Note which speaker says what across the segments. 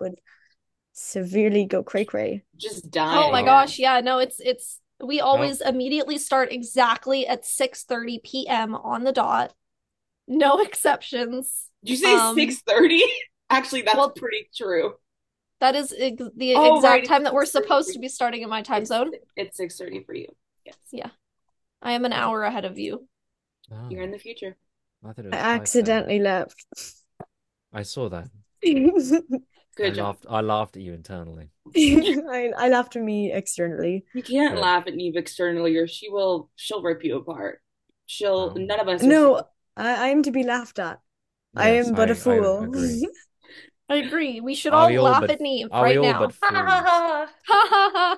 Speaker 1: would severely go cray cray.
Speaker 2: Just dying.
Speaker 3: Oh my gosh, yeah, no, it's it's we always immediately start exactly at 6:30 p.m. on the dot. No exceptions.
Speaker 2: Did you say
Speaker 3: Um,
Speaker 2: six thirty? Actually, that's
Speaker 3: well,
Speaker 2: pretty true.
Speaker 3: That is ex- the
Speaker 2: Oh,
Speaker 3: exact
Speaker 2: right,
Speaker 3: time that we're
Speaker 2: 6:30.
Speaker 3: supposed to be starting in my time
Speaker 2: It's-
Speaker 3: zone.
Speaker 2: It's six thirty for you. Yes,
Speaker 3: I am an hour ahead of you.
Speaker 4: Ah,
Speaker 2: you're in the future.
Speaker 4: I thought it was
Speaker 1: I
Speaker 4: five then.
Speaker 1: accidentally left.
Speaker 4: I saw that. I
Speaker 2: Good job.
Speaker 4: laughed. I laughed at you internally.
Speaker 1: I, I laughed at me externally.
Speaker 2: You can't
Speaker 4: Yeah.
Speaker 2: laugh at Neve externally, or she will. She'll rip you apart. She'll.
Speaker 4: Oh.
Speaker 2: None of us. are
Speaker 1: No, I, I am to be laughed at. I
Speaker 4: Yes,
Speaker 1: am but a
Speaker 4: I
Speaker 1: fool.
Speaker 4: agree.
Speaker 3: I agree. We should
Speaker 4: Are
Speaker 3: all
Speaker 4: we all
Speaker 3: laugh
Speaker 4: but-
Speaker 3: at Neve
Speaker 4: are
Speaker 3: right
Speaker 4: we all
Speaker 3: now.
Speaker 4: but
Speaker 3: Ha ha ha ha ha ha.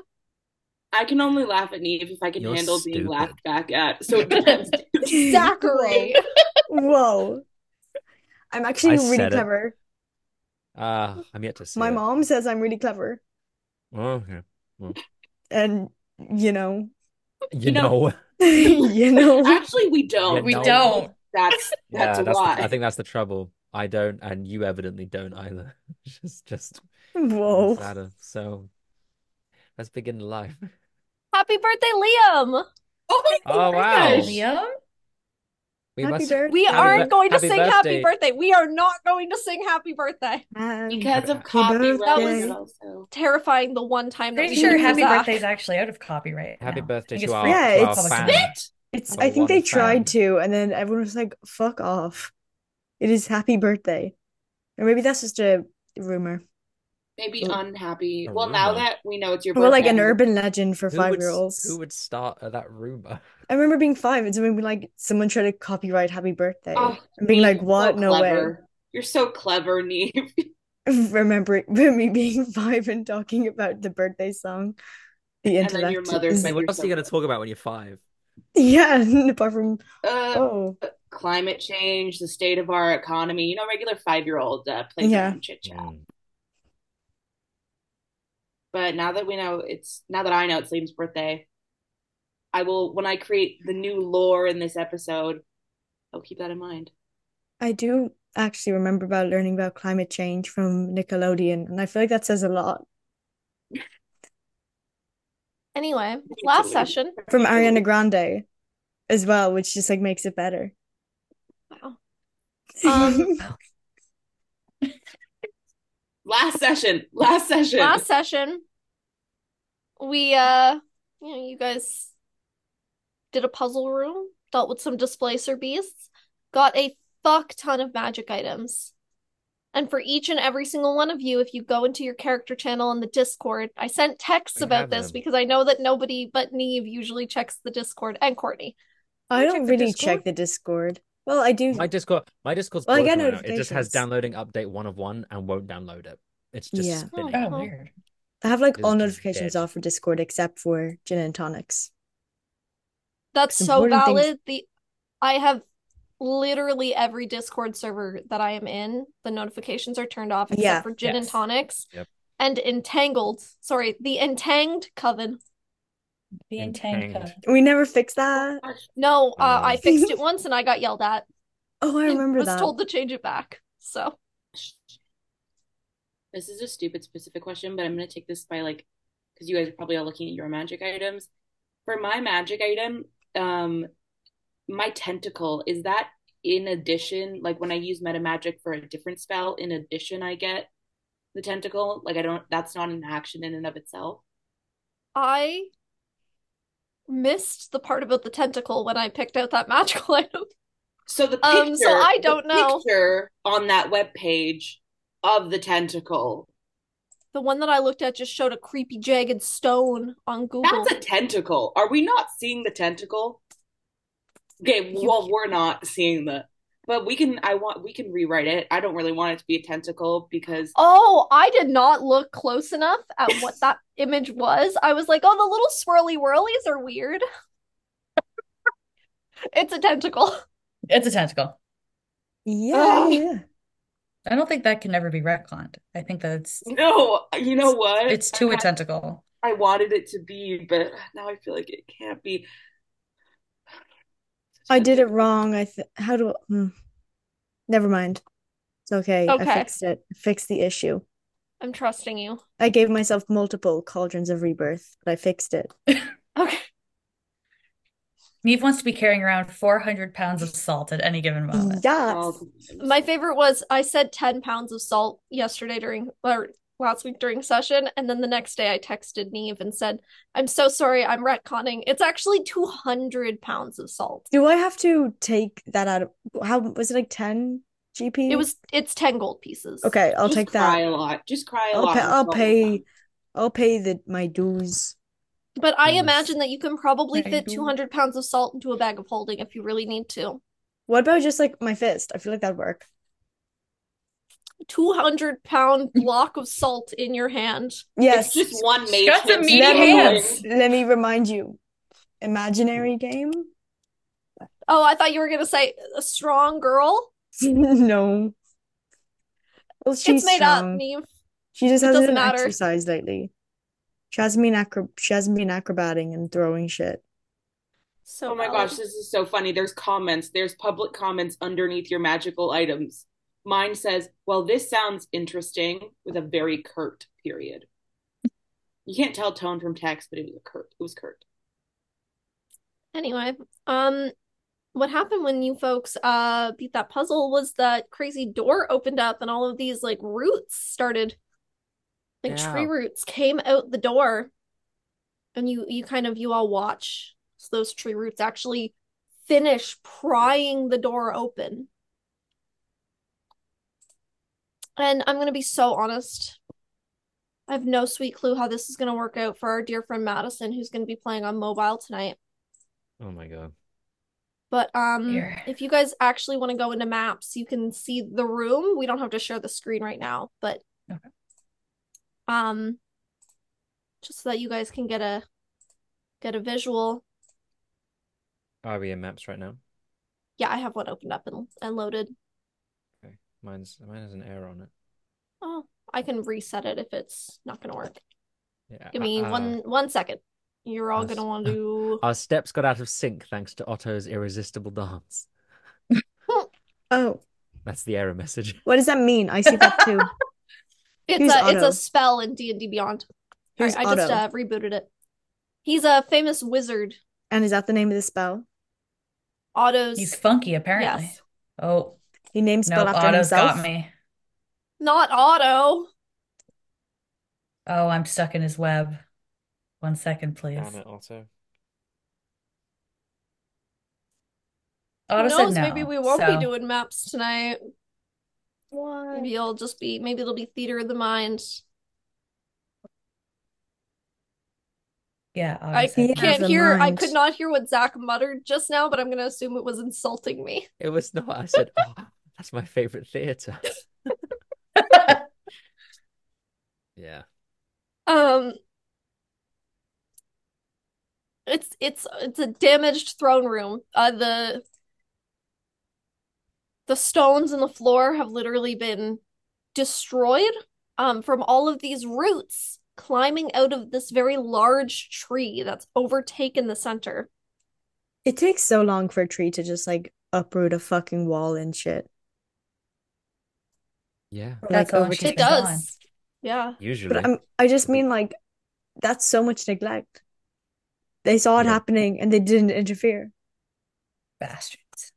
Speaker 2: I can only laugh at Neve if I can
Speaker 4: You're
Speaker 2: handle being
Speaker 4: stupid.
Speaker 2: laughed back at. So that's
Speaker 3: Zachary.
Speaker 1: Whoa. I'm actually
Speaker 4: I
Speaker 1: really
Speaker 4: said it.
Speaker 1: clever.
Speaker 4: Ah, I'm yet to see
Speaker 1: My
Speaker 4: it.
Speaker 1: mom says I'm really clever.
Speaker 4: Oh, okay.
Speaker 1: And, you know,
Speaker 4: You,
Speaker 2: know,
Speaker 4: know.
Speaker 1: you know,
Speaker 2: actually we don't.
Speaker 5: We
Speaker 4: No.
Speaker 5: don't.
Speaker 2: That's that's
Speaker 4: yeah, that's the,
Speaker 2: why.
Speaker 4: I think that's the trouble. I don't, and you evidently don't either. just, just
Speaker 1: whoa.
Speaker 4: sadder. So let's begin life.
Speaker 3: Happy birthday,
Speaker 2: Oh
Speaker 3: Liam.
Speaker 2: my
Speaker 4: Oh wow,
Speaker 2: gosh.
Speaker 5: Liam?
Speaker 4: we
Speaker 1: Happy
Speaker 4: must.
Speaker 1: birthday.
Speaker 3: We
Speaker 4: Happy
Speaker 3: aren't
Speaker 4: bir-
Speaker 3: going to
Speaker 4: happy
Speaker 3: sing happy
Speaker 4: birthday.
Speaker 3: birthday. We are not going to sing happy birthday.
Speaker 2: because of
Speaker 1: Happy
Speaker 2: copyright
Speaker 1: birthday.
Speaker 2: also.
Speaker 3: Terrifying the one time that
Speaker 5: Pretty
Speaker 3: we
Speaker 5: sure
Speaker 3: did
Speaker 5: happy
Speaker 3: Zach.
Speaker 5: birthday is actually out of copyright
Speaker 4: Happy
Speaker 5: now. I
Speaker 4: birthday
Speaker 5: think
Speaker 4: to
Speaker 5: it's
Speaker 4: our,
Speaker 5: free
Speaker 1: Yeah,
Speaker 4: to
Speaker 5: for
Speaker 4: our
Speaker 1: it's-
Speaker 5: public
Speaker 4: fan.
Speaker 5: domain.
Speaker 1: It's,
Speaker 4: Number
Speaker 1: I think they
Speaker 4: one fan.
Speaker 1: tried to, and then everyone was like, fuck off. It is happy birthday. Or maybe that's just a rumor.
Speaker 2: Maybe
Speaker 1: Mm.
Speaker 2: unhappy.
Speaker 4: A
Speaker 2: well, now
Speaker 4: rumor.
Speaker 2: that we know it's your
Speaker 1: Or like an
Speaker 2: birthday,
Speaker 1: urban legend for
Speaker 4: Who would,
Speaker 1: five-year-olds.
Speaker 4: who would start at that rumor?
Speaker 1: I remember being five and someone being like, someone tried to copyright happy birthday.
Speaker 2: Oh,
Speaker 1: and being
Speaker 2: Neve,
Speaker 1: like, what?
Speaker 2: so
Speaker 1: No way.
Speaker 2: clever. You're so clever, Neve.
Speaker 1: remembering me being five and talking about the birthday song, the
Speaker 2: And then your
Speaker 1: intellect
Speaker 2: mother
Speaker 1: is-
Speaker 2: said- Like,
Speaker 4: what
Speaker 2: you're
Speaker 4: else
Speaker 2: so
Speaker 4: are you going
Speaker 2: good.
Speaker 4: to talk about when you're five?
Speaker 1: yeah, apart from
Speaker 2: Uh,
Speaker 1: oh,
Speaker 2: climate change, the state of our economy. You know, regular five-year-old uh, playground chit chat.
Speaker 4: Mm.
Speaker 2: But now that we know it's now that I know it's Liam's birthday, I will when I create the new lore in this episode, I'll keep that in mind.
Speaker 1: I do actually remember about learning about climate change from Nickelodeon, and I feel like that says a lot.
Speaker 3: Anyway,
Speaker 2: It's
Speaker 3: last
Speaker 2: a-
Speaker 3: session.
Speaker 1: From Ariana Grande as well, which just like makes it better.
Speaker 3: Wow. Um,
Speaker 2: Last session. Last session.
Speaker 3: Last session. We uh you know, you guys did a puzzle room, dealt with some displacer beasts, got a fuck ton of magic items. And for each and every single one of you, if you go into your character channel in the Discord, I sent texts
Speaker 4: We
Speaker 3: about
Speaker 4: have
Speaker 3: this
Speaker 4: them.
Speaker 3: because I know that nobody but Neve usually checks the Discord and Courtney.
Speaker 1: I
Speaker 3: you
Speaker 1: don't
Speaker 3: check the
Speaker 1: really
Speaker 3: Discord?
Speaker 1: check the Discord. Well, I do.
Speaker 4: My Discord, my Discord's
Speaker 1: Well, I get
Speaker 4: broken right now. It just has
Speaker 1: notifications.
Speaker 4: downloading update one of one and won't download it. It's just
Speaker 1: Yeah.
Speaker 4: spinning.
Speaker 5: Oh,
Speaker 3: Oh.
Speaker 5: weird.
Speaker 1: I have like
Speaker 4: It is
Speaker 1: all
Speaker 4: just
Speaker 1: notifications
Speaker 4: dead.
Speaker 1: off for Discord except for gin and tonics.
Speaker 3: That's
Speaker 1: Some
Speaker 3: so
Speaker 1: important things-
Speaker 3: valid. The I have literally every Discord server that I am in, the notifications are turned off except
Speaker 1: Yeah.
Speaker 3: for Gin and
Speaker 4: Yes.
Speaker 3: Tonics
Speaker 4: Yep.
Speaker 3: and Entangled. Sorry, the Entanged Coven.
Speaker 5: Being
Speaker 4: Entanged.
Speaker 5: tanked.
Speaker 1: We never fixed that.
Speaker 3: No, uh,
Speaker 4: Oh.
Speaker 3: I fixed it once and I got yelled at.
Speaker 1: Oh, I remember
Speaker 3: was
Speaker 1: that.
Speaker 3: told to change it back. So
Speaker 2: This is a stupid specific question, but I'm gonna take this by like because you guys are probably all looking at your magic items. For my magic item, um, my tentacle, is that in addition, like when I use meta magic for a different spell, in addition I get the tentacle? Like I don't that's not an action in and of itself.
Speaker 3: I missed the part about the tentacle when I picked out that magical item.
Speaker 2: So the picture,
Speaker 3: Um, so I
Speaker 2: the
Speaker 3: don't know.
Speaker 2: picture on that web page of the tentacle.
Speaker 3: The one that I looked at just showed a creepy jagged stone on Google.
Speaker 2: That's a tentacle. Are we not seeing the tentacle? Okay,
Speaker 3: You-
Speaker 2: well, we're not seeing the, but we can. I want we can rewrite it. I don't really want it to be a tentacle because
Speaker 3: Oh, I did not look close enough at what that image was. I was like, oh, the little swirly whirlies are weird. It's a tentacle.
Speaker 5: It's a tentacle.
Speaker 1: Yeah,
Speaker 2: Ugh.
Speaker 3: Oh.
Speaker 1: yeah.
Speaker 5: I don't think that can never be retconned. I think that's
Speaker 2: no, you know what?
Speaker 5: it's to a tentacle.
Speaker 2: I wanted it to be, but now I feel like it can't be.
Speaker 1: I did it wrong. I th how do hmm. Never mind. It's okay. I
Speaker 3: Okay.
Speaker 1: fixed it. I fixed the issue.
Speaker 3: I'm trusting you.
Speaker 1: I gave myself multiple cauldrons of rebirth, but I fixed it.
Speaker 3: Okay.
Speaker 5: Neve wants to be carrying around 400 pounds of salt at any given moment.
Speaker 1: Yeah.
Speaker 2: All the-
Speaker 3: My favorite was I said 10 pounds of salt yesterday during or last week during session, and then the next day I texted Neve and said, I'm so sorry, I'm retconning. It's actually 200 pounds of salt.
Speaker 1: Do I have to take that out of how was it like 10 GP?
Speaker 3: It was it's 10 gold pieces.
Speaker 1: Okay, I'll
Speaker 2: Just
Speaker 1: take that.
Speaker 2: cry a lot. Just cry a
Speaker 1: I'll
Speaker 2: lot.
Speaker 1: pay,
Speaker 2: and
Speaker 1: I'll
Speaker 2: solve it.
Speaker 1: pay, I'll pay the my dues.
Speaker 3: But I
Speaker 4: Nice.
Speaker 3: imagine that you can probably
Speaker 5: Very
Speaker 3: fit
Speaker 5: cool.
Speaker 3: 200 pounds of salt into a bag of holding if you really need to.
Speaker 1: What about just like my fist? I feel like that'd work.
Speaker 3: 200 pound block of salt in your hand.
Speaker 1: Yes.
Speaker 2: It's just one mage.
Speaker 5: got some
Speaker 2: hand.
Speaker 5: meaty
Speaker 1: let me
Speaker 5: hands.
Speaker 1: let me remind you. Imaginary game?
Speaker 3: Oh, I thought you were gonna say a strong girl.
Speaker 1: No. Well, she's
Speaker 3: It's made up,
Speaker 1: strong.
Speaker 3: Neve.
Speaker 1: She just
Speaker 3: It
Speaker 1: hasn't
Speaker 3: doesn't matter.
Speaker 1: exercised lately. She hasn't been acro she hasn't been acrobating and throwing shit.
Speaker 3: So
Speaker 2: Oh my
Speaker 3: valid.
Speaker 2: gosh, this is so funny. There's comments. There's public comments underneath your magical items. Mine says, "Well, this sounds interesting," with a very curt period. You can't tell tone from text, but it was a curt. It was curt.
Speaker 3: Anyway, um, what happened when you folks uh beat that puzzle was that crazy door opened up and all of these like roots started, like
Speaker 4: Yeah.
Speaker 3: tree roots came out the door, and you you kind of you all watch as those tree roots actually finish prying the door open. And I'm gonna be so honest. I have no sweet clue how this is gonna work out for our dear friend Madison, who's gonna be playing on mobile tonight.
Speaker 4: Oh my god.
Speaker 3: But um,
Speaker 5: Here.
Speaker 3: if you guys actually want to go into maps, you can see the room. We don't have to share the screen right now, but
Speaker 5: Okay.
Speaker 3: um, just so that you guys can get a get a visual.
Speaker 4: Are we in maps right now?
Speaker 3: Yeah, I have one opened up and, and loaded.
Speaker 4: Okay. Mine's mine has an error on it.
Speaker 3: Oh, I can reset it if it's not gonna work.
Speaker 4: Yeah.
Speaker 3: Give me
Speaker 4: uh, uh,
Speaker 3: one one second. You're all
Speaker 4: Yes.
Speaker 3: gonna
Speaker 5: uh,
Speaker 3: want to.
Speaker 4: Our steps got out of sync thanks to Otto's irresistible dance.
Speaker 1: Oh,
Speaker 4: That's the error message.
Speaker 1: what does that mean? I see that too.
Speaker 3: It's
Speaker 1: Who's
Speaker 3: a it's
Speaker 1: Otto?
Speaker 3: a spell in D and D Beyond. All
Speaker 1: Who's
Speaker 3: right, I just
Speaker 1: Otto?
Speaker 3: uh, rebooted it. He's a famous wizard.
Speaker 1: And is that the name of the spell?
Speaker 3: Otto's
Speaker 5: He's funky, apparently.
Speaker 3: yes,
Speaker 5: Oh,
Speaker 1: He named
Speaker 5: no,
Speaker 1: spell after
Speaker 5: Otto's
Speaker 1: himself.
Speaker 5: got me.
Speaker 3: not Otto.
Speaker 5: Oh, I'm stuck in his web. One second, please.
Speaker 4: Damn it, Otto.
Speaker 5: Otto
Speaker 3: Who
Speaker 5: said
Speaker 3: knows? Maybe
Speaker 5: no,
Speaker 3: we won't be
Speaker 5: so-
Speaker 3: doing maps tonight.
Speaker 1: What?
Speaker 3: Maybe it'll just be maybe it'll be theater of the mind.
Speaker 5: Yeah, Otto
Speaker 3: I
Speaker 5: said no.
Speaker 1: Theater of
Speaker 3: can't
Speaker 1: the
Speaker 3: hear. I
Speaker 1: mind.
Speaker 3: could not hear what Zach muttered just now, but I'm gonna assume it was insulting me.
Speaker 4: It was not. I said, oh, that's my favorite theater. Yeah.
Speaker 3: Um, it's it's it's a damaged throne room. Uh, the the stones in the floor have literally been destroyed um from all of these roots climbing out of this very large tree that's overtaken the center.
Speaker 1: It takes so long for a tree to just like uproot a fucking wall and shit.
Speaker 4: Yeah.
Speaker 1: Or,
Speaker 5: That's
Speaker 1: like
Speaker 5: all she's
Speaker 1: overtake.
Speaker 3: It
Speaker 5: been gone.
Speaker 3: does. Yeah.
Speaker 4: Usually.
Speaker 1: But I'm, I just mean like that's so much neglect. They saw it
Speaker 4: Yeah.
Speaker 1: happening and they didn't interfere.
Speaker 5: Bastards.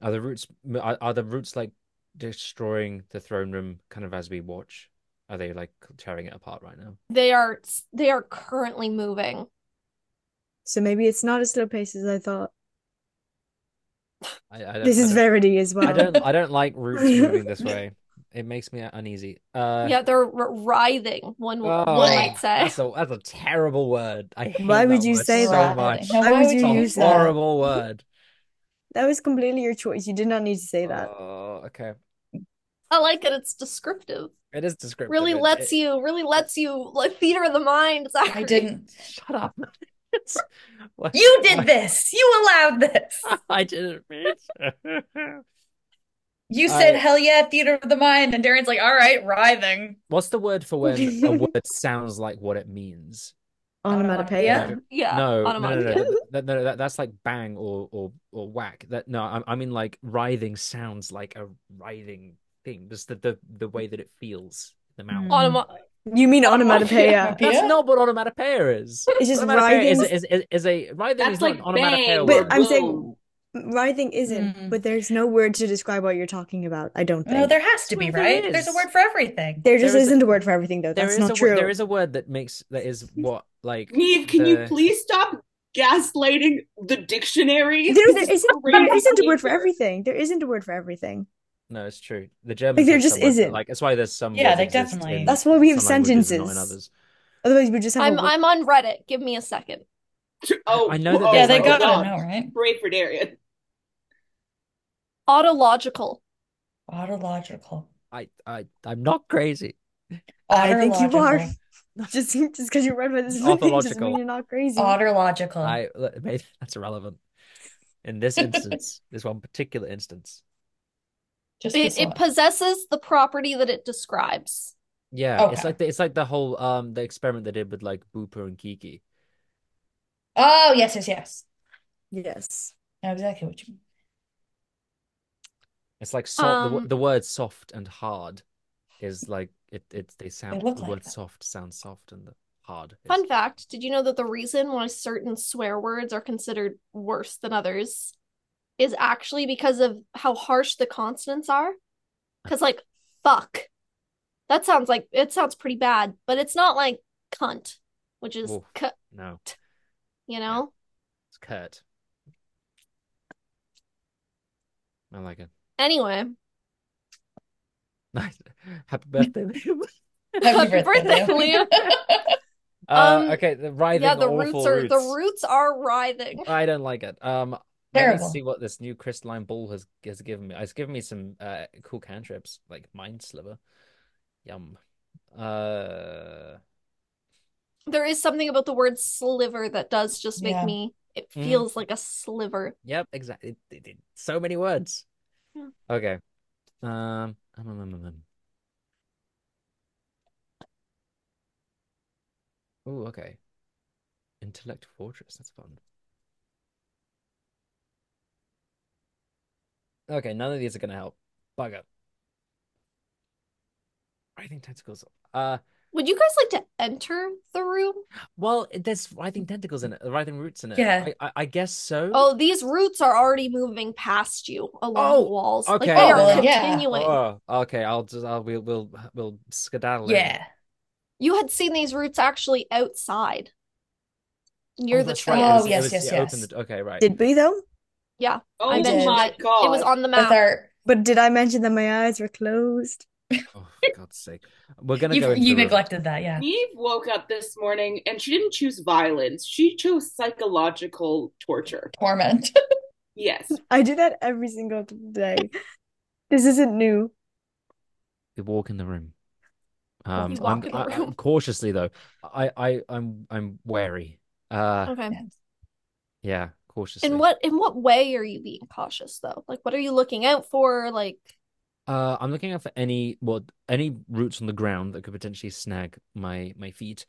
Speaker 4: Are the roots are, are the roots like destroying the throne room kind of as we watch? Are they like tearing it apart right now?
Speaker 3: They are they are currently moving.
Speaker 1: So maybe it's not as slow paced as I thought.
Speaker 4: I, I don't,
Speaker 1: This
Speaker 4: I
Speaker 1: is
Speaker 4: don't-
Speaker 1: verity as
Speaker 4: I
Speaker 1: well.
Speaker 4: don't I don't like roots moving this way. It makes me uneasy. Uh
Speaker 3: Yeah, they're r- writhing, one one
Speaker 4: oh,
Speaker 3: might say.
Speaker 4: That's a that's a terrible word. I hate
Speaker 1: Why would
Speaker 4: that
Speaker 1: you
Speaker 4: word
Speaker 1: say
Speaker 4: so
Speaker 1: that?
Speaker 4: much.
Speaker 5: Now,
Speaker 1: Why would you
Speaker 4: It's a
Speaker 1: use that?
Speaker 4: horrible word.
Speaker 1: That was completely your choice. You did not need to say that.
Speaker 4: Oh, okay.
Speaker 3: I like it. It's descriptive.
Speaker 4: It is descriptive.
Speaker 3: Really
Speaker 4: It-
Speaker 3: lets
Speaker 4: it-
Speaker 3: you, really lets you, like theater of the mind,
Speaker 5: I
Speaker 3: Zachary.
Speaker 5: didn't.
Speaker 4: shut up. It's- why-
Speaker 5: You did
Speaker 4: why-
Speaker 5: this. You allowed this.
Speaker 4: I didn't mean to.
Speaker 5: You
Speaker 4: I-
Speaker 5: said hell yeah, theater of the mind, and Darren's like, all right, writhing.
Speaker 4: What's the word for when a word sounds like what it means? Oh.
Speaker 1: Onomatopoeia.
Speaker 5: Yeah.
Speaker 3: Yeah,
Speaker 4: No, no, no, no,
Speaker 3: onomatopoeia.
Speaker 4: no, that, no, that, that's like bang or or or whack. That no, I, I mean like writhing sounds like a writhing thing. Just the the, the way that it feels in the mouth.
Speaker 5: Mm.
Speaker 3: Automa-
Speaker 1: You mean onomatopoeia?
Speaker 5: Yeah.
Speaker 4: That's not what onomatopoeia is.
Speaker 1: It's just
Speaker 4: Onomatopoeia is,
Speaker 1: writhing.
Speaker 4: is, is, is a writhing
Speaker 2: That's
Speaker 4: is not
Speaker 2: like
Speaker 4: an onomatopoeia
Speaker 2: bang.
Speaker 1: But
Speaker 4: word.
Speaker 1: I'm
Speaker 2: Whoa.
Speaker 1: saying- Writhing isn't,
Speaker 5: Mm.
Speaker 1: but there's no word to describe what you're talking about, I don't
Speaker 5: No,
Speaker 1: think.
Speaker 5: there has to be,
Speaker 4: Well, there
Speaker 5: right? There's a
Speaker 4: is.
Speaker 5: word for everything.
Speaker 1: There just
Speaker 4: there is a-
Speaker 1: isn't a word for everything, though.
Speaker 4: There
Speaker 1: That's
Speaker 4: is
Speaker 1: not
Speaker 4: a word,
Speaker 1: true.
Speaker 4: there is a word that makes that is what like
Speaker 2: Neve, can you
Speaker 4: the-
Speaker 2: please stop gaslighting the dictionary?
Speaker 1: There-
Speaker 2: This
Speaker 1: there
Speaker 2: is
Speaker 1: isn't,
Speaker 2: crazy
Speaker 1: there isn't a word for
Speaker 2: behavior.
Speaker 1: everything. There isn't a word for everything.
Speaker 4: No, it's true. The Germans
Speaker 1: Like, there
Speaker 4: have
Speaker 1: just
Speaker 4: some words that,
Speaker 1: isn't.
Speaker 4: Like that's why there's some
Speaker 5: Yeah,
Speaker 4: words
Speaker 5: like,
Speaker 4: exist
Speaker 5: definitely.
Speaker 4: in
Speaker 1: That's why we have
Speaker 4: some languages and not in
Speaker 1: sentences.
Speaker 4: others.
Speaker 1: Otherwise, we just have
Speaker 3: I'm
Speaker 1: a word.
Speaker 3: I'm on Reddit. Give me a second.
Speaker 2: Oh,
Speaker 4: I know that
Speaker 2: whoa,
Speaker 5: Yeah,
Speaker 4: there's
Speaker 5: they
Speaker 4: like-
Speaker 5: gotta
Speaker 2: God.
Speaker 5: know, right?
Speaker 2: Pray for Darian.
Speaker 3: Autological.
Speaker 5: Autological.
Speaker 4: I I I'm not crazy.
Speaker 1: I think you are.
Speaker 5: Autological.
Speaker 1: Just just because you're red by this doesn't mean- doesn't
Speaker 4: Orthological.
Speaker 1: mean you're not crazy.
Speaker 5: Autological.
Speaker 4: I look, mate, that's irrelevant. In this instance, this one particular instance.
Speaker 5: Just
Speaker 3: It it possesses the property that it describes.
Speaker 4: Yeah, it's
Speaker 5: Okay.
Speaker 4: like the, it's like the whole um the experiment they did with like Booper and Kiki.
Speaker 5: Oh, yes, yes, yes.
Speaker 1: Yes.
Speaker 5: I know exactly what you mean.
Speaker 4: It's like soft. The, wo-
Speaker 3: Um,
Speaker 4: the word soft and hard is like it. It they sound.
Speaker 5: look
Speaker 4: the
Speaker 5: like
Speaker 4: word
Speaker 5: that.
Speaker 4: soft sounds soft, and the hard. Is,
Speaker 3: Fun fact, did you know that the reason why certain swear words are considered worse than others is actually because of how harsh the consonants are? Because like fuck. That sounds like it sounds pretty bad, but it's not like cunt, which is
Speaker 4: Oof.
Speaker 3: cu-
Speaker 4: No,
Speaker 3: you know?
Speaker 4: it's Kurt. I like it.
Speaker 3: Anyway,
Speaker 4: Nice. Happy birthday. Liam.
Speaker 3: Um,
Speaker 5: Happy
Speaker 3: Happy
Speaker 5: birthday,
Speaker 3: birthday,
Speaker 5: Liam.
Speaker 4: Uh,
Speaker 3: Um,
Speaker 4: okay, the writhing
Speaker 3: yeah, the
Speaker 4: awful
Speaker 3: roots are the roots are writhing.
Speaker 4: I don't like it. Um, let me
Speaker 5: Terrible.
Speaker 4: see what this new crystalline ball has has given me. It's given me some uh cool cantrips like mind sliver. Yum. Uh,
Speaker 3: There is something about the word sliver that does just make
Speaker 5: Yeah.
Speaker 3: me, it
Speaker 4: Mm.
Speaker 3: feels like a sliver.
Speaker 4: yep, exactly. It, it, it- so many words.
Speaker 3: Yeah.
Speaker 4: Okay. Um, um, um, um, um. Ooh, okay. Intellect Fortress. That's fun. Okay, none of these are gonna help. Bugger. Writhing tentacles. Uh,
Speaker 3: Would you guys like to enter the room?
Speaker 4: well, it- there's writhing tentacles in it, writhing roots in it.
Speaker 5: Yeah.
Speaker 4: I, I, I guess so.
Speaker 3: Oh, these roots are already moving past you along the
Speaker 4: Oh,
Speaker 3: walls. Like
Speaker 4: okay.
Speaker 3: they
Speaker 5: Oh,
Speaker 3: are
Speaker 5: well, yeah.
Speaker 3: continuing.
Speaker 4: Oh, okay. I'll just, I'll, we'll, we'll, we'll skedaddle in.
Speaker 5: Yeah.
Speaker 3: You had seen these roots actually outside near
Speaker 4: Oh,
Speaker 3: the
Speaker 4: that's
Speaker 3: train.
Speaker 4: right. It
Speaker 5: Oh,
Speaker 4: was, it
Speaker 5: yes,
Speaker 4: was-
Speaker 5: yes,
Speaker 4: yeah, open
Speaker 5: yes.
Speaker 4: the- okay, right.
Speaker 1: Did we though?
Speaker 2: Oh
Speaker 3: I mentioned
Speaker 2: my
Speaker 3: it.
Speaker 2: God.
Speaker 3: It was on the
Speaker 5: With
Speaker 3: map.
Speaker 5: our
Speaker 1: But did I mention that my eyes were closed?
Speaker 4: Oh, for God's sake. We're gonna go
Speaker 5: You've
Speaker 4: into
Speaker 5: you
Speaker 4: the room.
Speaker 5: neglected that, yeah.
Speaker 2: Neve woke up this morning and she didn't choose violence. She chose psychological torture.
Speaker 5: Torment.
Speaker 2: Yes.
Speaker 1: I do that every single day. This isn't new.
Speaker 4: We walk in the room. Um,
Speaker 3: You
Speaker 4: I'm,
Speaker 3: walk in the
Speaker 4: I, I'm
Speaker 3: room.
Speaker 4: cautiously though. I, I, I'm, I'm wary. Uh,
Speaker 3: Okay.
Speaker 4: yeah, cautiously.
Speaker 3: In what in what way are you being cautious though? Like what are you looking out for? Like
Speaker 4: Uh, I'm looking out for any well any roots on the ground that could potentially snag my my feet,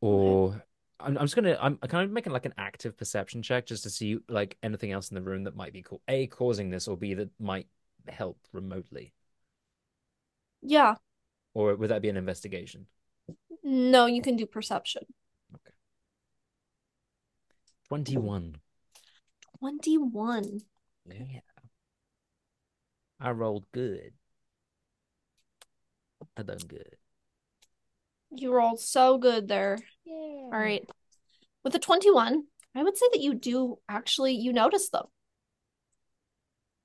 Speaker 4: or I'm I'm just gonna I'm I'm kind of making like an active perception check just to see like anything else in the room that might be cool. A causing this or B that might help remotely,
Speaker 3: yeah,
Speaker 4: or would that be an investigation?
Speaker 3: no, you can do perception.
Speaker 4: Twenty one.
Speaker 3: 21.
Speaker 4: Yeah, I rolled good. I done good.
Speaker 3: You rolled so good there. All right. With a 21, I would say that you do actually you notice them.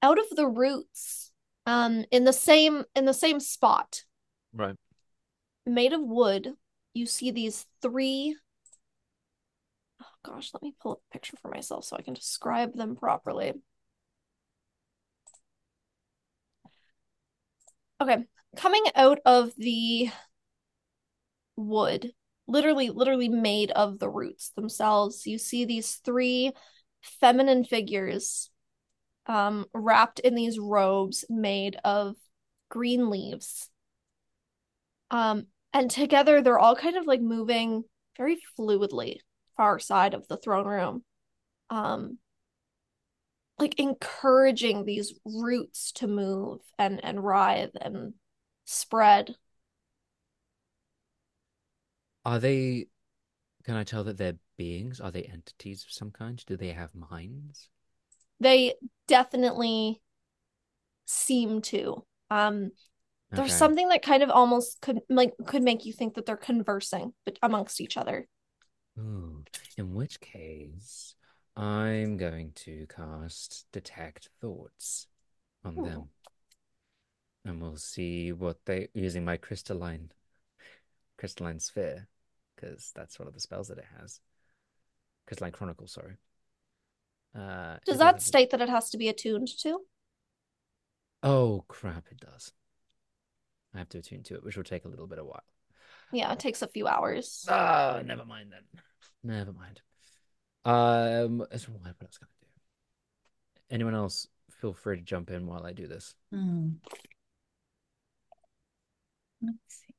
Speaker 3: Out of the roots, um in the same in the same spot,
Speaker 4: Right.
Speaker 3: made of wood, you see these three Oh gosh, let me pull up a picture for myself so I can describe them properly. Okay, coming out of the wood, literally, literally made of the roots themselves, you see these three feminine figures um, wrapped in these robes made of green leaves. Um, and together they're all kind of like moving very fluidly far side of the throne room. Um, like encouraging these roots to move and and writhe and spread.
Speaker 4: Are they, can I tell that they're beings? Are they entities of some kind? Do they have minds?
Speaker 3: They definitely seem to. Um, there's
Speaker 4: Okay.
Speaker 3: something that kind of almost could like could make you think that they're conversing but amongst each other.
Speaker 4: Ooh, Hmm. in which case, I'm going to cast Detect Thoughts on
Speaker 3: Ooh.
Speaker 4: them. And we'll see what they using my crystalline crystalline sphere, because that's one of the spells that it has. Crystalline Chronicle, sorry. Uh,
Speaker 3: Does
Speaker 4: is it-
Speaker 3: that state that it has to be attuned to?
Speaker 4: Oh crap, it does. I have to attune to it, which will take a little bit of while.
Speaker 3: Yeah, it takes a few hours.
Speaker 4: Ah, never mind then. Never mind. Um, it's- what else can I do? Anyone else, feel free to jump in while I do this.
Speaker 5: Hmm. Let's see.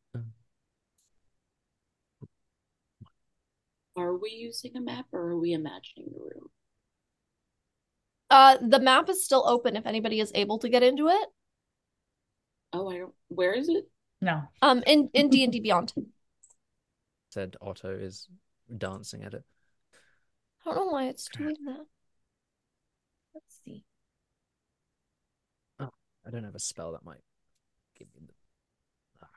Speaker 2: Are we using a map or are we imagining the room?
Speaker 3: Uh, the map is still open if anybody is able to get into it.
Speaker 2: Oh, I don't. Where is it?
Speaker 5: No.
Speaker 3: Um, in in D and D Beyond, I
Speaker 4: Said Otto is dancing at it.
Speaker 3: don't know why it's doing that.
Speaker 5: Let's see.
Speaker 4: I don't have a spell that might give me the. Ah.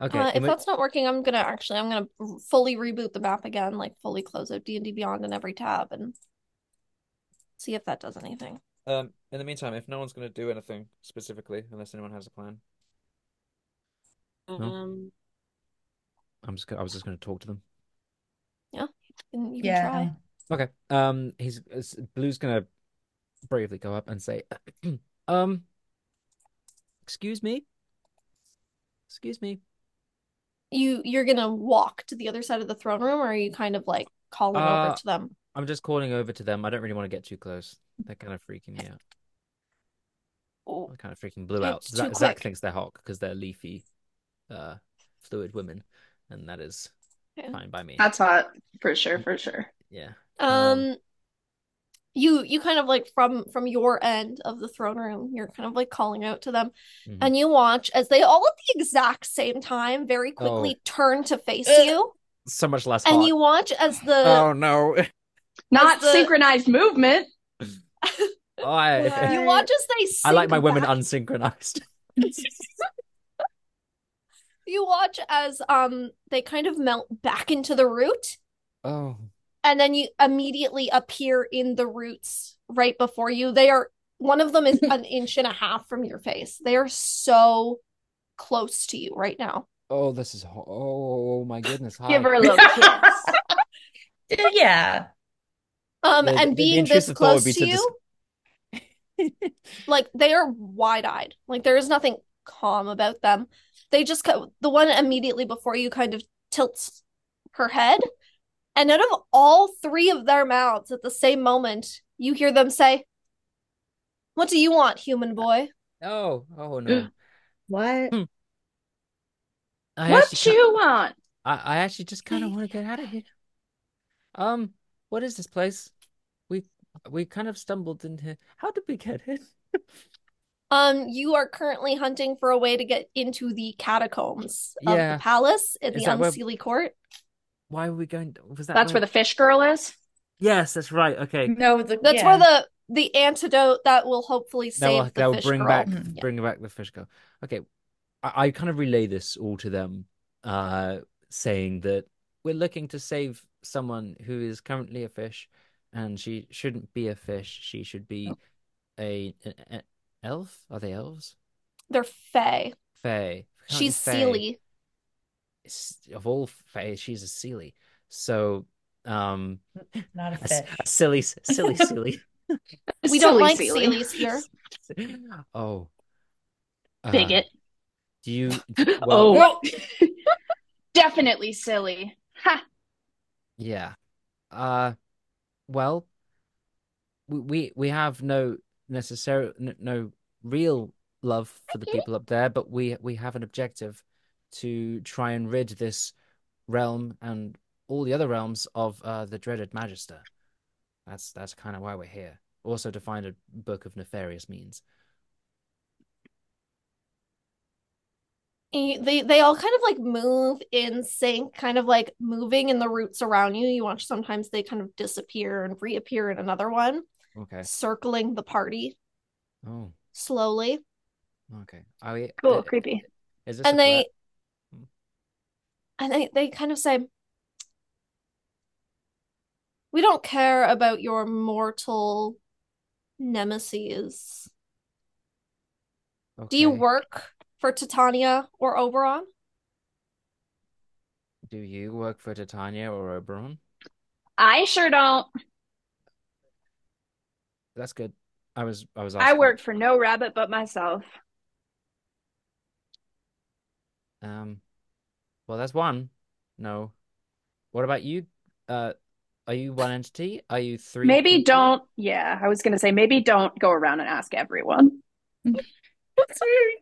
Speaker 4: Okay,
Speaker 3: Uh, if
Speaker 4: in whi-
Speaker 3: that's not working, I'm gonna actually I'm gonna r- fully reboot the map again, like fully close out D and D Beyond in every tab and see if that does anything.
Speaker 4: Um, in the meantime, if no one's going to do anything specifically, unless anyone has a plan, No.
Speaker 2: Um,
Speaker 4: I'm just. go- I was just going to talk to them.
Speaker 3: And you can
Speaker 5: Yeah.
Speaker 3: try.
Speaker 4: Okay. Um, he's s- Blue's gonna bravely go up and say, "Um, excuse me, excuse me.
Speaker 3: You you're gonna walk to the other side of the throne room, or are you kind of like calling
Speaker 4: Uh,
Speaker 3: over to them?
Speaker 4: I'm just calling over to them. I don't really want to get too close. They're kind of freaking me out.
Speaker 3: Oh,
Speaker 4: They're kind of freaking Blue out.
Speaker 3: It's
Speaker 4: Zach,
Speaker 3: Oh, too
Speaker 4: Zach
Speaker 3: quick.
Speaker 4: thinks they're hot because they're leafy, uh, fluid women, and that is
Speaker 3: Yeah.
Speaker 4: fine by me.
Speaker 6: That's hot for sure, for sure.
Speaker 4: Yeah.
Speaker 3: Um, you you kind of like from from your end of the throne room, you're kind of like calling out to them,
Speaker 4: Mhm.
Speaker 3: and you watch as they all at the exact same time very quickly
Speaker 4: Oh.
Speaker 3: turn to face
Speaker 4: Ugh.
Speaker 3: you,
Speaker 4: So much less
Speaker 3: and
Speaker 4: hot.
Speaker 3: you uh, watch as the
Speaker 4: Oh no.
Speaker 6: Not
Speaker 3: the-
Speaker 6: synchronized movement.
Speaker 4: Oh, I,
Speaker 1: Wow.
Speaker 3: you watch as they
Speaker 4: I like
Speaker 3: sink
Speaker 4: my women
Speaker 3: back
Speaker 4: unsynchronized.
Speaker 3: You watch as um they kind of melt back into the root,
Speaker 4: Oh.
Speaker 3: and then you immediately appear in the roots right before you. They are one of them is an inch and a half from your face. They are so close to you right now.
Speaker 4: Oh, this is ho- oh my goodness. Hi.
Speaker 6: Give her a little kiss.
Speaker 5: Yeah.
Speaker 3: Um,
Speaker 4: The-
Speaker 3: and
Speaker 4: the- the
Speaker 3: being this
Speaker 4: intrusive thought would
Speaker 3: close
Speaker 4: be
Speaker 3: to
Speaker 4: to
Speaker 3: you,
Speaker 4: dis-
Speaker 3: like they are wide-eyed. Like there is nothing calm about them. They just co- the one immediately before you kind of tilts her head, and out of all three of their mouths at the same moment, you hear them say, "What do you want, human boy?"
Speaker 4: Oh, oh no.
Speaker 1: What?
Speaker 4: I actually
Speaker 6: What
Speaker 4: ca-
Speaker 6: you want?
Speaker 4: I, I actually just kind of want to get out of here. Um, what is this place? We we kind of stumbled in here. How did we get here?
Speaker 3: Um, you are currently hunting for a way to get into the catacombs of the
Speaker 4: Yeah.
Speaker 3: palace in
Speaker 4: Is
Speaker 3: the
Speaker 4: that where-
Speaker 3: Unseelie Court.
Speaker 4: Why were we going? Was that
Speaker 6: That's where the fish girl is.
Speaker 4: Yes, that's right. Okay.
Speaker 5: No, the,
Speaker 3: That's
Speaker 5: yeah.
Speaker 3: where the the antidote that will hopefully
Speaker 4: That will,
Speaker 3: save the
Speaker 4: that will
Speaker 3: fish
Speaker 4: bring
Speaker 3: girl. Mm-hmm.
Speaker 4: back
Speaker 5: Mm.
Speaker 4: bring back the fish girl. Okay, I, I kind of relay this all to them, uh, saying that we're looking to save someone who is currently a fish, and she shouldn't be a fish. She should
Speaker 3: Oh.
Speaker 4: be a, an an elf. Are they elves?
Speaker 3: They're fae.
Speaker 4: Fae. Currently
Speaker 3: She's
Speaker 4: fae.
Speaker 3: Seelie.
Speaker 4: S- Of all fae, she's a silly. So, um,
Speaker 5: Not a
Speaker 4: a, s-
Speaker 5: fish.
Speaker 4: a silly, s- silly, silly.
Speaker 3: We don't
Speaker 6: Silly
Speaker 3: like
Speaker 6: Seely.
Speaker 3: Seelies here.
Speaker 4: Uh-huh. Oh, Uh,
Speaker 6: Bigot.
Speaker 4: do you?
Speaker 6: Oh,
Speaker 4: Well,
Speaker 6: definitely silly. Ha.
Speaker 4: Yeah. Uh, well, we we, we have no necessary no, no real love for the people up there, but we we have an objective to try and rid this realm and all the other realms of uh, the dreaded Magister. That's that's kind of why we're here. Also to find a book of nefarious means.
Speaker 3: And you- they they all kind of like move in sync, kind of like moving in the roots around you. You watch sometimes they kind of disappear and reappear in another one,
Speaker 4: Okay.
Speaker 3: circling the party
Speaker 4: Oh,
Speaker 3: slowly.
Speaker 4: okay. Are we,
Speaker 6: Cool,
Speaker 4: uh,
Speaker 6: creepy.
Speaker 4: Is this a
Speaker 3: And they
Speaker 4: threat? Hmm.
Speaker 3: and they, they kind of say We don't care about your mortal nemesis. Do you
Speaker 4: Okay.
Speaker 3: work for Titania or Oberon?
Speaker 4: Do you work for Titania or Oberon?
Speaker 6: I sure don't.
Speaker 4: That's good. I was I was
Speaker 6: I
Speaker 4: asking.
Speaker 6: work for no rabbit but myself.
Speaker 4: Um, well, that's one. No. What about you? Uh, are you one entity? Are you three
Speaker 6: Maybe
Speaker 4: people?
Speaker 6: don't. Yeah, I was gonna say maybe don't go around and ask everyone.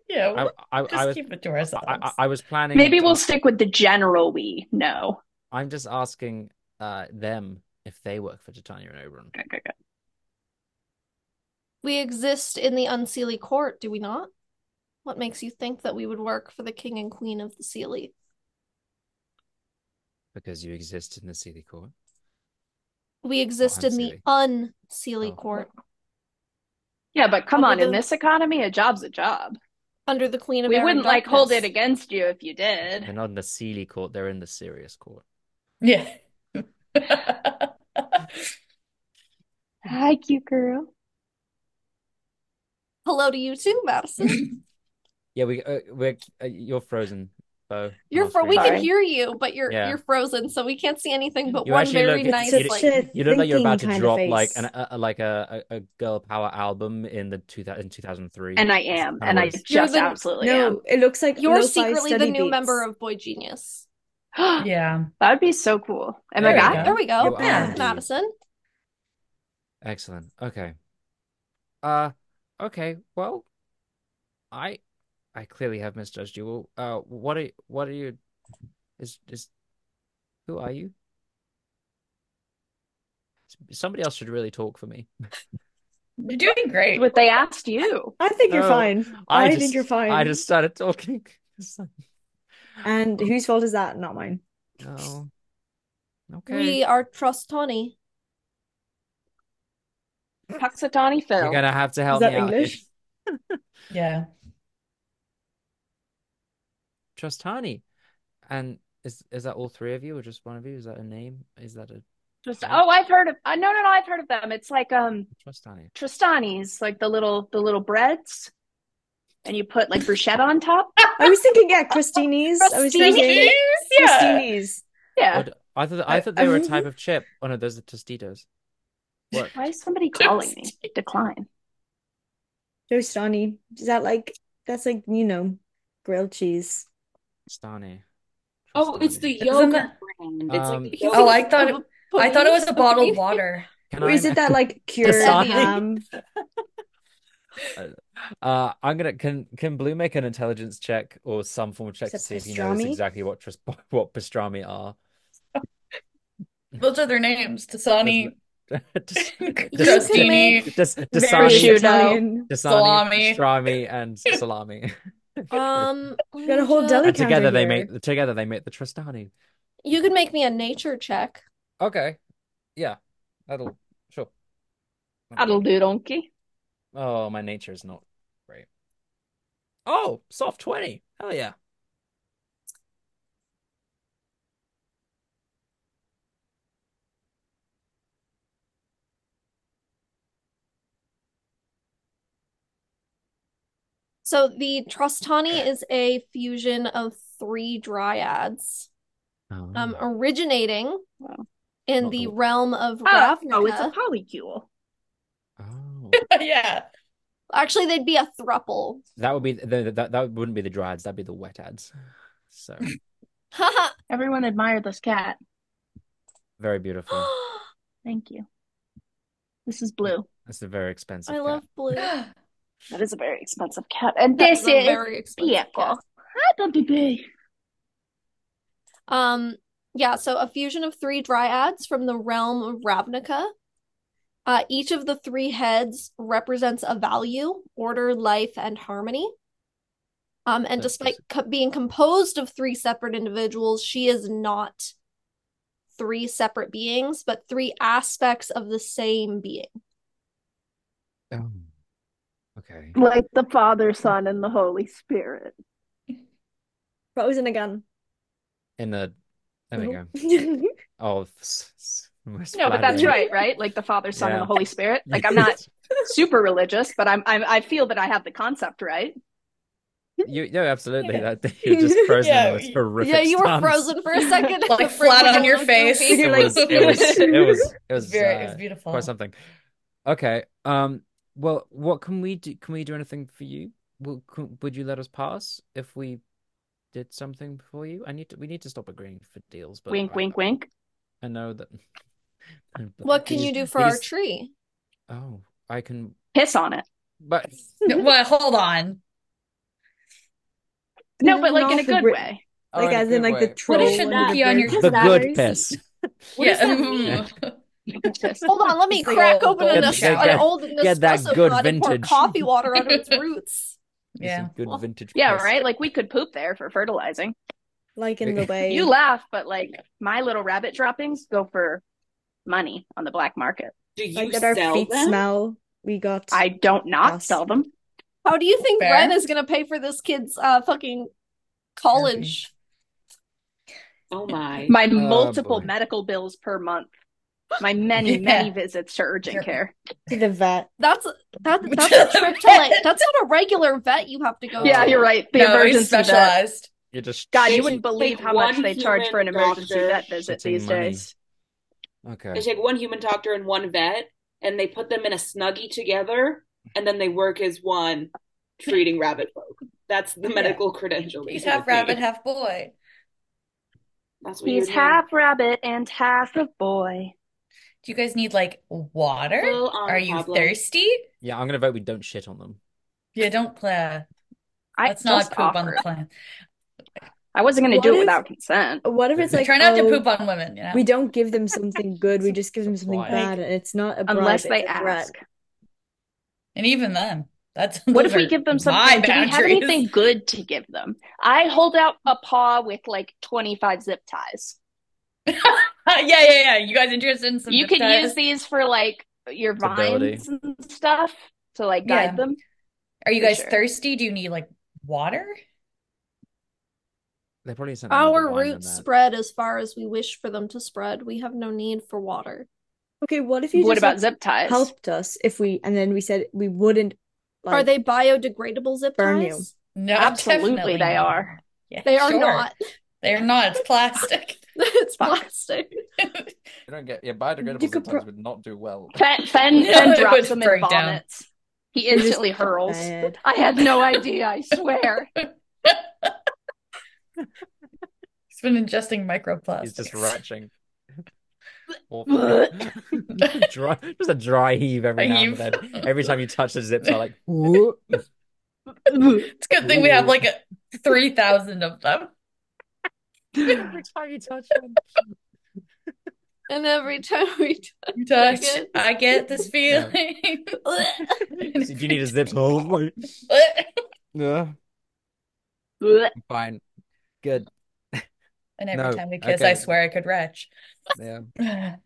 Speaker 5: yeah,
Speaker 4: I I, I
Speaker 5: just
Speaker 4: was
Speaker 5: keep it to
Speaker 4: I,
Speaker 5: ourselves.
Speaker 4: I, I was planning.
Speaker 6: Maybe we'll
Speaker 4: on-
Speaker 6: stick with the general we know.
Speaker 4: I'm just asking uh them if they work for Titania and Oberon.
Speaker 6: Okay, okay, okay.
Speaker 3: We exist in the Unseelie court, do we not? What makes you think that we would work for the king and queen of the Seelie?
Speaker 4: Because you exist in the city court.
Speaker 3: We exist in the Unseelie
Speaker 4: Oh.
Speaker 3: court
Speaker 6: Yeah, but come
Speaker 3: Other
Speaker 6: on, in
Speaker 3: than-
Speaker 6: this economy, a job's a job.
Speaker 3: under the queen of
Speaker 6: We
Speaker 3: Air and
Speaker 6: wouldn't like hold it
Speaker 3: Darkness.
Speaker 6: against you if you
Speaker 4: They're
Speaker 6: did.
Speaker 4: not in the Seelie court, they're in the serious court.
Speaker 5: Yeah.
Speaker 6: Hi, cute girl.
Speaker 3: Hello to you too, Madison.
Speaker 4: Yeah, we uh, we're uh, you're frozen, Bo.
Speaker 3: You're
Speaker 4: on
Speaker 3: fro- we
Speaker 4: screen.
Speaker 3: can
Speaker 6: Sorry.
Speaker 3: hear you, but you're
Speaker 4: Yeah.
Speaker 3: you're frozen, so we can't see anything but
Speaker 4: You
Speaker 3: one
Speaker 4: actually
Speaker 3: very
Speaker 4: look-
Speaker 3: nice
Speaker 4: it's
Speaker 3: like
Speaker 1: such a
Speaker 4: You look like you're
Speaker 1: thinking
Speaker 4: about to
Speaker 1: kind of
Speaker 4: drop like
Speaker 1: face.
Speaker 4: an a, a- like a, a a girl power album in the two thousand in two thousand three.
Speaker 6: And I am, and I
Speaker 3: You're
Speaker 6: just
Speaker 3: the-
Speaker 6: absolutely
Speaker 1: No, it looks like
Speaker 3: you're
Speaker 1: lo-fi
Speaker 3: secretly the
Speaker 1: study
Speaker 3: new member
Speaker 1: beats.
Speaker 3: of Boy Genius.
Speaker 6: am.
Speaker 5: Yeah.
Speaker 6: That would be so cool. Am I
Speaker 5: There you
Speaker 6: back?
Speaker 5: go.
Speaker 3: There we go.
Speaker 4: You are
Speaker 5: Yeah.
Speaker 4: indeed.
Speaker 3: Madison.
Speaker 4: Excellent. Okay. Uh, okay. Well, I, I clearly have misjudged you. Well, uh, what are what are you? Is is who are you? S- Somebody else should really talk for me.
Speaker 5: You're doing great.
Speaker 6: What they asked you.
Speaker 1: I think you're
Speaker 4: No,
Speaker 1: fine. I, think
Speaker 4: just-
Speaker 1: you're fine.
Speaker 4: I just started talking. It's like,
Speaker 1: And whose fault is that? Not mine.
Speaker 4: no. Okay.
Speaker 3: We are Trustoni.
Speaker 6: Puxatawny
Speaker 4: You're
Speaker 6: Phil.
Speaker 4: gonna have to help
Speaker 1: that
Speaker 4: me out.
Speaker 1: English?
Speaker 5: Yeah.
Speaker 4: Trustani. And is is that all three of you or just one of you? Is that a name? Is that a
Speaker 6: Just oh, I've heard of. Uh, no, no, no, I've heard of them. It's like um
Speaker 4: Trustani?
Speaker 6: Tristani's, like the little the little breads, and you put like bruschetta on top.
Speaker 1: I was thinking, yeah, Christini's. I was thinking
Speaker 5: Yeah.
Speaker 1: Christini's.
Speaker 6: Yeah.
Speaker 4: Or d- I thought I
Speaker 1: I-
Speaker 4: thought they were a
Speaker 1: I-
Speaker 4: type of chip. Oh no, those are Tostitos. What?
Speaker 6: Why is somebody calling me? Decline.
Speaker 1: Jostani. Is that like that's like, you know, grilled cheese.
Speaker 4: Stani.
Speaker 2: Oh, it's the
Speaker 4: Trustani.
Speaker 5: Isn't
Speaker 2: yogurt
Speaker 5: that-
Speaker 2: brand. It's
Speaker 4: Um,
Speaker 2: like the
Speaker 5: Oh,
Speaker 2: yogurt.
Speaker 5: I thought it, I thought it was a bottled water.
Speaker 4: Can
Speaker 1: Or is
Speaker 4: I-
Speaker 1: it that like cured
Speaker 5: Dasani.
Speaker 1: ham?
Speaker 4: Uh, I'm gonna can can Blue make an intelligence check or some form of check
Speaker 1: Is
Speaker 4: to
Speaker 1: it
Speaker 4: see if he knows
Speaker 1: pastrami?
Speaker 4: exactly what tris what pastrami are.
Speaker 5: Those are their names. Tasani,
Speaker 4: Does
Speaker 3: can make-
Speaker 5: Crostini,
Speaker 4: does
Speaker 6: Very
Speaker 4: Dasani,
Speaker 6: shoot.
Speaker 1: Italian.
Speaker 4: Dasani,
Speaker 5: Salami.
Speaker 4: pastrami, and salami.
Speaker 3: Um
Speaker 1: You got a whole
Speaker 3: Ninja,
Speaker 1: deli
Speaker 4: And together
Speaker 1: counter
Speaker 4: they
Speaker 1: here.
Speaker 4: make together they make the Tristani.
Speaker 3: You can make me a nature check.
Speaker 4: Okay, yeah, that'll sure.
Speaker 6: That'll do, donkey.
Speaker 4: Oh, my nature is not great. Oh, soft 20. Hell yeah.
Speaker 3: So the Trustani is a fusion of three dryads,
Speaker 4: Oh.
Speaker 3: um,
Speaker 4: Hmm.
Speaker 3: originating
Speaker 6: Wow.
Speaker 3: in
Speaker 4: Not
Speaker 3: the
Speaker 4: the-
Speaker 3: realm of
Speaker 1: Ah,
Speaker 6: Oh, no, it's a
Speaker 3: Ravnica.
Speaker 6: polycule.
Speaker 4: Oh.
Speaker 5: yeah.
Speaker 3: Actually, they'd be a thruple.
Speaker 4: That would be the, that that wouldn't be the dry ads, that'd be the wet ads. So Oh,
Speaker 3: Haha.
Speaker 6: Everyone admired this cat.
Speaker 4: very beautiful.
Speaker 6: Thank you. This is blue.
Speaker 4: That's a very expensive
Speaker 3: I
Speaker 4: cat.
Speaker 3: love blue.
Speaker 6: That is a very expensive cat. And
Speaker 3: That's
Speaker 6: this
Speaker 3: a
Speaker 6: is
Speaker 3: very expensive
Speaker 6: Pieko.
Speaker 3: cat.
Speaker 6: Hi, Bumpy Boo.
Speaker 3: Um, Yeah, so a fusion of three dryads from the realm of Ravnica. Uh, each of the three heads represents a value, order, life, and harmony. Um, and
Speaker 4: That's
Speaker 3: despite co- being composed of three separate individuals, she is not three separate beings, but three aspects of the same being.
Speaker 4: Oh. Okay.
Speaker 6: Like the Father, Son, and the Holy Spirit.
Speaker 1: Frozen again.
Speaker 4: In the there we go.
Speaker 1: go.
Speaker 4: Oh, s- s- most
Speaker 6: No, but that's
Speaker 4: flattering.
Speaker 6: right, right? Like the Father, Son, and
Speaker 4: Yeah.
Speaker 6: the Holy Spirit. Like I'm not super religious, but I'm, I'm I feel that I have the concept right.
Speaker 4: You, no, absolutely. That you're just frozen
Speaker 1: Yeah,
Speaker 4: in this
Speaker 1: y-
Speaker 4: horrific
Speaker 3: Yeah, you were
Speaker 4: stance.
Speaker 3: frozen for a second.
Speaker 5: Like,
Speaker 3: Your
Speaker 5: flat
Speaker 3: brain
Speaker 5: on your
Speaker 3: was
Speaker 5: face.
Speaker 3: goofy.
Speaker 4: It was, it was, it was, it was
Speaker 5: very, it
Speaker 4: uh,
Speaker 5: was beautiful.
Speaker 4: quite something. Okay. Um. Well, what can we do? Can we do anything for you? Will, could, would you let us pass if we did something for you? I need to. We need to stop agreeing for deals. But
Speaker 6: Wink,
Speaker 4: I,
Speaker 6: wink, wink.
Speaker 4: I know that.
Speaker 3: What can you do for our
Speaker 4: Please-
Speaker 3: tree?
Speaker 4: Oh, I can.
Speaker 6: Piss on it.
Speaker 4: But
Speaker 5: No, well, hold on.
Speaker 6: No, but like
Speaker 1: Not
Speaker 6: in a
Speaker 1: the
Speaker 6: good
Speaker 1: Brit-
Speaker 6: way.
Speaker 4: oh,
Speaker 1: Like
Speaker 4: in a
Speaker 1: as in
Speaker 4: good
Speaker 1: like the
Speaker 4: way.
Speaker 1: troll
Speaker 5: if it
Speaker 1: and
Speaker 5: not
Speaker 1: the
Speaker 5: be on
Speaker 1: bird.
Speaker 5: your-
Speaker 4: the good
Speaker 2: Flowers.
Speaker 4: piss.
Speaker 2: What does that mean?
Speaker 6: Just-
Speaker 3: Hold on, let me
Speaker 5: It's oh, the
Speaker 3: crack
Speaker 5: old-
Speaker 3: open an,
Speaker 5: old
Speaker 3: es-
Speaker 5: shack.
Speaker 3: an old
Speaker 4: get that
Speaker 3: Nespresso
Speaker 4: good
Speaker 3: pod and pour
Speaker 4: vintage.
Speaker 3: coffee water under its roots.
Speaker 5: Yeah.
Speaker 4: Some good
Speaker 3: Well,
Speaker 4: vintage.
Speaker 6: yeah,
Speaker 4: piss.
Speaker 6: right? Like we could poop there for fertilizing.
Speaker 1: Like in the way.
Speaker 6: You laugh, but like my little rabbit droppings go for money on the black market.
Speaker 2: Do you
Speaker 1: like that our
Speaker 2: sell
Speaker 1: feet
Speaker 2: them?
Speaker 1: smell. We got
Speaker 6: I don't not
Speaker 1: Yes.
Speaker 6: sell them.
Speaker 3: How do you think
Speaker 5: Fair.
Speaker 3: Ren is gonna pay for this kid's uh fucking college?
Speaker 2: Oh my.
Speaker 6: My
Speaker 4: Oh,
Speaker 6: multiple
Speaker 4: boy.
Speaker 6: medical bills per month. My
Speaker 5: Yeah.
Speaker 6: many, many visits to urgent
Speaker 5: Sure.
Speaker 6: care.
Speaker 1: to the vet.
Speaker 3: That's that that's a trip to like that's not a regular vet you have to go
Speaker 6: Yeah,
Speaker 3: to.
Speaker 6: you're right. The
Speaker 5: No, it's
Speaker 6: emergency vet.
Speaker 5: specialized.
Speaker 4: You're just
Speaker 6: God,
Speaker 2: They
Speaker 6: you
Speaker 2: should
Speaker 6: wouldn't believe
Speaker 2: take
Speaker 6: how much
Speaker 2: one
Speaker 6: they charge for an
Speaker 2: human
Speaker 6: emergency
Speaker 2: doctor
Speaker 6: vet visit
Speaker 4: shitting
Speaker 6: these
Speaker 4: money.
Speaker 6: days.
Speaker 4: okay.
Speaker 2: They take one human doctor and one vet, and they put them in a snuggie together, and then they work as one treating rabbit folk. That's the medical credential. they
Speaker 5: He's
Speaker 2: have
Speaker 5: half rabbit,
Speaker 2: made.
Speaker 5: half boy.
Speaker 2: That's what
Speaker 6: He's
Speaker 2: you're
Speaker 6: half rabbit and half a boy.
Speaker 5: Do you guys need like water?
Speaker 2: doing. Full on
Speaker 5: Are you
Speaker 2: Pablo.
Speaker 5: thirsty?
Speaker 4: Yeah, I'm gonna vote we don't shit on them.
Speaker 5: Yeah, don't plan.
Speaker 6: I
Speaker 5: Let's not
Speaker 6: just
Speaker 5: poop on the
Speaker 6: offered.
Speaker 5: plan.
Speaker 6: I wasn't going to
Speaker 1: What
Speaker 6: do it
Speaker 1: if-
Speaker 6: without consent.
Speaker 1: What if it's like
Speaker 5: Try not to
Speaker 1: oh,
Speaker 5: poop on women, you know?
Speaker 1: we don't give them something good, we just give them something
Speaker 4: Supply.
Speaker 1: bad, and it's not a bribe,
Speaker 6: Unless
Speaker 1: it's
Speaker 6: they
Speaker 1: a threat.
Speaker 6: ask.
Speaker 5: And even then, that's
Speaker 6: What
Speaker 5: those
Speaker 6: if we
Speaker 5: are
Speaker 6: give them
Speaker 5: my
Speaker 6: something? Do we have
Speaker 5: boundaries.
Speaker 6: anything good to give them? I hold out a paw with like 25 zip ties.
Speaker 5: Yeah, yeah, yeah. You guys interested in some
Speaker 6: You
Speaker 5: zip
Speaker 6: could
Speaker 5: ties?
Speaker 6: use these for like your
Speaker 4: Stability.
Speaker 6: vines and stuff to like guide
Speaker 5: Yeah.
Speaker 6: them.
Speaker 5: Are you
Speaker 6: For
Speaker 5: guys
Speaker 6: sure.
Speaker 5: thirsty? Do you need like water?
Speaker 4: They probably sent another
Speaker 3: Our
Speaker 4: wine than
Speaker 3: roots
Speaker 4: that.
Speaker 3: spread as far as we wish for them to spread. We have no need for water.
Speaker 1: Okay, what if you
Speaker 6: What
Speaker 1: just like,
Speaker 6: about zip ties?
Speaker 1: helped us if we and then we said we wouldn't
Speaker 3: Are
Speaker 1: like
Speaker 3: they biodegradable zip
Speaker 1: burn you.
Speaker 3: ties?
Speaker 5: No,
Speaker 6: Absolutely
Speaker 5: definitely
Speaker 6: they
Speaker 5: not.
Speaker 6: are.
Speaker 5: Yeah,
Speaker 3: They are
Speaker 5: sure.
Speaker 3: not.
Speaker 5: They are not. It's plastic.
Speaker 3: It's plastic.
Speaker 4: You don't get yeah,
Speaker 1: You could
Speaker 4: biodegradable
Speaker 1: pro-
Speaker 4: sometimes would not do well.
Speaker 6: Fen Fen,
Speaker 5: No,
Speaker 6: Fen
Speaker 5: it would
Speaker 6: drops them and
Speaker 5: break down.
Speaker 6: vomits. He instantly hurls.
Speaker 1: bad.
Speaker 6: I had no idea, I swear.
Speaker 5: He's been ingesting microplastics.
Speaker 4: He's just retching. Awful. dry, just a dry heave every
Speaker 5: A
Speaker 4: now
Speaker 5: heave.
Speaker 4: and then. Every time you touch the zips, I like whoop.
Speaker 5: It's a good thing we have
Speaker 4: Ooh.
Speaker 5: like three thousand of them.
Speaker 4: every time you touch one.
Speaker 3: And every time we
Speaker 5: You touch,
Speaker 3: Crickets.
Speaker 5: I get this feeling.
Speaker 4: So do you need a zips? Oh my. Yeah. Fine. Good.
Speaker 5: And every
Speaker 4: No,
Speaker 5: time we kiss,
Speaker 4: okay.
Speaker 5: I swear I could retch.
Speaker 4: Yeah.
Speaker 5: That's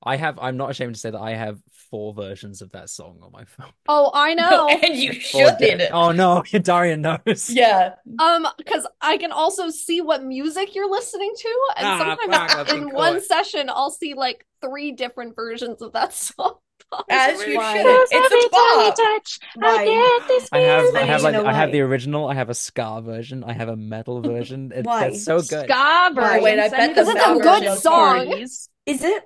Speaker 4: I have I'm not ashamed to say that I have four versions of that song on my phone.
Speaker 3: Oh, I know.
Speaker 5: and you
Speaker 4: Four
Speaker 5: should.
Speaker 4: di- Oh no, Darian knows.
Speaker 5: Yeah.
Speaker 3: Um, because I can also see what music you're listening to, and
Speaker 4: Ah, fuck,
Speaker 3: sometimes
Speaker 4: that's
Speaker 3: in
Speaker 4: been
Speaker 3: one
Speaker 4: caught.
Speaker 3: session, I'll see like three different versions of that song.
Speaker 5: As you
Speaker 2: Why?
Speaker 5: should. It's a bop.
Speaker 6: touch,
Speaker 1: Why?
Speaker 6: get this
Speaker 4: I have I
Speaker 1: Then
Speaker 4: have
Speaker 1: you
Speaker 4: like
Speaker 1: know
Speaker 4: I have
Speaker 1: why.
Speaker 4: the original, I have a ska version, I have a metal version. It's
Speaker 1: Why?
Speaker 4: that's so good.
Speaker 6: Ska version.
Speaker 5: Oh, wait, I
Speaker 6: Send
Speaker 5: bet the
Speaker 6: me the Ska
Speaker 5: Ska
Speaker 6: version,
Speaker 5: version's
Speaker 3: song.
Speaker 6: please.
Speaker 1: Is it?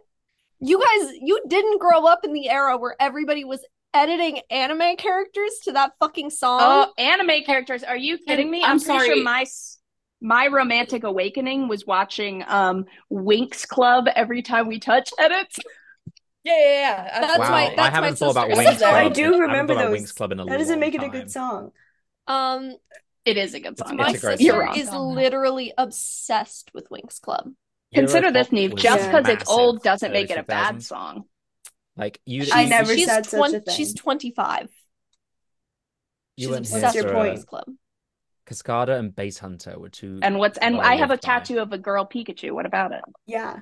Speaker 3: You guys, you didn't grow up in the era where everybody was editing anime characters to that fucking song.
Speaker 6: Oh, anime characters. Are you kidding me?
Speaker 2: I'm
Speaker 6: I'm pretty
Speaker 2: sorry.
Speaker 6: sure my s- my romantic awakening was watching um Winx Club every time we touch edits.
Speaker 5: Yeah, yeah, yeah.
Speaker 3: That's
Speaker 4: wow,
Speaker 3: my-
Speaker 4: I
Speaker 3: that's my
Speaker 4: haven't thought about
Speaker 3: sister's
Speaker 4: Wings
Speaker 5: song.
Speaker 4: Club.
Speaker 5: I
Speaker 1: do
Speaker 4: in- I haven't
Speaker 1: remember
Speaker 4: thought about
Speaker 1: those.
Speaker 4: Wings Club in a
Speaker 1: That doesn't
Speaker 4: long
Speaker 1: make it a
Speaker 4: time.
Speaker 1: good song.
Speaker 3: Um,
Speaker 6: It is a good song.
Speaker 3: My
Speaker 4: It's a great
Speaker 3: sister
Speaker 6: You're wrong.
Speaker 3: is
Speaker 5: Oh, no.
Speaker 3: literally obsessed with Winx Club.
Speaker 6: Consider
Speaker 4: Euro
Speaker 6: this,
Speaker 4: pop
Speaker 6: Neve.
Speaker 4: was
Speaker 6: Just because it's
Speaker 4: massive
Speaker 6: old doesn't
Speaker 4: early
Speaker 6: make it a bad
Speaker 4: 2000s.
Speaker 6: song.
Speaker 4: Like you,
Speaker 1: I
Speaker 4: you-
Speaker 1: never
Speaker 4: you
Speaker 3: she's
Speaker 1: said such a
Speaker 3: twen-
Speaker 1: thing.
Speaker 3: She's 25.
Speaker 4: You
Speaker 3: She's
Speaker 4: went here
Speaker 3: obsessed
Speaker 1: What's your
Speaker 4: for
Speaker 3: with
Speaker 1: point?
Speaker 3: Winx Club.
Speaker 4: Cascada and Bass Hunter were two.
Speaker 6: And what's and
Speaker 4: that
Speaker 6: I have a
Speaker 4: lived by.
Speaker 6: tattoo of a girl Pikachu. What about it?
Speaker 1: Yeah.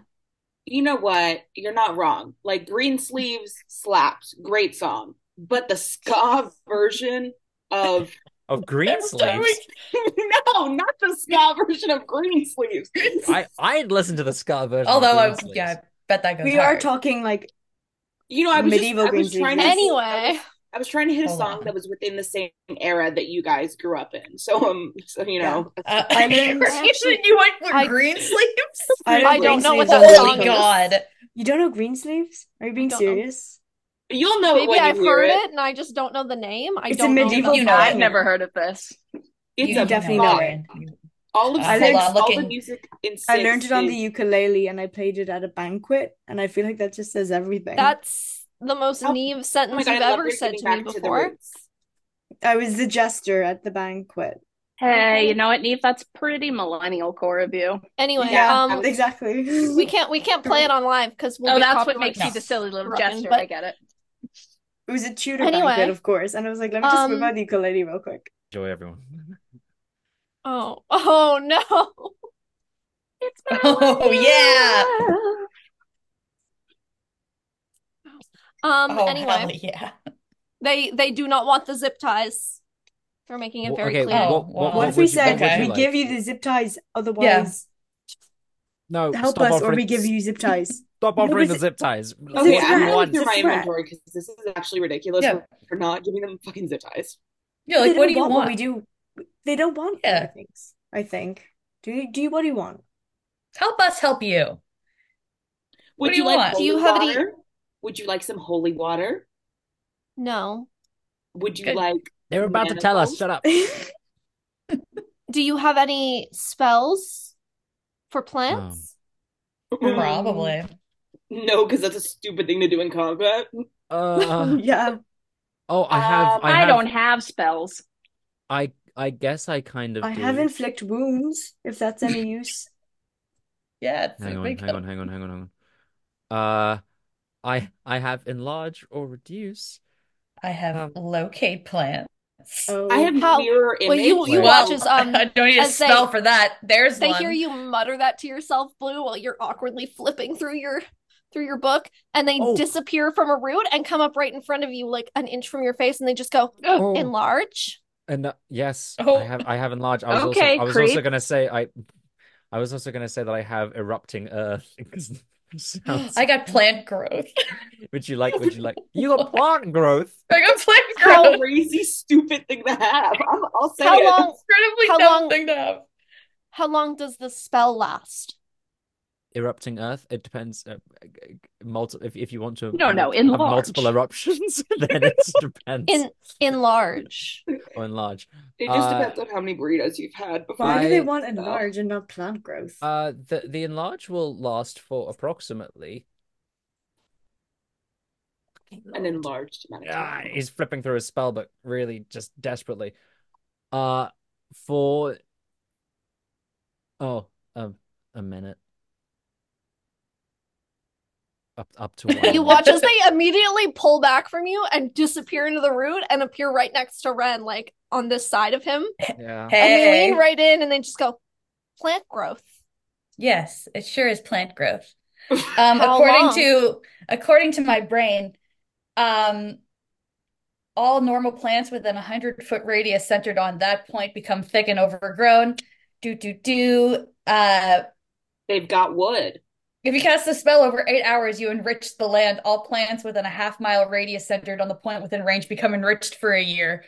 Speaker 2: You know what? You're not wrong. Like Green Sleeves slaps, great song. But the ska version of
Speaker 4: of green sleeves.
Speaker 2: no, not the ska version of Green Sleeves.
Speaker 4: I I had listened to the ska version. of
Speaker 5: Although I,
Speaker 4: Green
Speaker 5: yeah, I
Speaker 4: Sleeves.
Speaker 5: bet that goes.
Speaker 1: We are
Speaker 5: hard.
Speaker 1: talking like
Speaker 2: You know, I was just-
Speaker 1: Medieval
Speaker 2: I was
Speaker 1: Green
Speaker 2: trying to
Speaker 1: Sleeves.
Speaker 3: Anyway,
Speaker 2: I was trying to hit a
Speaker 5: Hold
Speaker 2: song
Speaker 5: on.
Speaker 2: that was within the same era that you guys grew up in. So um, so you know,
Speaker 5: Uh,
Speaker 1: I
Speaker 5: any
Speaker 1: learned-
Speaker 5: reason
Speaker 3: actually-
Speaker 5: you went for
Speaker 3: I-
Speaker 5: green sleeves?
Speaker 1: I
Speaker 2: I
Speaker 1: don't
Speaker 2: don't
Speaker 1: know
Speaker 3: know
Speaker 1: Greensleeves
Speaker 3: what
Speaker 1: at
Speaker 3: that
Speaker 1: all.
Speaker 5: Holy
Speaker 3: song is.
Speaker 5: God!
Speaker 1: You don't know Greensleeves? Are you being
Speaker 3: don't know.
Speaker 1: serious?
Speaker 2: you'll know it
Speaker 3: maybe
Speaker 2: when you
Speaker 3: I've
Speaker 2: hear
Speaker 3: heard
Speaker 2: it.
Speaker 3: and I just don't know the name. I
Speaker 1: It's a
Speaker 3: don't know
Speaker 1: medieval
Speaker 3: about
Speaker 5: You know
Speaker 3: that.
Speaker 1: song.
Speaker 6: I've never heard of this.
Speaker 2: It's
Speaker 1: You
Speaker 2: a
Speaker 1: definitely know
Speaker 2: bop.
Speaker 1: it.
Speaker 5: You-
Speaker 2: All of
Speaker 5: Uh,
Speaker 1: hold
Speaker 2: six,
Speaker 5: on,
Speaker 2: all the
Speaker 5: looking-
Speaker 2: music in six.
Speaker 1: I learned it on
Speaker 2: is-
Speaker 1: the ukulele and I played it at a banquet, and I feel like that just says everything.
Speaker 3: That's the most
Speaker 2: Oh,
Speaker 3: Neve
Speaker 2: Oh my
Speaker 3: sentence
Speaker 2: God,
Speaker 3: you've
Speaker 2: I love
Speaker 3: ever
Speaker 2: you're
Speaker 3: said
Speaker 2: giving
Speaker 3: to me
Speaker 2: back to the
Speaker 3: before.
Speaker 2: roots.
Speaker 1: I was the jester at the banquet.
Speaker 6: Hey, you know what, Neve? That's pretty millennial core of you.
Speaker 3: Anyway,
Speaker 1: Yeah,
Speaker 3: um,
Speaker 1: exactly.
Speaker 3: we can't we can't play it on live because we'll
Speaker 6: oh,
Speaker 3: get
Speaker 6: that's what
Speaker 3: copyright
Speaker 6: makes you the
Speaker 3: notice.
Speaker 6: silly little
Speaker 3: Robin,
Speaker 6: jester.
Speaker 3: but-
Speaker 6: I get it.
Speaker 1: It was a Tudor
Speaker 3: Anyway.
Speaker 1: banquet, of course, and I was like, let me just whip
Speaker 3: Um,
Speaker 1: out the ukulele real quick.
Speaker 4: Enjoy everyone.
Speaker 3: Oh, oh no.
Speaker 6: It's
Speaker 5: Oh yeah!
Speaker 3: Um,
Speaker 5: Oh hell
Speaker 3: anyway,
Speaker 5: yeah!
Speaker 3: they they do not want the zip ties. They're making it
Speaker 4: Well,
Speaker 3: very
Speaker 4: okay,
Speaker 3: clear.
Speaker 5: Oh,
Speaker 4: what, what,
Speaker 5: wow.
Speaker 1: What
Speaker 5: What
Speaker 1: if we
Speaker 4: would you-
Speaker 1: said
Speaker 4: what would
Speaker 5: Okay.
Speaker 4: you
Speaker 1: we
Speaker 4: like?
Speaker 1: give you the zip ties, otherwise
Speaker 4: No,
Speaker 1: help
Speaker 4: stop
Speaker 1: us or
Speaker 4: offering,
Speaker 1: we give you zip ties?
Speaker 4: stop
Speaker 1: No,
Speaker 4: offering
Speaker 1: but
Speaker 4: the
Speaker 1: it-
Speaker 4: zip ties. What
Speaker 2: Okay,
Speaker 1: it's
Speaker 4: do
Speaker 2: I'm
Speaker 1: not-
Speaker 4: you
Speaker 2: going
Speaker 4: want?
Speaker 2: through
Speaker 1: it's
Speaker 2: my
Speaker 1: a threat.
Speaker 2: inventory because this is actually ridiculous
Speaker 5: Yeah.
Speaker 2: for, for not giving them fucking zip ties.
Speaker 5: Yeah,
Speaker 1: They
Speaker 5: like what
Speaker 1: don't
Speaker 5: do you
Speaker 1: want what we
Speaker 5: want?
Speaker 1: do. They don't want
Speaker 5: Yeah.
Speaker 1: other things, I think. Do you do you what do you want?
Speaker 5: Help us help you. What
Speaker 2: Would
Speaker 5: do
Speaker 2: you
Speaker 5: you
Speaker 2: like
Speaker 5: want?
Speaker 3: Do you
Speaker 2: holy
Speaker 3: have any-
Speaker 2: water? Would you like some holy water?
Speaker 3: No.
Speaker 2: Would you
Speaker 5: Good.
Speaker 2: like
Speaker 4: They're about to tell us.
Speaker 2: manacles?
Speaker 4: Shut up.
Speaker 3: Do you have any spells for
Speaker 6: Um,
Speaker 3: plants?
Speaker 5: Probably.
Speaker 2: No, because that's a stupid thing to do in combat.
Speaker 4: Uh,
Speaker 1: Yeah.
Speaker 4: oh, I have.
Speaker 6: Um,
Speaker 4: I have.
Speaker 6: don't have spells.
Speaker 4: I I guess I kind of
Speaker 1: I
Speaker 4: do.
Speaker 1: have inflict wounds, if that's any use.
Speaker 5: Yeah, it's
Speaker 4: Hang
Speaker 5: a
Speaker 4: on,
Speaker 5: big
Speaker 4: hang on,
Speaker 5: help.
Speaker 4: hang on, hang on, hang on. Uh, I I have enlarge or reduce.
Speaker 5: I have
Speaker 4: Um,
Speaker 5: locate plants.
Speaker 1: Oh,
Speaker 2: I have
Speaker 3: How-
Speaker 2: mirror
Speaker 3: Well,
Speaker 2: image.
Speaker 3: you you
Speaker 4: Wait.
Speaker 3: watch as um
Speaker 5: I don't need a
Speaker 3: as they-
Speaker 5: spell for that. There's
Speaker 3: they
Speaker 5: one.
Speaker 3: hear you mutter that to yourself, Blue, while you're awkwardly flipping through your through your book, and they
Speaker 4: Oh.
Speaker 3: disappear from a root and come up right in front of you, like an inch from your face, and uh, they just go
Speaker 4: Oh,
Speaker 3: enlarge.
Speaker 4: and uh, yes,
Speaker 5: Oh.
Speaker 4: I have. I have enlarge. I was also.
Speaker 6: Okay,
Speaker 4: I was also
Speaker 6: creep.
Speaker 4: gonna say. I. I was also gonna say that I have erupting earth. 'cause it sounds-
Speaker 5: I got plant growth.
Speaker 4: Would you like? Would you like? You got plant growth.
Speaker 5: I got plant
Speaker 2: How
Speaker 5: growth.
Speaker 2: crazy, stupid thing to have. I'm, I'll say
Speaker 3: How
Speaker 2: it.
Speaker 3: long
Speaker 5: Incredibly
Speaker 3: How
Speaker 5: dumb
Speaker 3: long-
Speaker 5: thing to have.
Speaker 3: how long does the spell last?
Speaker 4: Erupting earth. It depends. Uh, multiple. If if you want to.
Speaker 6: No, no,
Speaker 4: multi- have
Speaker 6: enlarge.
Speaker 4: multiple eruptions, then it depends.
Speaker 3: In enlarge.
Speaker 4: or enlarge.
Speaker 2: It just
Speaker 4: Uh,
Speaker 2: depends on how many burritos you've had before.
Speaker 1: Why do they
Speaker 4: I-
Speaker 1: want enlarge and not plant growth?
Speaker 4: Uh, the the enlarge will last for approximately.
Speaker 2: An enlarged amount of
Speaker 4: Ah,
Speaker 2: time.
Speaker 4: he's flipping through his spell book really just desperately. Uh, for oh, um, a minute. Up up to one.
Speaker 3: You
Speaker 4: minute.
Speaker 3: watch as they immediately pull back from you and disappear into the root and appear right next to Ren, like on this side of him.
Speaker 4: Yeah.
Speaker 3: And they
Speaker 5: Hey.
Speaker 3: lean right in and they just go, plant growth.
Speaker 5: Yes, it sure is plant growth. Um,
Speaker 3: How
Speaker 5: according
Speaker 3: long?
Speaker 5: to according to my brain, um, all normal plants within a hundred foot radius centered on that point become thick and overgrown. Do do do. Uh,
Speaker 2: They've got wood.
Speaker 5: if you cast the spell over eight hours, you enrich the land. All plants within a half mile radius centered on the point within range become enriched for a year.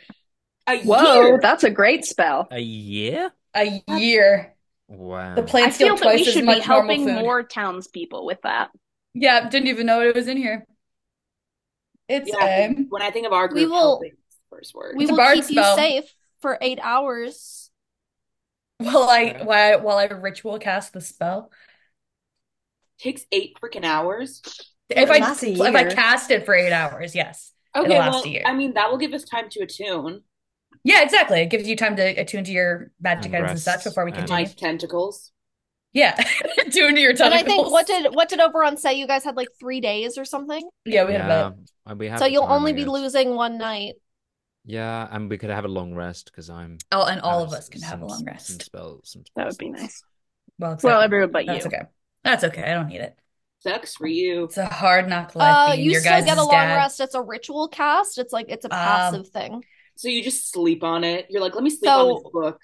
Speaker 2: A
Speaker 6: Whoa,
Speaker 2: year.
Speaker 6: that's a great spell.
Speaker 4: A year?
Speaker 5: A year.
Speaker 4: Wow.
Speaker 5: The
Speaker 6: I
Speaker 5: plants
Speaker 6: feel
Speaker 5: steal
Speaker 6: that we
Speaker 5: twice as
Speaker 6: should be
Speaker 5: much normal
Speaker 6: helping
Speaker 5: food.
Speaker 6: more townspeople with that.
Speaker 5: Yeah, didn't even know it was in here. It's
Speaker 2: Yeah,
Speaker 5: um,
Speaker 2: when I think of our
Speaker 3: We
Speaker 2: group
Speaker 3: will-
Speaker 2: helping, it's the first word.
Speaker 3: We
Speaker 5: It's a
Speaker 3: will
Speaker 5: bard
Speaker 3: keep you
Speaker 5: spell.
Speaker 3: safe for eight hours.
Speaker 5: while I
Speaker 4: Yeah.
Speaker 5: while I, while I ritual cast the spell.
Speaker 2: takes eight freaking hours.
Speaker 5: If
Speaker 1: It'll
Speaker 5: I
Speaker 1: last a
Speaker 5: if I
Speaker 1: year.
Speaker 5: cast it for eight hours, yes.
Speaker 2: Okay,
Speaker 5: It'll last
Speaker 2: well,
Speaker 5: a year.
Speaker 2: I mean, that will give us time to attune.
Speaker 5: Yeah, exactly. It gives you time to attune to your magic
Speaker 4: And
Speaker 5: items and such
Speaker 4: rests
Speaker 5: before we
Speaker 4: and-
Speaker 5: continue.
Speaker 2: My tentacles.
Speaker 5: Yeah, attune to your
Speaker 3: And I think
Speaker 5: tentacles.
Speaker 3: what did what did Oberon say? You guys had like three days or something,
Speaker 5: Yeah, we had about.
Speaker 4: and we have
Speaker 3: so
Speaker 4: the
Speaker 3: you'll
Speaker 4: time, I
Speaker 3: only be
Speaker 4: guess.
Speaker 3: losing one night.
Speaker 4: Yeah, and we could have a long rest because I'm
Speaker 5: Oh, and all
Speaker 4: out
Speaker 5: of us can have a
Speaker 4: some-
Speaker 5: long
Speaker 4: Some
Speaker 5: rest.
Speaker 4: spell, some
Speaker 6: That would
Speaker 4: spell
Speaker 6: be
Speaker 4: slots.
Speaker 6: nice.
Speaker 5: Well,
Speaker 6: Well,
Speaker 5: except-
Speaker 6: everyone but
Speaker 5: that's
Speaker 6: you.
Speaker 5: okay. That's okay. I don't need it.
Speaker 2: Sucks for you.
Speaker 5: It's a hard knock life
Speaker 3: Uh,
Speaker 5: being
Speaker 3: you
Speaker 5: your
Speaker 3: still get
Speaker 5: guys'
Speaker 3: a long
Speaker 5: dad.
Speaker 3: rest. It's a ritual cast. It's like it's a
Speaker 5: Um,
Speaker 3: passive thing.
Speaker 2: So you just sleep on it. You're like, let me sleep
Speaker 3: So-
Speaker 2: on this book.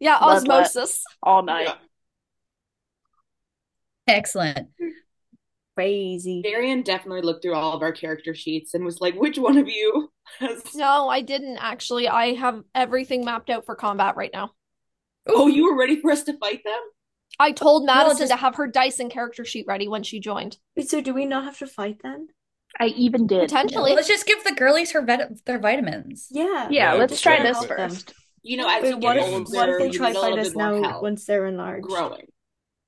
Speaker 3: Yeah,
Speaker 6: love that.
Speaker 3: osmosis.
Speaker 6: All night.
Speaker 2: Yeah.
Speaker 5: Excellent.
Speaker 1: Crazy.
Speaker 2: Darian definitely looked through all of our character sheets and was like, which one of you has
Speaker 3: No, I didn't actually. I have everything mapped out for combat right now.
Speaker 2: Oh, you were ready for us to fight them?
Speaker 3: I told Madison
Speaker 5: just-
Speaker 3: to have her dice and character sheet ready when she joined.
Speaker 1: Wait, so do we not have to fight then?
Speaker 6: I even did.
Speaker 3: Potentially.
Speaker 5: Let's just give the girlies her vit- their vitamins.
Speaker 1: Yeah.
Speaker 6: Yeah,
Speaker 4: Yeah,
Speaker 6: let's
Speaker 4: just
Speaker 6: try
Speaker 4: try
Speaker 6: this
Speaker 1: out them.
Speaker 6: first.
Speaker 2: You know, as
Speaker 1: Wait,
Speaker 2: you
Speaker 1: what
Speaker 2: get
Speaker 1: if
Speaker 2: older,
Speaker 1: what if they
Speaker 2: you
Speaker 1: try
Speaker 2: need a
Speaker 1: fight
Speaker 2: little
Speaker 1: us
Speaker 2: bit more
Speaker 1: now
Speaker 2: help.
Speaker 1: once they're enlarged?
Speaker 2: Growing.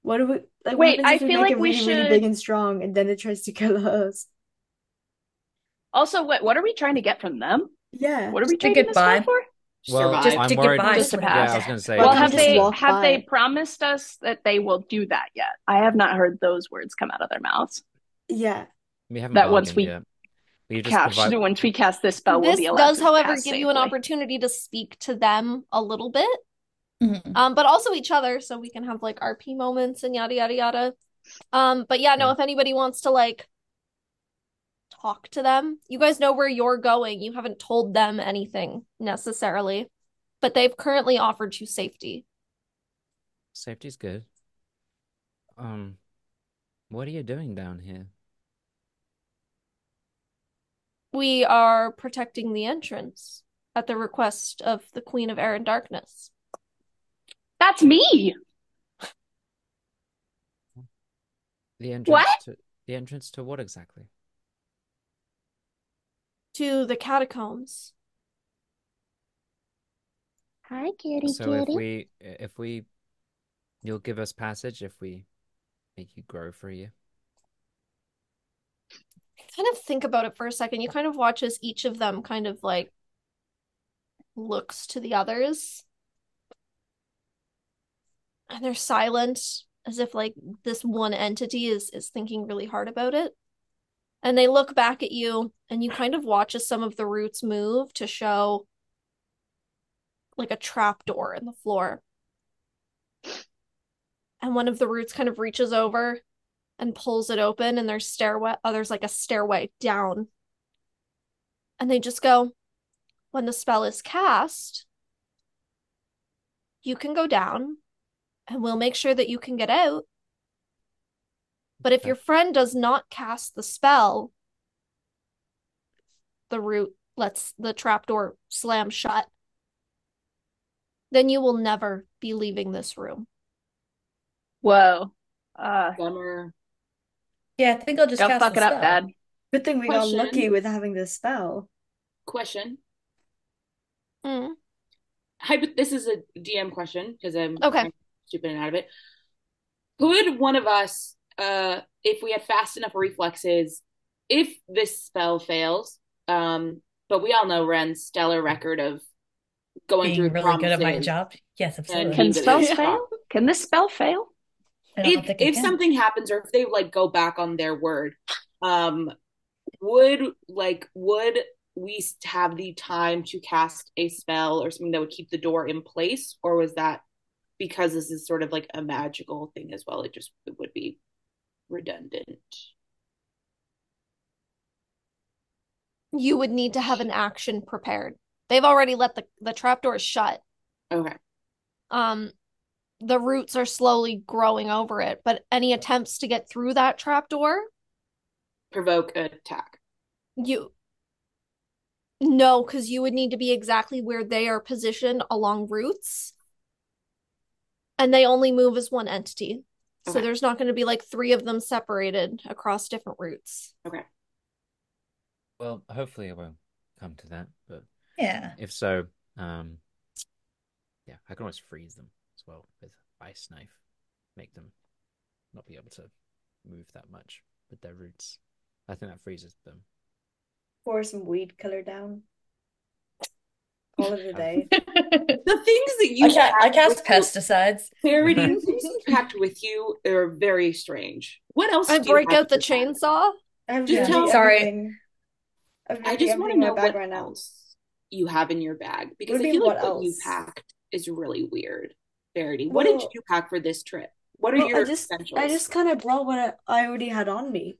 Speaker 1: What do we like?
Speaker 6: Wait,
Speaker 1: what happens
Speaker 6: I
Speaker 1: if we
Speaker 6: feel
Speaker 1: make
Speaker 6: like
Speaker 1: it
Speaker 6: we
Speaker 1: really, really
Speaker 6: should-
Speaker 1: big and strong, and then it tries to kill us?
Speaker 6: Also, what what are we trying to get from them?
Speaker 1: Yeah.
Speaker 6: What are we
Speaker 5: Just to
Speaker 6: trading
Speaker 5: get
Speaker 6: this
Speaker 5: by.
Speaker 6: fight for?
Speaker 4: Well,
Speaker 2: Survive.
Speaker 5: Just
Speaker 4: I'm
Speaker 5: to get
Speaker 4: worried.
Speaker 5: by.
Speaker 6: Just
Speaker 5: so we
Speaker 6: to
Speaker 5: don't
Speaker 4: Yeah,
Speaker 6: pass.
Speaker 4: I
Speaker 5: have
Speaker 4: was
Speaker 5: to-
Speaker 4: gonna say.
Speaker 1: Well,
Speaker 6: Well,
Speaker 1: can
Speaker 6: have
Speaker 1: just
Speaker 6: they
Speaker 1: walk
Speaker 6: have they
Speaker 1: by.
Speaker 6: promised us that they will do that yet? I have not heard those words come out of their mouths.
Speaker 1: Yeah.
Speaker 4: we haven't
Speaker 6: that once
Speaker 4: bargained
Speaker 6: we
Speaker 4: yet. We just
Speaker 6: Catch
Speaker 4: provide.
Speaker 6: once we cast this spell, we'll
Speaker 3: This
Speaker 6: be allowed
Speaker 3: does,
Speaker 6: to
Speaker 3: however,
Speaker 6: pass
Speaker 3: give you an
Speaker 6: safely.
Speaker 3: opportunity to speak to them a little bit,
Speaker 5: Mhm.
Speaker 3: um, but also each other, so we can have like RP moments and yada yada yada. Um, but yeah, no,
Speaker 4: Yeah.
Speaker 3: if anybody wants to like talk to them, you guys know where you're going. You haven't told them anything necessarily, but they've currently offered you safety.
Speaker 4: Safety's good. Um, what are you doing down here?
Speaker 3: We are protecting the entrance at the request of the Queen of Air and Darkness.
Speaker 6: That's me.
Speaker 4: The entrance
Speaker 6: What?
Speaker 4: to the entrance to what exactly?
Speaker 3: to the catacombs.
Speaker 6: Hi, kitty,
Speaker 4: So if we if we you'll give us passage if we make you grow for you.
Speaker 3: Kind of think about it for a second. You kind of watch as each of them kind of like looks to the others. And they're silent, as if like this one entity is is thinking really hard about it. And they look back at you and you kind of watch as some of the roots move to show like a trap door in the floor. And one of the roots kind of reaches over and pulls it open and there's stairway oh there's like a stairway down and they just go when the spell is cast you can go down and we'll make sure that you can get out but if
Speaker 4: Okay.
Speaker 3: your friend does not cast the spell the root lets the trapdoor slam shut then you will never be leaving this room
Speaker 6: Whoa. Uh,
Speaker 2: Bummer.
Speaker 5: Yeah, I think I'll just
Speaker 6: don't
Speaker 5: cast
Speaker 6: fuck
Speaker 5: the
Speaker 6: it up,
Speaker 5: spell.
Speaker 6: Dad.
Speaker 1: Good thing we got
Speaker 2: Question.
Speaker 1: lucky with having this spell.
Speaker 2: Question.
Speaker 3: Mm.
Speaker 2: Hypo- this is a DM question because I'm
Speaker 3: Okay.
Speaker 2: I'm stupid and out of it. Could one of us, uh, if we had fast enough reflexes, if this spell fails, um, but we all know Ren's stellar record of going
Speaker 5: Being
Speaker 2: through
Speaker 5: really good at my
Speaker 2: promises.
Speaker 5: job. Yes, absolutely.
Speaker 6: Can
Speaker 2: He's a
Speaker 6: spells
Speaker 2: little
Speaker 6: fail? Can this spell fail?
Speaker 5: I don't
Speaker 2: if
Speaker 5: think it
Speaker 2: if
Speaker 5: can.
Speaker 2: something happens or if they like go back on their word um would like would we s- have the time to cast a spell or something that would keep the door in place or was that because this is sort of like a magical thing as well it just it would be redundant
Speaker 3: you would need to have an action prepared. They've already let the the trapdoor shut.
Speaker 2: okay
Speaker 3: Um, the roots are slowly growing over it, but any attempts to get through that trapdoor,
Speaker 2: provoke attack
Speaker 3: you no, because you would need to be exactly where they are positioned along roots, and they only move as one entity. So
Speaker 2: Okay.
Speaker 3: there's not going to be like three of them separated across different roots.
Speaker 2: okay
Speaker 4: Well, hopefully it won't come to that, but
Speaker 5: Yeah.
Speaker 4: if so, um, yeah, I can always freeze them as well with ice knife, make them not be able to move that much with their roots. I think that freezes them.
Speaker 1: Pour some weed color down. call it a day.
Speaker 2: The things that you
Speaker 5: I, ca- I
Speaker 2: packed
Speaker 5: cast
Speaker 2: with
Speaker 5: pesticides.
Speaker 2: you, Sarah, the things you packed with you are very strange. What else?
Speaker 3: I
Speaker 2: do you
Speaker 3: break
Speaker 2: have
Speaker 3: out the
Speaker 2: with you?
Speaker 3: chainsaw.
Speaker 1: I'm
Speaker 2: Just
Speaker 1: doing
Speaker 2: tell-
Speaker 5: Sorry.
Speaker 1: everything. I'm
Speaker 2: I
Speaker 1: doing
Speaker 2: just
Speaker 1: everything
Speaker 2: want to
Speaker 1: in my
Speaker 2: know
Speaker 1: bag
Speaker 2: what
Speaker 1: right now.
Speaker 2: else you have in your bag because
Speaker 1: What do
Speaker 2: I
Speaker 1: you
Speaker 2: feel
Speaker 1: mean,
Speaker 2: like
Speaker 1: what
Speaker 2: what you
Speaker 1: else?
Speaker 2: packed is really weird. Verity, what did
Speaker 1: Well-
Speaker 2: you pack for this trip? What are
Speaker 1: Well,
Speaker 2: your
Speaker 1: I just I
Speaker 2: essentials?
Speaker 1: just kind of brought what I, I already had on me,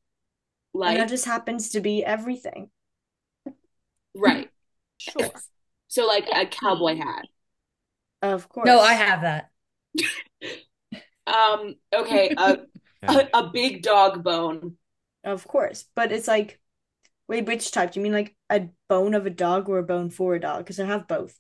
Speaker 1: and that
Speaker 2: Like,
Speaker 1: just happens to be everything.
Speaker 2: right.
Speaker 3: Sure.
Speaker 2: So, like a cowboy hat.
Speaker 1: Of course.
Speaker 5: No, I have that.
Speaker 2: Um, okay, a, a, a big dog bone.
Speaker 1: Of course, but it's like, wait, which type? Do you mean like a bone of a dog or a bone for a dog? Because I have both.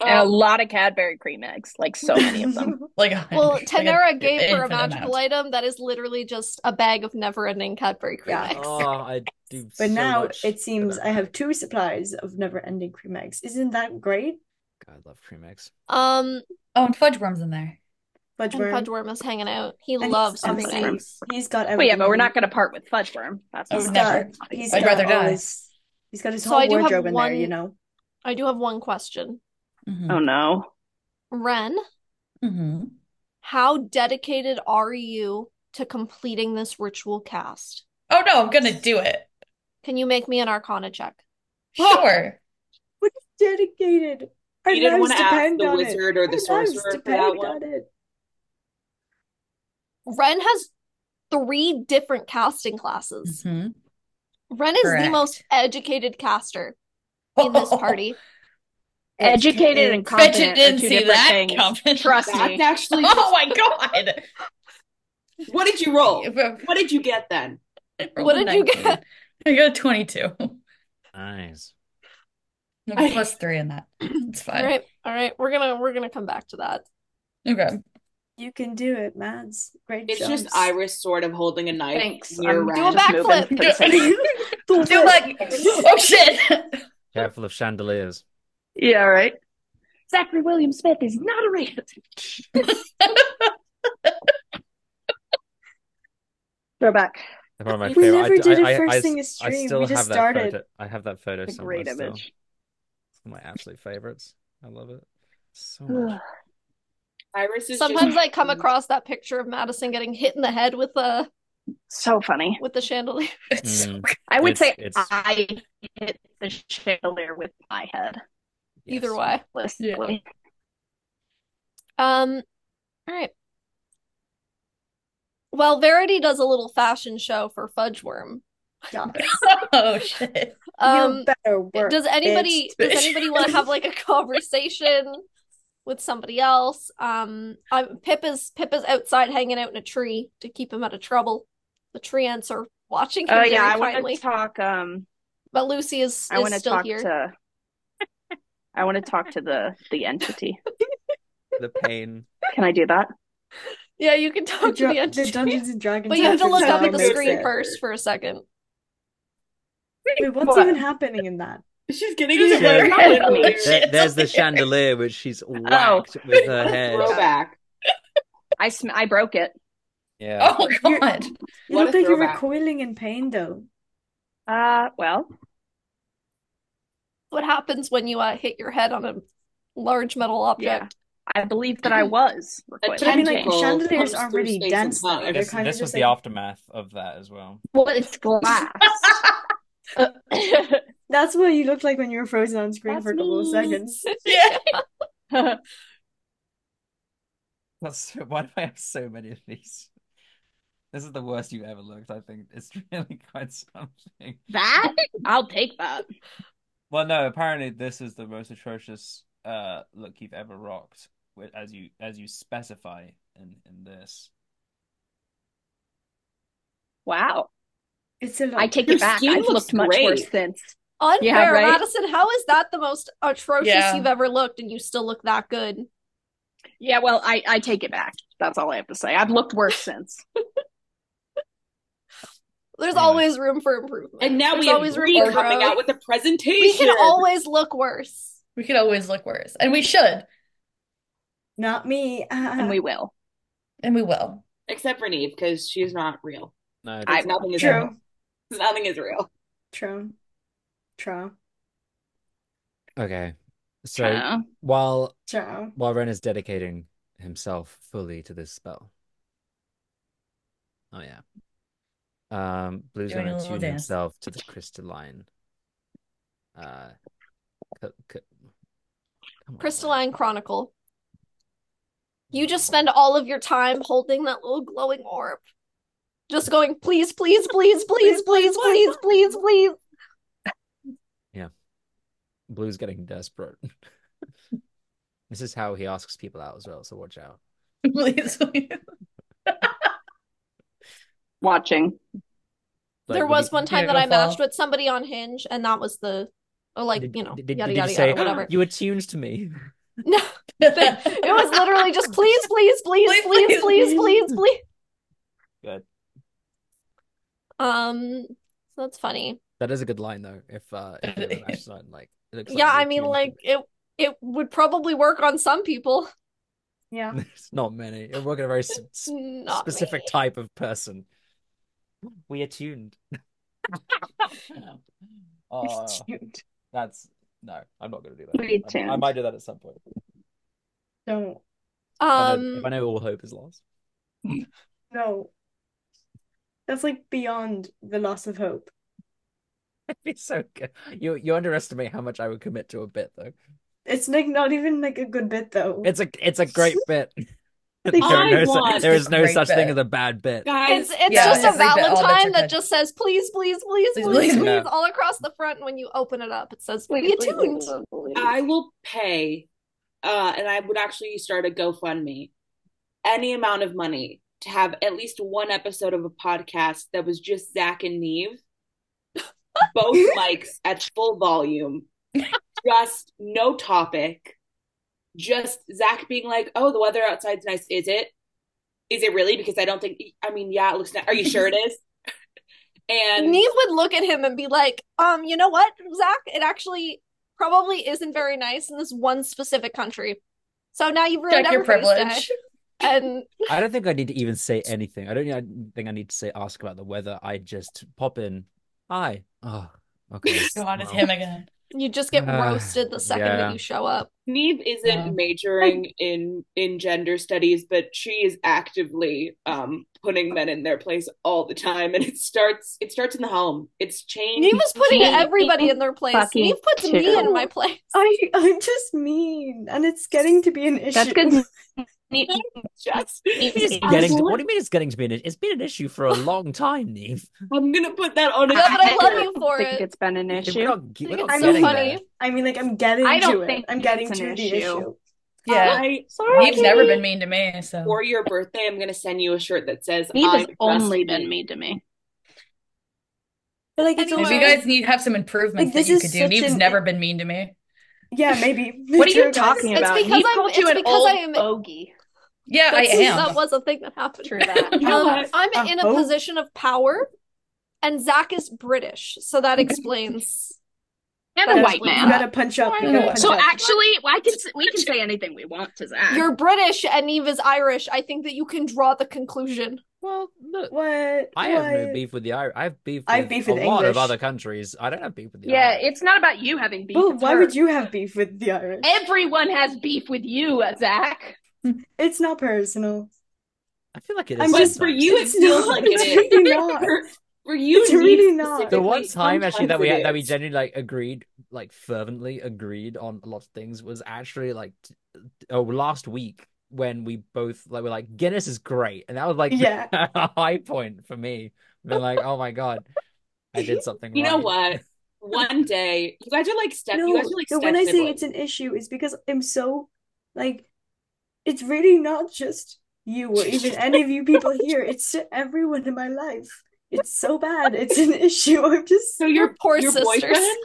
Speaker 6: And a
Speaker 2: Um,
Speaker 6: lot of Cadbury cream eggs, like so many of them.
Speaker 5: Like a hundred,
Speaker 3: Well,
Speaker 5: like a-
Speaker 3: Tanera gave her a
Speaker 5: infinite
Speaker 3: magical
Speaker 5: amount.
Speaker 3: item that is literally just a bag of never-ending Cadbury cream
Speaker 1: Yeah.
Speaker 3: eggs.
Speaker 4: Oh, I do
Speaker 1: But
Speaker 4: so
Speaker 1: now
Speaker 4: much for
Speaker 1: it seems
Speaker 4: that
Speaker 1: I have
Speaker 4: bag.
Speaker 1: two supplies of never-ending cream eggs. Isn't that great?
Speaker 4: God, I love cream eggs.
Speaker 3: Um,
Speaker 5: Oh, and fudge worms in there.
Speaker 1: Fudge
Speaker 3: and
Speaker 1: worm.
Speaker 3: Pudgeworm is hanging out. He
Speaker 1: And he's
Speaker 3: loves something.
Speaker 1: obviously
Speaker 3: eggs.
Speaker 1: he's got
Speaker 6: But yeah,
Speaker 1: everything.
Speaker 6: but we're
Speaker 1: he-
Speaker 6: not going to part with fudge worm. That's
Speaker 1: He's
Speaker 6: not
Speaker 1: got
Speaker 5: Never.
Speaker 1: he's
Speaker 5: I'd
Speaker 1: got
Speaker 5: rather
Speaker 1: all
Speaker 5: die.
Speaker 1: his he's got his
Speaker 3: So
Speaker 1: whole
Speaker 3: I do have
Speaker 1: wardrobe in there, you
Speaker 3: one-
Speaker 1: know.
Speaker 3: I do have one question.
Speaker 5: Mm-hmm.
Speaker 6: Oh no.
Speaker 3: Ren,
Speaker 5: Mm-hmm.
Speaker 3: how dedicated are you to completing this ritual cast?
Speaker 5: Oh no, I'm gonna do it.
Speaker 3: Can you make me an Arcana check?
Speaker 5: Sure.
Speaker 1: What is dedicated? Our
Speaker 2: you didn't want
Speaker 1: lives
Speaker 2: to ask
Speaker 1: depend
Speaker 2: the
Speaker 1: on it.
Speaker 2: wizard or the
Speaker 1: Our lives
Speaker 2: sorcerer for that
Speaker 1: depend
Speaker 2: one.
Speaker 1: on it.
Speaker 3: Ren has three different casting classes.
Speaker 5: hmm
Speaker 3: Ren is the
Speaker 5: Correct.
Speaker 3: most educated caster in this party.
Speaker 6: Educated and
Speaker 5: Bet you
Speaker 6: competent are
Speaker 5: didn't
Speaker 6: two
Speaker 5: see
Speaker 6: different
Speaker 5: that
Speaker 6: things.
Speaker 5: coming.
Speaker 6: Trust
Speaker 2: That's
Speaker 6: me.
Speaker 2: actually
Speaker 5: Oh my god.
Speaker 2: What did you roll?
Speaker 5: If-
Speaker 2: What did you get then?
Speaker 5: I rolled
Speaker 3: What
Speaker 5: a
Speaker 3: did you get?
Speaker 5: 19. I got a 22.
Speaker 4: Nice.
Speaker 5: No, Plus three in that. It's
Speaker 3: All
Speaker 5: fine.
Speaker 3: right, all right, we're gonna we're gonna come back to that.
Speaker 5: Okay.
Speaker 1: You can do it, Mads. Great
Speaker 2: It's
Speaker 1: jobs.
Speaker 2: just Iris sort of holding a knife
Speaker 6: Thanks.
Speaker 2: near
Speaker 6: I'm
Speaker 2: Ren.
Speaker 3: Do a
Speaker 6: just moving
Speaker 3: backflip.
Speaker 6: for the sake of-
Speaker 5: Do like, oh shit.
Speaker 4: Careful of chandeliers.
Speaker 6: Yeah, right. Zachary William Smith is not a racist. Throwback.
Speaker 4: They're probably my
Speaker 1: We
Speaker 4: favorite. I-
Speaker 1: never did
Speaker 4: I,
Speaker 1: it
Speaker 4: I-
Speaker 1: first
Speaker 4: I s-
Speaker 1: thing is
Speaker 4: I
Speaker 1: stream.
Speaker 4: still
Speaker 1: We
Speaker 4: have
Speaker 1: just
Speaker 4: that
Speaker 1: started.
Speaker 4: photo. I have that photo
Speaker 6: It's a
Speaker 4: somewhere
Speaker 6: great
Speaker 4: still.
Speaker 6: image.
Speaker 4: It's one of my absolute favorites. I love it so much.
Speaker 2: Iris is
Speaker 3: Sometimes
Speaker 2: just
Speaker 3: I come across that picture of Madison getting hit in the head with the
Speaker 6: So funny.
Speaker 3: with the chandelier.
Speaker 5: It's so
Speaker 4: Mm,
Speaker 5: good.
Speaker 6: I would
Speaker 4: It's-
Speaker 6: say
Speaker 4: it's-
Speaker 6: I hit the chandelier with my head.
Speaker 3: Either
Speaker 4: yes.
Speaker 3: way.
Speaker 6: Listen.
Speaker 3: Um, all right. Well, Verity does a little fashion show for Fudgeworm.
Speaker 1: Yeah.
Speaker 5: Oh shit.
Speaker 3: Um,
Speaker 1: You better work.
Speaker 3: does anybody
Speaker 1: bitch.
Speaker 3: does anybody want to have like a conversation with somebody else? Um, I'm Pippa's Pippa's outside hanging out in a tree to keep him out of trouble. The tree ants are watching him
Speaker 6: Oh yeah,
Speaker 3: very
Speaker 6: I want
Speaker 3: kindly.
Speaker 6: to talk. Um,
Speaker 3: But Lucy is
Speaker 6: I
Speaker 3: is
Speaker 6: want to
Speaker 3: still
Speaker 6: talk
Speaker 3: here.
Speaker 6: to. I want to talk to the the entity.
Speaker 4: The pain.
Speaker 6: Can I do that?
Speaker 3: Yeah, you can
Speaker 1: The,
Speaker 3: talk to
Speaker 1: dra-
Speaker 3: the
Speaker 1: the
Speaker 3: entity.
Speaker 1: Dungeons and Dragons
Speaker 3: But you have to
Speaker 1: actors
Speaker 3: look up
Speaker 1: now
Speaker 3: at the
Speaker 1: make
Speaker 3: screen
Speaker 1: it.
Speaker 3: first for a second.
Speaker 1: Wait, what's
Speaker 6: What?
Speaker 1: even happening in that?
Speaker 2: She's getting
Speaker 6: She's
Speaker 2: hit by a
Speaker 6: very
Speaker 2: chandelier.
Speaker 6: confused.
Speaker 4: There- there's the chandelier which she's
Speaker 1: Oh.
Speaker 4: whacked with her
Speaker 2: What a
Speaker 4: head.
Speaker 2: throwback.
Speaker 6: I sm- I broke it.
Speaker 4: Yeah.
Speaker 5: Oh
Speaker 1: You're-
Speaker 5: god.
Speaker 1: You
Speaker 2: What
Speaker 1: look
Speaker 2: a
Speaker 1: like you're
Speaker 2: throwback.
Speaker 1: recoiling in pain, though.
Speaker 6: Uh, well,
Speaker 3: What happens when you uh, hit your head on a large metal
Speaker 6: yeah.
Speaker 3: object?
Speaker 6: I believe that I was recoiling.
Speaker 1: But I mean, like,
Speaker 6: Okay.
Speaker 2: Tentacle
Speaker 1: chandeliers
Speaker 2: comes
Speaker 1: aren't
Speaker 2: through
Speaker 1: really
Speaker 2: space and
Speaker 1: dense, though.
Speaker 2: time.
Speaker 1: They're
Speaker 4: This,
Speaker 1: kind of
Speaker 4: this was
Speaker 1: just
Speaker 4: the
Speaker 1: like-
Speaker 4: aftermath of that as well.
Speaker 6: well, it's glass.
Speaker 1: That's what you looked like when you were frozen on screen for a couple of seconds.
Speaker 5: Yeah.
Speaker 4: That's so, why do I have so many of these? This is the worst you've ever looked, I think. It's really quite something.
Speaker 6: that I'll take that.
Speaker 4: Well, no, apparently this is the most atrocious uh look you've ever rocked, wi- as you as you specify in in this.
Speaker 6: Wow.
Speaker 1: It's a lot.
Speaker 6: I take
Speaker 2: Your
Speaker 6: it back.
Speaker 2: skin
Speaker 6: I've
Speaker 2: looks
Speaker 6: looked much
Speaker 2: great.
Speaker 6: worse since.
Speaker 3: Unfair,
Speaker 6: Yeah, right?
Speaker 3: Madison. How is that the most atrocious
Speaker 5: Yeah.
Speaker 3: you've ever looked and you still look that good?
Speaker 6: Yeah, well, I, I take it back. That's all I have to say. I've looked worse since.
Speaker 3: There's
Speaker 4: Anyway.
Speaker 3: always room for improvement.
Speaker 2: And now
Speaker 3: There's
Speaker 2: we have
Speaker 3: always room
Speaker 2: Bree
Speaker 3: for
Speaker 2: coming
Speaker 3: growth.
Speaker 2: out with a presentation.
Speaker 3: We can always look worse.
Speaker 5: We could always look worse. And we should.
Speaker 1: Not me. Uh,
Speaker 6: And we will.
Speaker 5: And we will.
Speaker 2: Except for Neve, because she's not real.
Speaker 4: No,
Speaker 6: I-
Speaker 2: Nothing is
Speaker 1: True.
Speaker 2: real. Nothing is real.
Speaker 1: True. True.
Speaker 4: Okay. So
Speaker 6: Tryna-
Speaker 4: while
Speaker 1: Ciao.
Speaker 4: while Ren is dedicating himself fully to this spell. Oh yeah. Um, Blue's
Speaker 5: Doing a
Speaker 4: gonna
Speaker 5: little
Speaker 4: tune
Speaker 5: dance.
Speaker 4: himself to the crystalline. Uh, c- c- come on, Ren.
Speaker 3: Crystalline Chronicle. You just spend all of your time holding that little glowing orb. Just going, please, please, please, please, please, please, please, please.
Speaker 4: Blue's getting desperate. This is how he asks people out as well, so watch out.
Speaker 5: Please.
Speaker 6: Watching.
Speaker 4: Like,
Speaker 3: There
Speaker 4: would
Speaker 3: was
Speaker 4: you-
Speaker 3: one time
Speaker 5: Yeah,
Speaker 3: that I
Speaker 5: go fall.
Speaker 3: matched with somebody on Hinge, and that was the, or like,
Speaker 4: Did-
Speaker 3: you know,
Speaker 4: did- did
Speaker 3: yada
Speaker 4: you
Speaker 3: yada
Speaker 4: say,
Speaker 3: yada, whatever.
Speaker 4: You attuned to me.
Speaker 3: No, it was literally just please, please, please,
Speaker 5: Please,
Speaker 3: please,
Speaker 5: please,
Speaker 3: please, please, please.
Speaker 4: Good.
Speaker 3: Um, so that's funny.
Speaker 4: That is a good line though. If uh, if it was actually something like, it looks like
Speaker 3: Yeah,
Speaker 4: you
Speaker 3: I mean,
Speaker 4: attuned to
Speaker 3: like
Speaker 4: me.
Speaker 3: it, it would probably work on some people.
Speaker 1: Yeah.
Speaker 4: There's not many. It work at a very s- s-
Speaker 3: Not
Speaker 4: specific
Speaker 3: me.
Speaker 4: type of person. We attuned. oh, that's no. I'm not gonna do that.
Speaker 6: We
Speaker 4: I- I
Speaker 6: attuned.
Speaker 4: might do that at some point.
Speaker 1: Don't.
Speaker 4: I know-
Speaker 3: Um,
Speaker 4: if I know all hope is lost.
Speaker 1: No. That's like beyond the loss of hope.
Speaker 4: It'd be so good. You you underestimate how much I would commit to a bit though.
Speaker 1: It's like not even like a good bit though.
Speaker 4: It's a it's a great bit. There
Speaker 2: I
Speaker 4: are no su-
Speaker 2: want-
Speaker 4: there is no
Speaker 5: Great
Speaker 4: such thing
Speaker 5: bit.
Speaker 4: as a bad bit.
Speaker 2: Guys,
Speaker 3: It's it's
Speaker 5: Yeah,
Speaker 3: just a
Speaker 5: every bit, all bits
Speaker 3: Valentine
Speaker 5: are
Speaker 3: that
Speaker 5: good.
Speaker 3: just says please, please, please,
Speaker 5: Please,
Speaker 3: please, please,
Speaker 5: please.
Speaker 4: No.
Speaker 3: all across the front. When you open it up, it says be attuned.
Speaker 2: I will pay, uh, and I would actually start a GoFundMe, any amount of money to have at least one episode of a podcast that was just Zach and Neve, both mics at full volume, just no topic, just Zach being like, "Oh, the weather outside's nice. Is it? Is it really? Because I don't think. I mean, yeah, it looks nice. Are you sure it is?" And
Speaker 3: Neve would look at him and be like, um, you know what, Zach? It actually probably isn't very nice in this one specific country. So now you've ruined
Speaker 5: Check your
Speaker 3: everybody's day."
Speaker 5: privilege.
Speaker 3: And
Speaker 4: I don't think I need to even say anything. I don't I think I need to say ask about the weather. I just pop in. Hi. Oh, okay.
Speaker 5: God, it's
Speaker 4: Well,
Speaker 5: him again.
Speaker 3: you just get
Speaker 4: Uh,
Speaker 3: roasted the second
Speaker 4: yeah.
Speaker 3: that you show up.
Speaker 2: Neve isn't
Speaker 5: Yeah.
Speaker 2: majoring in in gender studies, but she is actively um putting men in their place all the time, and it starts it starts in the home. It's changed.
Speaker 3: Neve was putting
Speaker 6: Fucking
Speaker 3: everybody in their place.
Speaker 6: fucking
Speaker 3: Neve puts me
Speaker 6: two.
Speaker 3: in my place.
Speaker 1: I I'm just mean, and it's getting to be an
Speaker 6: That's
Speaker 1: issue.
Speaker 6: good.
Speaker 2: Just,
Speaker 4: It's
Speaker 6: I
Speaker 4: getting
Speaker 6: was
Speaker 4: to- what
Speaker 6: like-
Speaker 4: do you mean it's getting to be an issue? It's been an issue for a long time, Neve.
Speaker 2: I'm gonna put that on. a-
Speaker 3: Yeah, but I love
Speaker 6: don't
Speaker 3: you for
Speaker 6: think
Speaker 3: it.
Speaker 6: It's been an
Speaker 4: We're
Speaker 6: issue.
Speaker 4: not,
Speaker 3: I
Speaker 4: we're
Speaker 3: think
Speaker 4: not
Speaker 3: it's so
Speaker 4: getting
Speaker 3: funny.
Speaker 4: there.
Speaker 1: I mean, like I'm getting
Speaker 6: I don't
Speaker 1: to it.
Speaker 6: think
Speaker 1: I'm getting
Speaker 6: it's
Speaker 1: to
Speaker 6: an
Speaker 1: the
Speaker 6: issue.
Speaker 1: issue.
Speaker 5: Yeah.
Speaker 2: I
Speaker 6: Sorry,
Speaker 5: He's never
Speaker 6: Neve.
Speaker 5: been mean to me, so
Speaker 2: for your birthday, I'm gonna send you a shirt that says
Speaker 6: Neve
Speaker 2: "I'm
Speaker 6: has only
Speaker 2: just
Speaker 6: been
Speaker 2: me."
Speaker 6: mean to me.
Speaker 1: But like it's
Speaker 5: if
Speaker 1: also
Speaker 3: Anyway.
Speaker 5: you guys need have some
Speaker 1: Like,
Speaker 5: improvements that
Speaker 1: this
Speaker 5: you
Speaker 1: is
Speaker 5: could do.
Speaker 1: such
Speaker 5: Neve's
Speaker 1: an-
Speaker 5: never been mean to me.
Speaker 1: yeah, maybe.
Speaker 6: What are you
Speaker 1: True, guys.
Speaker 6: talking
Speaker 3: It's
Speaker 6: about?
Speaker 3: because
Speaker 6: Neve
Speaker 3: I'm-
Speaker 6: called
Speaker 3: it's
Speaker 6: you an
Speaker 3: because
Speaker 6: old
Speaker 3: I'm-
Speaker 6: bogey.
Speaker 5: Yeah, I
Speaker 3: That's- That
Speaker 5: am.
Speaker 3: was a thing that happened.
Speaker 6: True that.
Speaker 1: Oh,
Speaker 2: You know
Speaker 3: Um,
Speaker 2: what?
Speaker 3: I'm
Speaker 1: A
Speaker 3: in a
Speaker 1: hoe?
Speaker 3: position of power, and Zach is British, so that explains.
Speaker 6: And
Speaker 1: You
Speaker 6: a
Speaker 1: gotta-
Speaker 6: white
Speaker 1: You
Speaker 6: man.
Speaker 1: gotta punch up. You
Speaker 5: Yeah.
Speaker 1: gotta punch
Speaker 6: So
Speaker 1: up.
Speaker 6: actually, I can s- we can say anything we want to Zach.
Speaker 3: You're British and Eve is Irish. I think that you can draw the conclusion.
Speaker 4: Well, look,
Speaker 1: what?
Speaker 4: I have no
Speaker 1: What?
Speaker 4: beef with the Irish. I have beef
Speaker 1: I have
Speaker 4: with
Speaker 1: beef
Speaker 4: a
Speaker 1: with the
Speaker 4: lot of
Speaker 1: English.
Speaker 4: other countries. I don't have beef with the
Speaker 6: yeah,
Speaker 4: Irish.
Speaker 6: it's not about you having beef.
Speaker 1: Well,
Speaker 6: it's
Speaker 1: why
Speaker 6: her.
Speaker 1: would you have beef with the Irish?
Speaker 6: Everyone has beef with you, Zach.
Speaker 1: It's not personal.
Speaker 4: I feel like it
Speaker 1: I'm
Speaker 4: is.
Speaker 2: But for
Speaker 4: sometimes.
Speaker 2: you, it
Speaker 1: It's
Speaker 2: feels
Speaker 1: not-
Speaker 2: like it
Speaker 1: it's
Speaker 2: is.
Speaker 1: really not.
Speaker 2: For, for you,
Speaker 1: It's
Speaker 2: Neve
Speaker 1: really not.
Speaker 4: The one
Speaker 2: specifically,
Speaker 4: time actually that we
Speaker 2: sometimes
Speaker 4: had that we
Speaker 2: it is.
Speaker 4: genuinely like agreed, like fervently agreed on a lot of things was actually like t- oh last week when we both like were like Guinness is great, and that was like the
Speaker 1: Yeah.
Speaker 4: high point for me. Being like, oh my god, I did something
Speaker 2: You know
Speaker 4: right.
Speaker 2: what? One day, you guys are like step.
Speaker 1: No,
Speaker 2: you guys are like
Speaker 1: no,
Speaker 2: step
Speaker 1: when I say
Speaker 2: siblings.
Speaker 1: it's an issue, it's because I'm so like it's really not just you or even any of you people here. It's to everyone in my life. It's so bad. It's an issue. I'm just
Speaker 2: So your
Speaker 3: Your poor
Speaker 2: your
Speaker 3: sisters.
Speaker 2: boyfriend.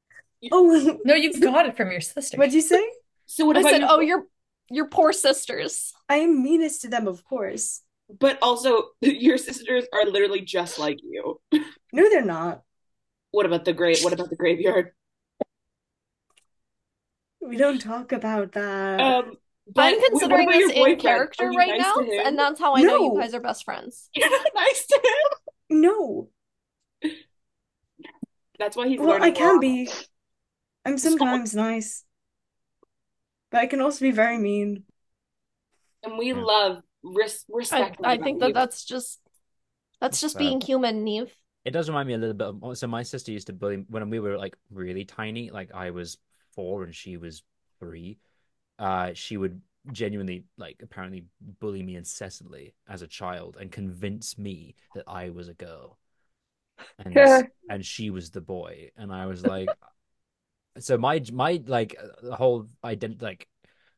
Speaker 1: oh
Speaker 5: No, you got it from your sister.
Speaker 1: what'd you say?
Speaker 2: So what
Speaker 3: I
Speaker 2: about
Speaker 3: said,
Speaker 2: your,
Speaker 3: "Oh, you're your poor sisters."
Speaker 1: I am meanest to them, of course.
Speaker 2: But also, your sisters are literally just like you.
Speaker 1: No, they're not.
Speaker 2: What about the grave? What about the graveyard?
Speaker 1: We don't talk about that.
Speaker 2: Um, but
Speaker 3: Uh, I'm
Speaker 2: what
Speaker 3: considering
Speaker 2: about your
Speaker 3: this in
Speaker 2: boyfriend?
Speaker 3: character
Speaker 2: Are you
Speaker 3: right
Speaker 2: nice
Speaker 3: now,
Speaker 2: to him?
Speaker 3: and that's how I know
Speaker 1: No.
Speaker 3: you guys are best friends.
Speaker 2: You're not nice to him.
Speaker 1: no.
Speaker 2: That's why he's
Speaker 1: Well, I
Speaker 2: learning
Speaker 1: can
Speaker 2: law.
Speaker 1: be. I'm sometimes nice, but I can also be very mean.
Speaker 2: And we
Speaker 4: Yeah.
Speaker 2: love res-
Speaker 3: I,
Speaker 2: respect.
Speaker 3: I
Speaker 2: about
Speaker 3: think that
Speaker 2: you.
Speaker 3: that's just that's just
Speaker 4: Sad.
Speaker 3: being human, Neve.
Speaker 4: It does remind me a little bit of so my sister used to bully when we were like really tiny, like I was four and she was three. Uh, she would genuinely like apparently bully me incessantly as a child and convince me that I was a girl. And and she was the boy. And I was like so my my like the whole ident like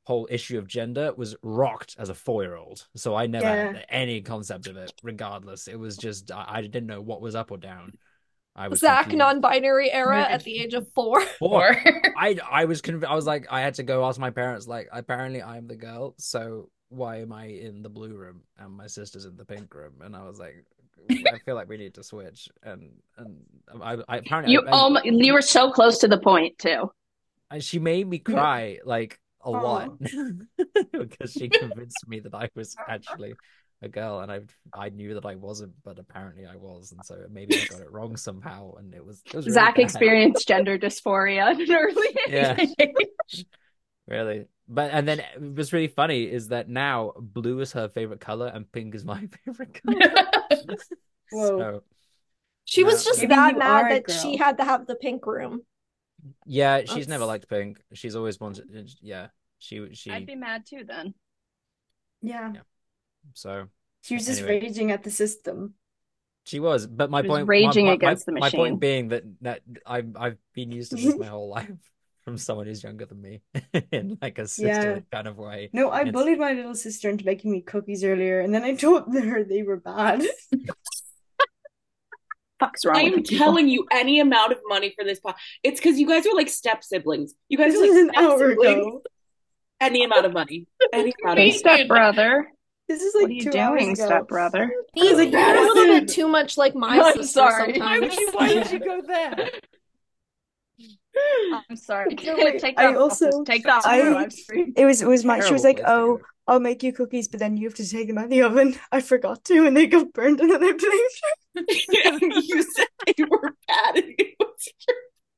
Speaker 4: whole issue of gender was rocked as a four year old. So I never
Speaker 1: Yeah.
Speaker 4: had any concept of it, regardless. It was just I, I didn't know what was up or down. I was
Speaker 3: Zach,
Speaker 4: confused.
Speaker 3: non-binary era at the age of four.
Speaker 4: Four.
Speaker 5: Or
Speaker 4: I I was conv- I was like I had to go ask my parents like apparently I'm the girl so why am I in the blue room and my sister's in the pink room and I was like I feel like we need to switch and and I, I apparently
Speaker 6: You
Speaker 4: I- I-
Speaker 6: um, you were so close to the point too.
Speaker 4: and she made me cry like a
Speaker 1: Aw.
Speaker 4: lot because she convinced me that I was actually a girl, and I I knew that I wasn't, but apparently I was, and so maybe I got it wrong somehow, and it was it was really
Speaker 6: Zach
Speaker 4: bad.
Speaker 6: experienced gender dysphoria at an early age.
Speaker 4: yeah, really. But and then what's really funny is that now blue is her favorite color and pink is my favorite color.
Speaker 1: Whoa.
Speaker 4: So
Speaker 3: She was
Speaker 4: No.
Speaker 3: just
Speaker 1: Maybe
Speaker 3: that
Speaker 1: you
Speaker 3: mad
Speaker 1: are a
Speaker 3: that she
Speaker 1: girl.
Speaker 3: had to have the pink room.
Speaker 4: yeah, she's never
Speaker 3: That's-
Speaker 4: liked pink. She's always wanted. Yeah, she she.
Speaker 6: I'd be mad too then.
Speaker 1: Yeah,
Speaker 4: So
Speaker 1: she was just
Speaker 4: Anyway.
Speaker 1: raging at the system.
Speaker 4: She was, but my
Speaker 6: She was
Speaker 4: point, my-
Speaker 6: raging
Speaker 4: my, my,
Speaker 6: against the
Speaker 4: my point
Speaker 6: machine.
Speaker 4: being that that I've I've been used to this my whole life from someone who's younger than me in like a sisterly kind of way.
Speaker 1: No, I
Speaker 4: It's-
Speaker 1: bullied my little sister into making me cookies earlier, and then I told her they were bad.
Speaker 6: Fuck's wrong with
Speaker 2: I'm
Speaker 6: you people.
Speaker 2: telling you, any amount of money for this pot. It's because you guys are like step siblings. You guys
Speaker 1: This
Speaker 2: are like
Speaker 1: is an
Speaker 2: step
Speaker 1: hour
Speaker 2: siblings.
Speaker 1: ago.
Speaker 2: Any amount of money. Any amount of
Speaker 6: Hey,
Speaker 2: money.
Speaker 6: stepbrother.
Speaker 1: This is
Speaker 6: What
Speaker 1: like
Speaker 6: are you
Speaker 1: two hours
Speaker 6: doing,
Speaker 1: ago.
Speaker 6: stepbrother?
Speaker 1: was
Speaker 3: Neve,
Speaker 1: like,
Speaker 3: you're a little
Speaker 1: "Madison!"
Speaker 3: bit too much like my
Speaker 6: I'm
Speaker 3: sister
Speaker 6: sorry.
Speaker 3: sometimes.
Speaker 4: why would you go there?
Speaker 6: I'm sorry.
Speaker 1: No, wait,
Speaker 6: Take
Speaker 1: I
Speaker 6: that off.
Speaker 1: also-
Speaker 6: take that off
Speaker 1: I-
Speaker 6: the live stream.
Speaker 1: It was it was my she was like, "Oh,
Speaker 4: Terrible
Speaker 1: I'll make you cookies, but then you have to take them out of the oven." I forgot to, and they got burned, and then I blamed
Speaker 2: you said they were bad. and it was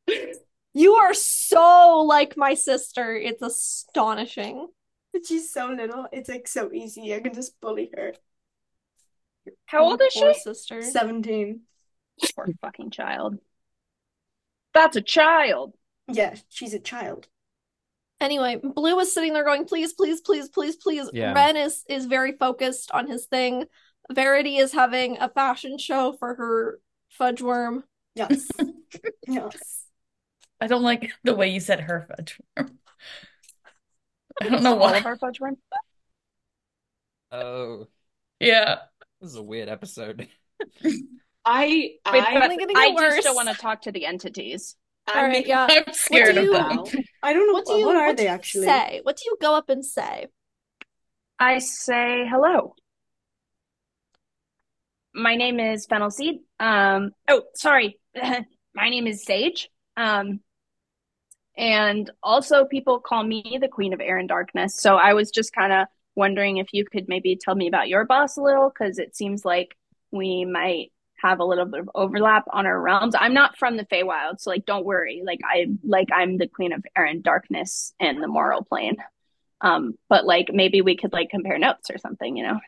Speaker 2: true.
Speaker 3: You are so like my sister. It's astonishing.
Speaker 1: her. She's so little; it's like so easy. I can just bully her.
Speaker 6: How old is
Speaker 3: Poor
Speaker 6: she?
Speaker 3: sister.
Speaker 1: Seventeen.
Speaker 6: Poor fucking child. That's a child.
Speaker 1: Yeah, she's a child.
Speaker 3: Anyway, Blue was sitting there going, please, please, please, please, please.
Speaker 4: Yeah.
Speaker 3: Ren is is very focused on his thing. Verity is having a fashion show for her fudge worm.
Speaker 1: Yes, yes.
Speaker 5: I don't like the way you said her fudge worm. I don't know
Speaker 6: All
Speaker 5: why.
Speaker 6: of our fudge worm.
Speaker 4: Oh,
Speaker 5: Yeah.
Speaker 4: this is a weird episode.
Speaker 2: I,
Speaker 6: Wait,
Speaker 2: I,
Speaker 6: but
Speaker 3: only gonna get
Speaker 6: I
Speaker 3: worse.
Speaker 6: just don't want to talk to the entities.
Speaker 2: I
Speaker 3: All right,
Speaker 2: make
Speaker 3: yeah.
Speaker 5: I'm scared
Speaker 3: do
Speaker 5: of
Speaker 3: you-
Speaker 5: them.
Speaker 2: now.
Speaker 1: I don't know
Speaker 3: What do you
Speaker 1: are
Speaker 3: what do
Speaker 1: they
Speaker 3: you
Speaker 1: actually.
Speaker 3: say? What do you go up and say?
Speaker 6: I say hello. My name is Fennel Seed. Um, oh, sorry. My name is Sage. Um, and also people call me the Queen of Air and Darkness. So I was just kind of wondering if you could maybe tell me about your boss a little, because it seems like we might have a little bit of overlap on our realms. I'm not from the Feywild, so like, don't worry. Like I like I'm the Queen of Air and Darkness and the Moral Plane. Um, but like maybe we could like compare notes or something, you know?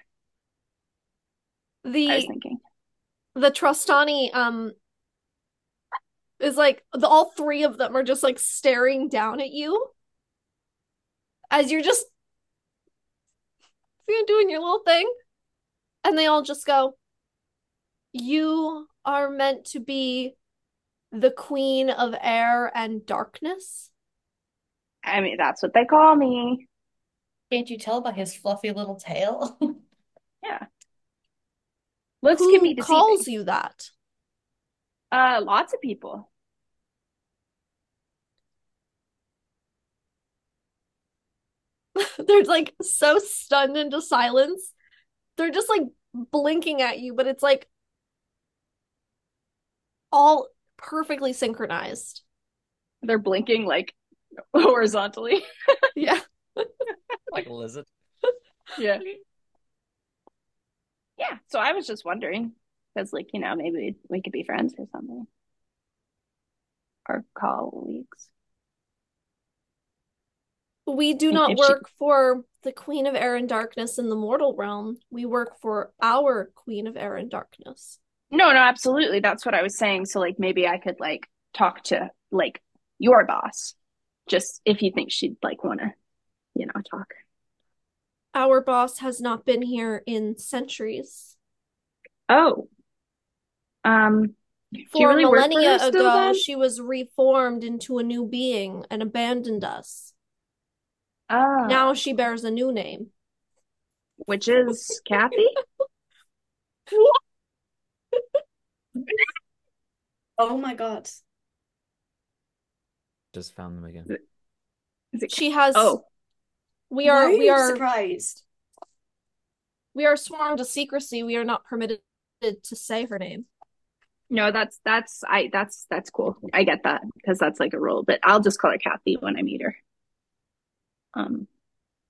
Speaker 6: I was
Speaker 3: The
Speaker 6: thinking.
Speaker 3: the Trostani um is like the all three of them are just like staring down at you as you're just you're doing your little thing and they all just go you are meant to be the queen of air and darkness
Speaker 6: I mean, that's what they call me.
Speaker 5: Can't you tell by his fluffy little tail?
Speaker 6: Looks
Speaker 3: who
Speaker 6: can be deceiving.
Speaker 3: calls you that
Speaker 6: Uh, lots of people.
Speaker 3: they're like so stunned into silence they're just like blinking at you but it's like all perfectly synchronized
Speaker 6: They're blinking like horizontally.
Speaker 3: yeah
Speaker 4: Like a lizard.
Speaker 6: Yeah. Yeah. So I was just wondering, because like, you know, maybe we could be friends or something. Or colleagues.
Speaker 3: We do not
Speaker 6: If she-
Speaker 3: work for the Queen of Air and Darkness in the mortal realm. We work for our Queen of Air and Darkness.
Speaker 6: No, no, absolutely. That's what I was saying. So like maybe I could like talk to like your boss, just if you think she'd like wanna, you know, talk.
Speaker 3: Our boss has not been here in centuries.
Speaker 6: Oh. Um, do you
Speaker 3: For
Speaker 6: really work for
Speaker 3: millennia
Speaker 6: her still
Speaker 3: ago,
Speaker 6: then?
Speaker 3: she was reformed into a new being and abandoned us.
Speaker 6: Oh,
Speaker 3: Now she bears a new name.
Speaker 6: which is Kathy?
Speaker 1: Oh my God.
Speaker 4: Just found them again.
Speaker 6: Is it
Speaker 3: She has
Speaker 6: Oh,
Speaker 3: we are
Speaker 1: Why
Speaker 3: we
Speaker 1: you
Speaker 3: are
Speaker 1: surprised.
Speaker 3: we are sworn to secrecy. We are not permitted to say her name.
Speaker 6: no, that's that's I that's that's cool. I get that because that's like a rule, but I'll just call her Kathy when I meet her. Um,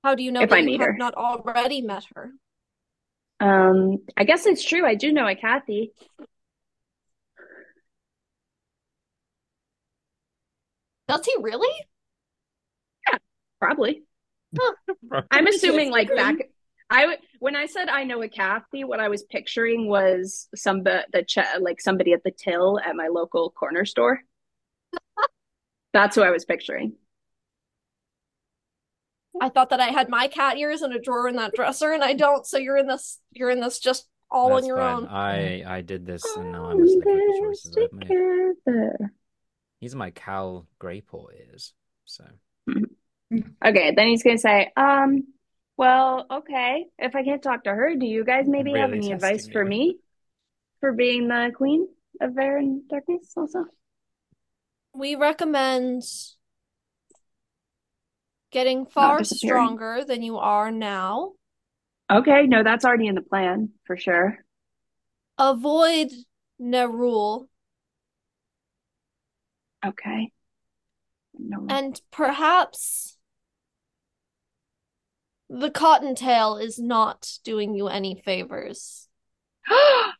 Speaker 3: How do you know
Speaker 6: If
Speaker 3: that
Speaker 6: I
Speaker 3: you
Speaker 6: meet
Speaker 3: have
Speaker 6: her.
Speaker 3: not already met her?
Speaker 6: um, I guess it's true. I do know a Kathy.
Speaker 3: Does he really?
Speaker 6: Probably.
Speaker 4: Probably.
Speaker 6: I'm
Speaker 1: Yes,
Speaker 6: assuming like
Speaker 1: true.
Speaker 6: back I w- when I said I know a Kathy, what I was picturing was some the ch- like somebody at the till at my local corner store. That's who I was picturing.
Speaker 3: I thought that I had my cat ears in a drawer in that dresser, and I don't. So you're in this you're in this just all on
Speaker 4: That's
Speaker 3: your
Speaker 4: fine. Uh,
Speaker 3: own.
Speaker 4: I I did this, and now I'm just looking at the choices I've made.
Speaker 6: Together.
Speaker 4: He's my Cal Greyport is. So
Speaker 6: Okay, then he's gonna say, um, well, okay, if I can't talk to her, do you guys maybe have
Speaker 4: Really
Speaker 6: any
Speaker 4: testing
Speaker 6: advice for
Speaker 4: you.
Speaker 6: me for being the queen of air and darkness also?
Speaker 3: We recommend getting far
Speaker 6: disappearing.
Speaker 3: stronger than you are now.
Speaker 6: Okay, no, that's already in the plan for sure.
Speaker 3: Avoid Nerul
Speaker 6: Okay. No.
Speaker 3: And perhaps the cottontail is not doing you any favors.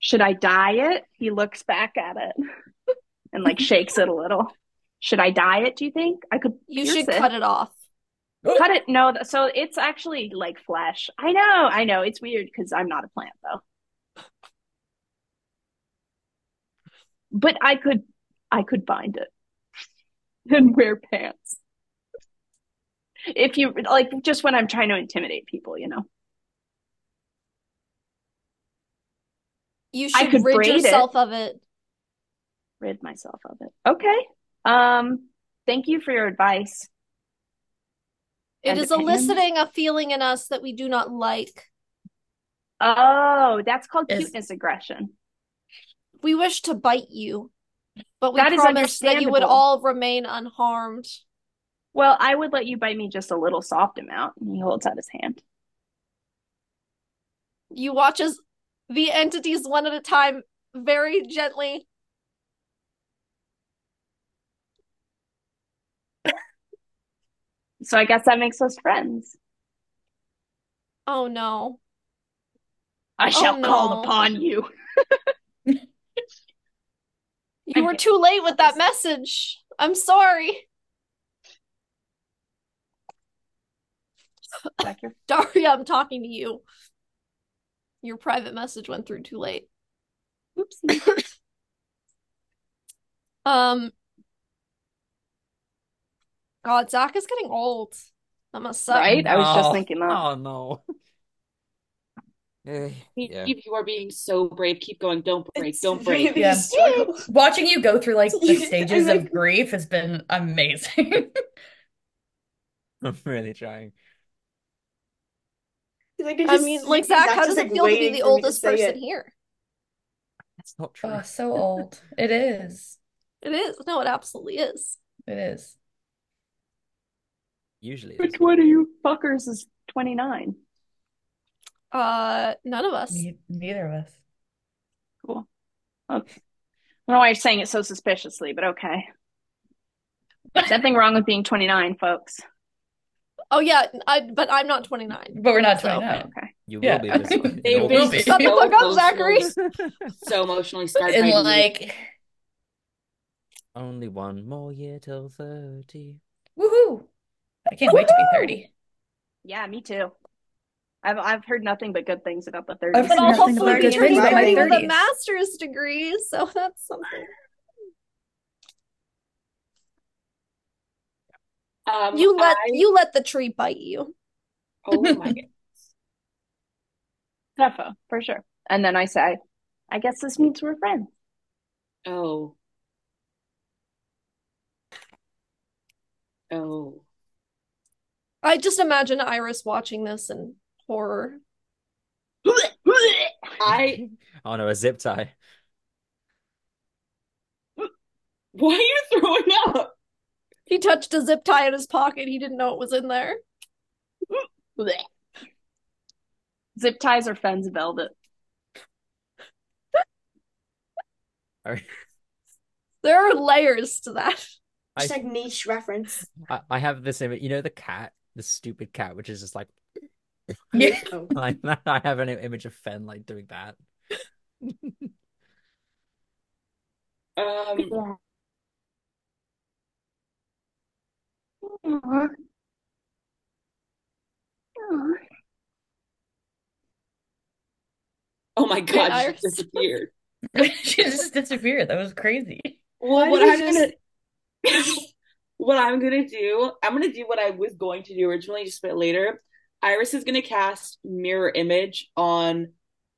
Speaker 6: Should I dye it? He looks back at it and like shakes it a little. Should I dye it, do you think? I could
Speaker 3: You
Speaker 6: pierce
Speaker 3: should
Speaker 6: it.
Speaker 3: cut it off.
Speaker 6: Cut it. No, th- so it's actually like flesh. I know, I know. It's weird because I'm not a plant though. But I could I could bind it and wear pants. If you like just when I'm trying to intimidate people, you know.
Speaker 3: You
Speaker 6: I
Speaker 3: should
Speaker 6: could
Speaker 3: rid
Speaker 6: braid it.
Speaker 3: yourself of it.
Speaker 6: rid myself of it. Okay. Um, thank you for your advice.
Speaker 3: It
Speaker 6: And
Speaker 3: is
Speaker 6: opinions?
Speaker 3: eliciting a feeling in us that we do not like.
Speaker 6: Oh, that's called
Speaker 5: Is-
Speaker 6: cuteness aggression.
Speaker 3: We wish to bite you, but we
Speaker 6: That is
Speaker 3: promise that you would
Speaker 6: understandable.
Speaker 3: all remain unharmed.
Speaker 6: Well, I would let you bite me just a little soft amount. And he holds out his hand.
Speaker 3: You watch as the entities one at a time, very gently.
Speaker 6: So I guess that makes us friends.
Speaker 3: Oh no.
Speaker 6: I shall
Speaker 3: no.
Speaker 6: call upon you.
Speaker 3: You were
Speaker 6: Okay.
Speaker 3: too late with that message. I'm sorry.
Speaker 6: Back your-
Speaker 3: Daria, I'm talking to you. Your private message went through too late.
Speaker 6: Oopsie.
Speaker 3: Um, God, Zach is getting old. That must suck.
Speaker 6: Right? I was just
Speaker 4: No.
Speaker 6: thinking that.
Speaker 4: Oh no. Eh,
Speaker 2: Steve,
Speaker 4: yeah.
Speaker 2: you are being so brave. Keep going. Don't break.
Speaker 1: It's
Speaker 2: Don't break.
Speaker 1: really a
Speaker 5: Yeah.
Speaker 1: struggle.
Speaker 5: Watching you go through like the
Speaker 1: I'm
Speaker 5: stages of
Speaker 1: like-
Speaker 5: grief has been amazing.
Speaker 4: I'm really trying.
Speaker 1: Like, I
Speaker 3: I
Speaker 1: just-
Speaker 3: mean, like Zach,
Speaker 1: Zach's
Speaker 3: how
Speaker 1: just,
Speaker 3: does it
Speaker 1: like,
Speaker 3: feel to be
Speaker 1: waiting
Speaker 3: the
Speaker 1: for me to
Speaker 3: oldest
Speaker 1: say
Speaker 3: person
Speaker 1: it.
Speaker 3: here?
Speaker 4: That's not true.
Speaker 5: Oh, so old. It is.
Speaker 3: It is. No, it absolutely is.
Speaker 5: It is.
Speaker 4: Usually it
Speaker 6: Which
Speaker 4: is.
Speaker 6: one of you fuckers is 29?
Speaker 3: Uh, none of us.
Speaker 5: Ne- neither of us.
Speaker 6: Cool. Okay. I don't know why you're saying it so suspiciously, but okay. Nothing wrong with being 29, folks.
Speaker 3: Oh yeah, I, but I'm not 29.
Speaker 5: But we're not
Speaker 3: So-
Speaker 5: 29.
Speaker 6: Okay.
Speaker 4: You will
Speaker 5: Yeah.
Speaker 4: be this in
Speaker 2: They
Speaker 4: all
Speaker 5: will
Speaker 4: these-
Speaker 5: be.
Speaker 2: were
Speaker 5: Shut the
Speaker 2: so
Speaker 3: fuck up,
Speaker 2: emotionally-
Speaker 3: Zachary.
Speaker 2: So emotionally scarred by
Speaker 5: In
Speaker 2: you.
Speaker 5: like,
Speaker 4: Only one more year till 30.
Speaker 5: woohoo. I can't wait to be 30.
Speaker 6: Yeah, me too. I've I've heard nothing but good things about the 30s.
Speaker 5: I've
Speaker 3: But
Speaker 5: heard
Speaker 3: I'll
Speaker 5: nothing
Speaker 3: hopefully be
Speaker 5: but good things about my
Speaker 3: graduating with a
Speaker 5: 30s.
Speaker 3: master's degree, so that's something.
Speaker 2: Um,
Speaker 3: You let
Speaker 2: I-
Speaker 3: you let the tree bite you.
Speaker 2: oh my god.
Speaker 6: Defo, for sure. And then I say, I guess this means we're friends.
Speaker 2: Oh. Oh.
Speaker 3: I just imagine Iris watching this in horror.
Speaker 2: I
Speaker 4: Oh no, a zip tie.
Speaker 2: why are you throwing up?
Speaker 3: He touched a zip tie in his pocket. He didn't know it was in there.
Speaker 6: Zip ties or fens velvet.
Speaker 4: All right.
Speaker 3: There are layers to that.
Speaker 4: I-
Speaker 1: Just like niche reference.
Speaker 4: I, I have this image. You know the cat, the stupid cat, which is just like
Speaker 5: Yeah.
Speaker 1: Oh.
Speaker 4: I, I have an image of Fen like doing that.
Speaker 2: Um,
Speaker 6: Aw. Aw.
Speaker 2: oh my god, she
Speaker 3: Iris.
Speaker 2: disappeared.
Speaker 5: She just disappeared. That was crazy.
Speaker 2: Well,
Speaker 1: Why
Speaker 2: what
Speaker 1: did
Speaker 2: I'm
Speaker 1: you
Speaker 2: gonna what I'm gonna do, I'm gonna do what I was going to do originally, just a bit later. Iris is gonna cast mirror image on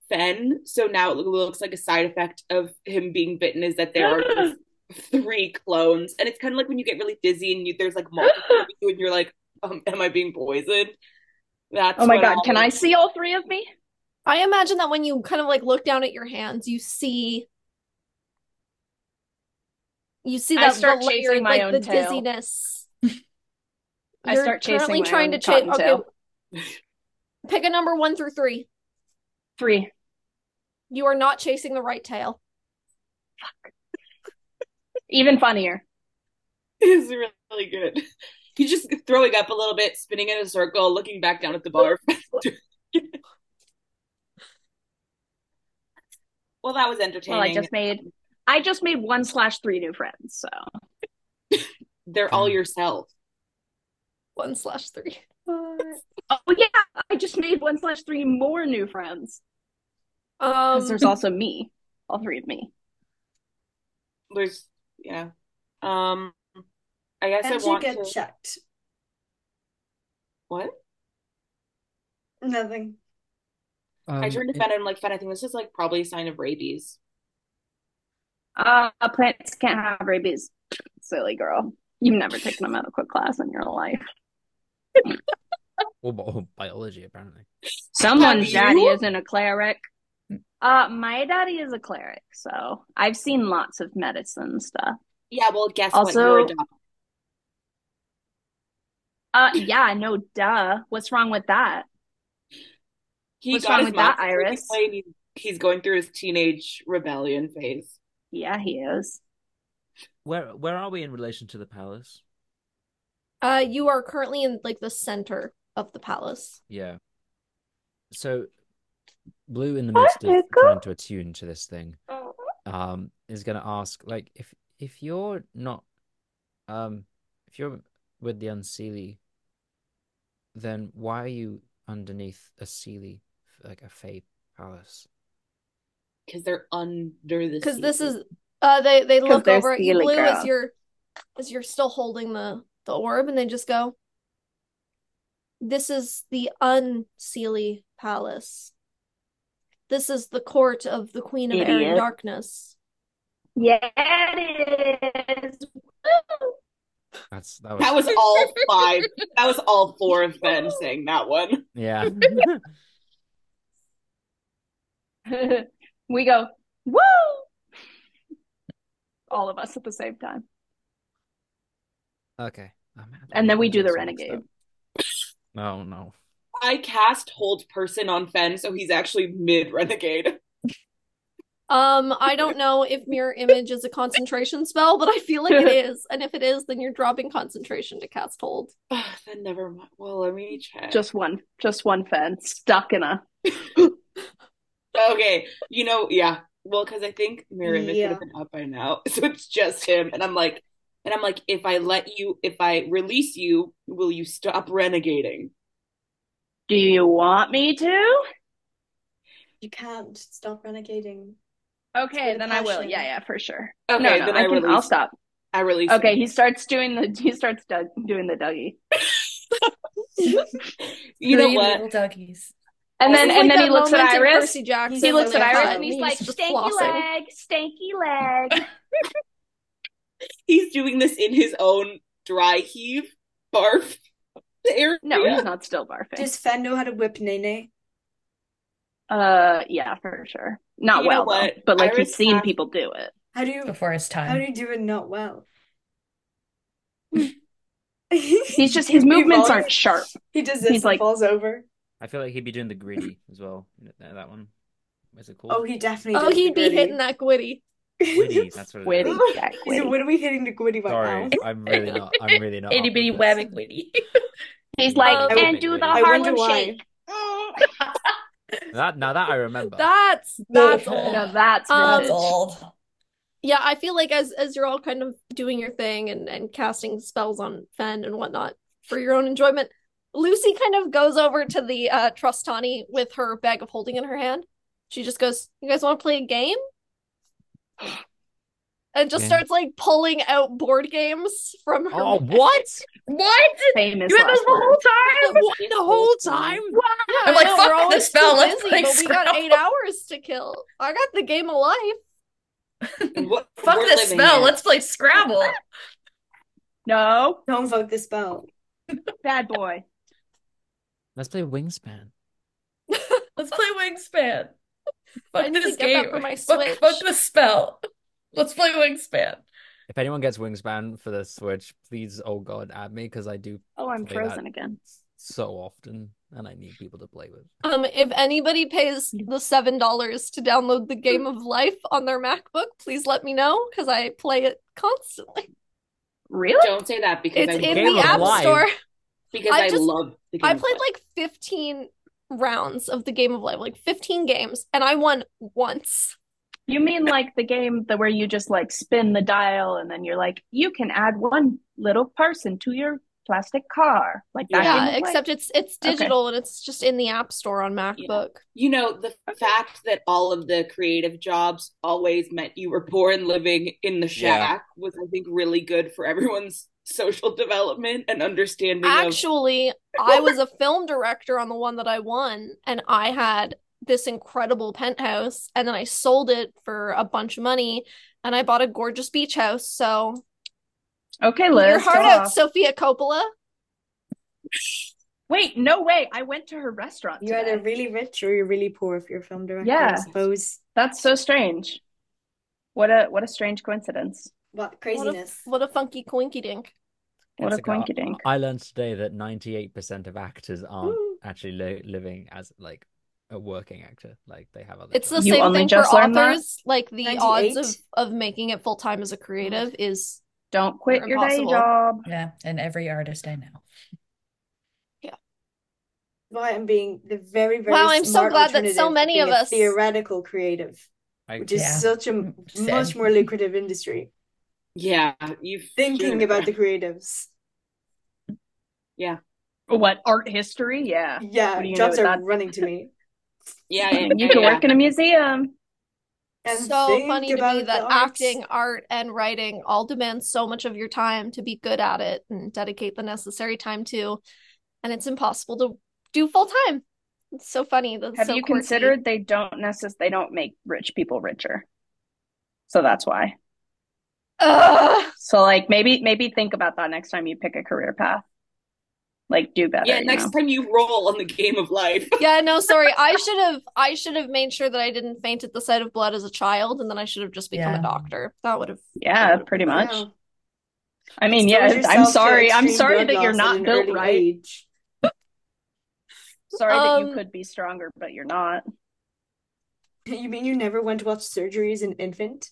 Speaker 2: Fen, so now it looks like a side effect of him being bitten is that there are just three clones, and it's kind of like when you get really dizzy and you there's like multiple of you, and you're like, um, am I being poisoned? That's
Speaker 6: Oh my
Speaker 2: what
Speaker 6: god, can
Speaker 2: I'll-
Speaker 6: I see all three of me?
Speaker 3: I imagine that when you kind of like look down at your hands, you see you see
Speaker 6: I
Speaker 3: that
Speaker 6: start
Speaker 3: the layer,
Speaker 6: chasing my
Speaker 3: like
Speaker 6: own
Speaker 3: the
Speaker 6: tail.
Speaker 3: dizziness.
Speaker 6: I
Speaker 3: You're
Speaker 6: start chasing
Speaker 3: currently
Speaker 6: my
Speaker 3: trying
Speaker 6: own
Speaker 3: to chase.
Speaker 6: cottontail.
Speaker 3: pick a number one through three.
Speaker 6: Three.
Speaker 3: You are not chasing the right tail.
Speaker 6: Even funnier.
Speaker 2: is really good. He's just throwing up a little bit, spinning in a circle, looking back down at the bar. well, that was entertaining.
Speaker 6: Well, I just made I just made one slash three new friends, so
Speaker 2: They're all yourself.
Speaker 3: One slash three.
Speaker 6: Oh yeah, I just made one slash three more new friends. Because
Speaker 3: Um,
Speaker 6: there's also me. All three of me.
Speaker 2: There's yeah. Um, I guess I
Speaker 1: And you
Speaker 2: want
Speaker 1: get
Speaker 2: to.
Speaker 1: checked.
Speaker 2: What?
Speaker 1: Nothing.
Speaker 2: I
Speaker 4: Um,
Speaker 2: turned to Fen and I'm like, Fen, I think this is like probably a sign of rabies.
Speaker 6: Uh, plants can't have rabies. Silly girl. You've never taken a medical class in your life.
Speaker 4: well, bi- biology apparently.
Speaker 2: Have
Speaker 6: Someone's daddy
Speaker 2: you?
Speaker 6: isn't a cleric. Uh, my daddy is a cleric, so I've seen lots of medicine stuff.
Speaker 2: Yeah, well, guess what? You're
Speaker 6: Also-
Speaker 2: adopted.
Speaker 6: Uh, yeah, no, duh. What's wrong with that?
Speaker 2: He
Speaker 6: What's
Speaker 2: got
Speaker 6: wrong
Speaker 2: his
Speaker 6: with that,
Speaker 2: monster
Speaker 6: Iris?
Speaker 2: plate, he- He's going through his teenage rebellion phase.
Speaker 6: Yeah, he is.
Speaker 4: Where where are we in relation to the palace?
Speaker 3: uh, you are currently in like the center of the palace.
Speaker 4: Yeah. So, Blue, in the midst of
Speaker 6: Michael.
Speaker 4: trying to attune to this thing, um, is going to ask, like, if if you're not, um, if you're with the Unseelie, then why are you underneath a Seelie, like a Fae palace?
Speaker 2: Because they're under the
Speaker 3: Because
Speaker 2: sea.
Speaker 3: this is uh they they
Speaker 6: 'Cause
Speaker 3: look
Speaker 6: they're
Speaker 3: over at you
Speaker 6: steely
Speaker 3: blue as
Speaker 6: girl.
Speaker 3: you're as you're still holding the the orb and they just go This is the unseelie palace. This is the court of the Queen of Air
Speaker 6: Idiot.
Speaker 3: and Darkness.
Speaker 6: Yeah, it is. Woo!
Speaker 4: That's that was
Speaker 2: That was all five. That was all four of Ben saying that one.
Speaker 4: yeah.
Speaker 6: we go, woo! All of us at the same time.
Speaker 4: Okay. Oh, man, I
Speaker 6: And then
Speaker 4: got
Speaker 6: we
Speaker 4: my
Speaker 6: do the
Speaker 4: jokes all mixed
Speaker 6: renegade.
Speaker 4: up. Oh no.
Speaker 2: I cast hold person on Fen, so he's actually mid renegade.
Speaker 3: Um, I don't know if mirror image is a concentration spell, but I feel like it is. And if it is, then you're dropping concentration to cast hold.
Speaker 2: Ugh, then never mind. Well, let me check.
Speaker 6: Just one, just one fan stuck in a.
Speaker 2: okay. You know, yeah. Well, because I think Miriam should
Speaker 1: Yeah.
Speaker 2: have been up by now, so it's just him. And I'm like, And I'm like, if I let you, if I release you, will you stop renegading?
Speaker 6: Do you want me to?
Speaker 1: You can't stop renegading.
Speaker 6: Okay,
Speaker 1: With
Speaker 6: then I will.
Speaker 1: passion.
Speaker 6: Yeah, yeah, for sure.
Speaker 2: Okay,
Speaker 6: No, no,
Speaker 2: then
Speaker 6: I
Speaker 2: I,
Speaker 6: can.
Speaker 2: release.
Speaker 6: I'll stop.
Speaker 2: I release.
Speaker 6: Okay,
Speaker 2: him.
Speaker 6: he starts doing the he starts Doug, doing the Dougie,
Speaker 2: you know
Speaker 5: Three
Speaker 2: what?
Speaker 5: little Dougies.
Speaker 6: and
Speaker 3: This
Speaker 6: then
Speaker 3: is like
Speaker 6: and then he
Speaker 3: that
Speaker 6: looks at
Speaker 3: moment in
Speaker 6: Iris.
Speaker 3: Percy Jackson
Speaker 6: He looks
Speaker 3: when
Speaker 6: at
Speaker 3: they're
Speaker 6: Iris
Speaker 3: cut
Speaker 6: and he's like,
Speaker 3: loose, just
Speaker 6: "Stanky
Speaker 3: flossing.
Speaker 6: leg, stanky leg."
Speaker 2: He's doing this in his own dry heave barf. area.
Speaker 6: No, he's not still barfing.
Speaker 1: Does Fen know how to whip Nene?
Speaker 6: uh, yeah, for sure. Not
Speaker 2: You know
Speaker 6: well though,
Speaker 2: what?
Speaker 6: but like
Speaker 2: Iris
Speaker 6: he's seen
Speaker 2: has-
Speaker 6: people do it.
Speaker 1: How do you
Speaker 5: Before his
Speaker 1: how do
Speaker 5: time.
Speaker 1: you do it not well?
Speaker 6: He's just
Speaker 1: He
Speaker 6: his movements
Speaker 1: falls-
Speaker 6: aren't sharp.
Speaker 1: He does this
Speaker 6: He's
Speaker 1: and
Speaker 6: like-
Speaker 1: falls over.
Speaker 4: I feel like he'd be doing the gritty as well. You know, That, that one. What's it called?
Speaker 1: Oh, he definitely
Speaker 3: Oh,
Speaker 1: does the
Speaker 3: he'd be
Speaker 1: gritty.
Speaker 3: hitting that gwitty.
Speaker 4: Witty. That's what it
Speaker 6: Witty,
Speaker 4: is.
Speaker 6: yeah,
Speaker 1: He's like,
Speaker 6: witty.
Speaker 1: what are we hitting the gritty right
Speaker 4: Sorry,
Speaker 1: now?
Speaker 4: I'm really not. I'm really not. up
Speaker 5: Itty
Speaker 4: with
Speaker 5: bitty
Speaker 4: this.
Speaker 5: wabbit witty.
Speaker 6: He's like,
Speaker 3: Um,
Speaker 6: and do the
Speaker 4: I
Speaker 1: wonder
Speaker 6: Harlem
Speaker 1: why.
Speaker 6: Shake. Mm.
Speaker 4: That now that I remember.
Speaker 3: That's that's
Speaker 5: Yeah.
Speaker 3: old.
Speaker 6: No, that's
Speaker 3: Um,
Speaker 5: That's
Speaker 6: vintage.
Speaker 5: old.
Speaker 3: Yeah, I feel like as as you're all kind of doing your thing and and casting spells on Fen and whatnot for your own enjoyment, Lucy kind of goes over to the uh Trustani with her bag of holding in her hand. She just goes, "You guys want to play a game?" And just
Speaker 4: Yeah.
Speaker 3: starts like pulling out board games from her.
Speaker 4: Oh, what?
Speaker 5: What?
Speaker 6: Famous
Speaker 5: You had those
Speaker 6: last
Speaker 5: the whole
Speaker 6: words.
Speaker 5: time?
Speaker 4: What
Speaker 2: This
Speaker 4: the
Speaker 2: whole
Speaker 4: whole
Speaker 2: time?
Speaker 4: time?
Speaker 3: Yeah,
Speaker 5: I'm
Speaker 3: I
Speaker 5: like,
Speaker 3: know,
Speaker 5: "Fuck
Speaker 3: we're
Speaker 5: this
Speaker 3: always
Speaker 5: spell,
Speaker 3: too
Speaker 5: let's
Speaker 3: busy,
Speaker 5: play
Speaker 3: but we got
Speaker 5: Scrabble."
Speaker 3: eight hours to kill. I got the game alive.
Speaker 2: And What,
Speaker 5: Fuck
Speaker 2: we're
Speaker 5: this
Speaker 2: living
Speaker 5: spell.
Speaker 2: in.
Speaker 5: Let's play Scrabble.
Speaker 6: No,
Speaker 1: Don't fuck the spell.
Speaker 6: bad boy.
Speaker 4: Let's play Wingspan.
Speaker 5: Let's play Wingspan.
Speaker 3: I
Speaker 5: Fuck
Speaker 3: need to
Speaker 5: this
Speaker 3: get that
Speaker 5: game.
Speaker 3: for my
Speaker 5: Fuck,
Speaker 3: Switch.
Speaker 5: fuck this spell. Let's play Wingspan.
Speaker 4: If anyone gets Wingspan for the Switch, please, oh God, add me because I do
Speaker 6: Oh, I'm
Speaker 4: play that.
Speaker 6: frozen again.
Speaker 4: so often, and I need people to play with.
Speaker 3: Um, if anybody pays the seven dollars to download the Game of Life on their MacBook, please let me know because I play it constantly.
Speaker 6: Really?
Speaker 2: Don't say that because
Speaker 3: It's
Speaker 2: I
Speaker 3: in
Speaker 4: Game
Speaker 3: the
Speaker 4: of
Speaker 3: App
Speaker 4: Life?
Speaker 3: Store.
Speaker 2: because
Speaker 3: I
Speaker 2: I
Speaker 3: just-
Speaker 2: love the game
Speaker 3: I
Speaker 2: of
Speaker 3: played
Speaker 2: life.
Speaker 3: like 15 rounds of the Game of Life, like 15 games, and I won once.
Speaker 6: You mean like the game that where you just like spin the dial and then you're like, you can add one little person to your plastic car, like that
Speaker 2: Yeah,
Speaker 6: game
Speaker 3: Yeah,
Speaker 6: of life?
Speaker 3: except it's it's
Speaker 6: Okay.
Speaker 3: digital and it's just in the App Store on MacBook.
Speaker 2: You know, the fact that all of the creative jobs always meant you were born living in the
Speaker 4: Yeah.
Speaker 2: shack was, I think, really good for everyone's social development and understanding of.
Speaker 3: Actually, I was a film director on the one that I won, and I had this incredible penthouse, and then I sold it for a bunch of money, and I bought a gorgeous beach house. So
Speaker 6: Okay,
Speaker 3: eat
Speaker 6: Liz.
Speaker 3: your heart
Speaker 6: go
Speaker 3: out,
Speaker 6: off.
Speaker 3: Sophia Coppola.
Speaker 6: Wait, no way. I went to her restaurant
Speaker 1: You're either
Speaker 6: today.
Speaker 1: really rich or you're really poor if you're a film director, I
Speaker 6: Yeah.
Speaker 1: suppose.
Speaker 6: That's so strange. What a what a strange coincidence.
Speaker 1: What
Speaker 3: What a,
Speaker 1: craziness.
Speaker 3: what a funky coinky dink.
Speaker 6: What a
Speaker 4: It's like, uh,
Speaker 6: coinky dink.
Speaker 4: I learned today that 98% of actors aren't
Speaker 1: Ooh.
Speaker 4: actually li- living as like a working actor. Like they have other
Speaker 3: It's the
Speaker 4: jobs.
Speaker 6: You
Speaker 3: same
Speaker 6: only
Speaker 3: thing for
Speaker 6: just learned that?
Speaker 3: authors. Like the
Speaker 1: 98?
Speaker 3: odds of of making it full time as a creative is
Speaker 6: Don't quit your day
Speaker 3: impossible.
Speaker 6: job.
Speaker 5: Yeah, and every artist I know.
Speaker 1: Why I'm being the very, very
Speaker 3: Wow, I'm so
Speaker 1: smart
Speaker 3: glad that
Speaker 1: alternative
Speaker 3: so
Speaker 1: of
Speaker 3: many
Speaker 1: being
Speaker 3: of
Speaker 1: a
Speaker 3: us-
Speaker 1: theoretical creative,
Speaker 4: I-
Speaker 1: which is
Speaker 5: Yeah.
Speaker 1: such a
Speaker 5: Same.
Speaker 1: much more lucrative industry.
Speaker 2: Yeah, you've
Speaker 1: Thinking
Speaker 2: sure.
Speaker 1: about the creatives.
Speaker 6: What, art history? Yeah.
Speaker 1: Yeah,
Speaker 6: What do you
Speaker 1: jobs
Speaker 6: know
Speaker 1: are
Speaker 6: about that?
Speaker 1: running to me.
Speaker 2: Yeah, yeah,
Speaker 6: You
Speaker 2: yeah,
Speaker 6: can
Speaker 2: yeah.
Speaker 6: work in a museum.
Speaker 1: And
Speaker 3: so
Speaker 1: think
Speaker 3: funny to me
Speaker 1: about the
Speaker 3: that
Speaker 1: arts.
Speaker 3: acting, art, and writing all demand so much of your time to be good at it and dedicate the necessary time to, and it's impossible to do full time. It's so funny. That's
Speaker 6: Have
Speaker 3: so
Speaker 6: you
Speaker 3: quirky.
Speaker 6: considered they don't necess they don't make rich people richer? So that's why.
Speaker 3: Ugh.
Speaker 6: So like maybe maybe think about that next time you pick a career path. Like do better,
Speaker 2: Yeah,
Speaker 6: you
Speaker 2: next
Speaker 6: know?
Speaker 2: time you roll on the game of life.
Speaker 3: Yeah, no, sorry. I should have I should have made sure that I didn't faint at the sight of blood as a child, and then I should have just become a
Speaker 5: Yeah.
Speaker 3: doctor. That would have
Speaker 6: Yeah, pretty much.
Speaker 1: Wow.
Speaker 6: I mean,
Speaker 1: Expose
Speaker 6: yeah, I'm
Speaker 1: yourself to
Speaker 6: sorry. I'm
Speaker 1: extreme
Speaker 6: sorry
Speaker 1: blood
Speaker 6: that
Speaker 1: loss
Speaker 6: you're
Speaker 1: at
Speaker 6: not
Speaker 1: an
Speaker 6: built
Speaker 1: early
Speaker 6: right.
Speaker 1: age.
Speaker 6: Sorry that you
Speaker 3: Um,
Speaker 6: could be stronger, but you're not.
Speaker 1: You mean you never went to watch surgery as an infant?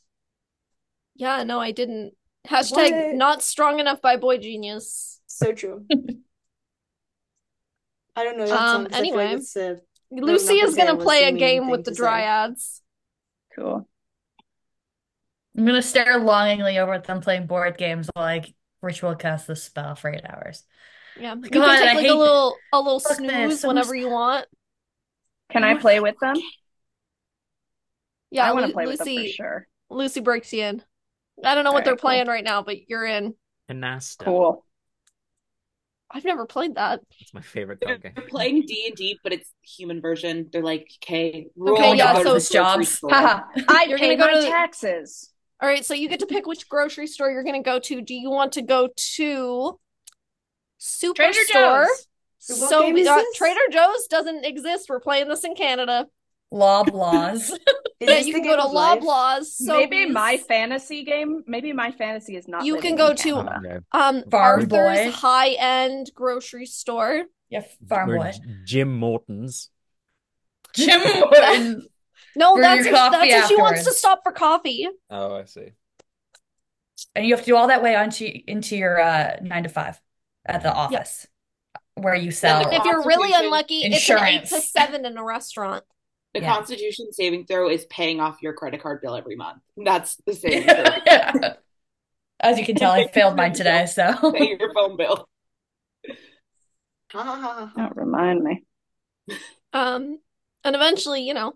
Speaker 3: Yeah, no, I didn't. Hashtag
Speaker 1: What?
Speaker 3: not strong enough by boy genius.
Speaker 1: So true. I don't know that
Speaker 3: Um,
Speaker 1: song 'cause I feel like
Speaker 3: anyway.
Speaker 1: it's a uh,
Speaker 3: Lucy
Speaker 1: not gonna
Speaker 3: is
Speaker 1: say
Speaker 3: gonna
Speaker 1: what's
Speaker 3: play
Speaker 1: the
Speaker 3: a
Speaker 1: mean
Speaker 3: game
Speaker 1: thing
Speaker 3: with the
Speaker 1: to say.
Speaker 3: dryads.
Speaker 6: Cool.
Speaker 5: I'm gonna stare longingly over at them playing board games while I ritual cast this spell for eight hours.
Speaker 3: Yeah. You
Speaker 5: God,
Speaker 3: can take
Speaker 5: I
Speaker 3: like
Speaker 5: hate
Speaker 3: a little a little
Speaker 5: Fuck
Speaker 3: snooze
Speaker 5: this, I'm
Speaker 3: whenever you want.
Speaker 6: Can I play with them?
Speaker 3: Yeah,
Speaker 6: I want to
Speaker 3: Lu-
Speaker 6: play with them for
Speaker 3: Lucy
Speaker 6: sure.
Speaker 3: Lucy breaks you in. I don't know what
Speaker 6: Alright,
Speaker 3: they're
Speaker 6: cool.
Speaker 3: playing right now, but you're in.
Speaker 4: Canasta.
Speaker 6: Cool.
Speaker 3: I've never played that.
Speaker 4: It's my favorite
Speaker 2: They're
Speaker 4: card game.
Speaker 2: they're playing D and D, but it's human version. They're like, okay, we're
Speaker 3: Okay,
Speaker 2: all
Speaker 3: yeah,
Speaker 2: gonna go
Speaker 3: so-
Speaker 2: to the grocery
Speaker 5: Jobs.
Speaker 2: store.
Speaker 5: Haha.
Speaker 6: I
Speaker 3: You're
Speaker 6: pay
Speaker 3: gonna go
Speaker 6: my
Speaker 3: to-
Speaker 6: taxes.
Speaker 3: All right, so you get to pick which grocery store you're going to go to. Do you want to go to
Speaker 5: Trader
Speaker 3: Superstore?
Speaker 5: Joe's,
Speaker 1: What
Speaker 3: So
Speaker 1: game
Speaker 3: we
Speaker 1: is
Speaker 3: got
Speaker 1: this?
Speaker 3: Trader Joe's doesn't exist. We're playing this in Canada.
Speaker 5: Loblaws.
Speaker 1: Is
Speaker 3: Yeah,
Speaker 1: this
Speaker 3: you
Speaker 1: the
Speaker 3: can go
Speaker 1: game
Speaker 3: to
Speaker 1: of life?
Speaker 3: Loblaws.
Speaker 6: maybe
Speaker 3: Sobeys.
Speaker 6: my fantasy game. Maybe my fantasy is not.
Speaker 3: You
Speaker 6: living
Speaker 3: can go
Speaker 6: in
Speaker 3: to-
Speaker 6: Canada.
Speaker 4: Okay.
Speaker 3: um
Speaker 5: Farm
Speaker 3: Arthur's
Speaker 5: Boy.
Speaker 3: high-end grocery store.
Speaker 5: Yeah, farm
Speaker 4: We're
Speaker 5: boy.
Speaker 4: Jim Morton's.
Speaker 5: Jim Morton.
Speaker 3: No,
Speaker 5: For
Speaker 3: that's
Speaker 5: your
Speaker 3: if-
Speaker 5: coffee
Speaker 3: that's if she wants to
Speaker 5: afterwards.
Speaker 3: stop for coffee.
Speaker 4: Oh, I see.
Speaker 5: And you have to do all that way onto into your uh, nine to five at the
Speaker 4: Yeah.
Speaker 5: office where you
Speaker 2: And
Speaker 5: sell
Speaker 2: the
Speaker 3: And if you're really
Speaker 2: Prostitution.
Speaker 3: unlucky, it's an eight to
Speaker 5: Insurance.
Speaker 3: seven in a restaurant.
Speaker 2: The
Speaker 5: Yeah.
Speaker 2: Constitution saving throw is paying off your credit card bill every month. That's the saving throw.
Speaker 5: Yeah. As you can tell, I failed mine today, so
Speaker 2: Pay your phone bill. Ha, ha, ha, ha.
Speaker 6: Don't remind me.
Speaker 3: Um, and eventually, you know,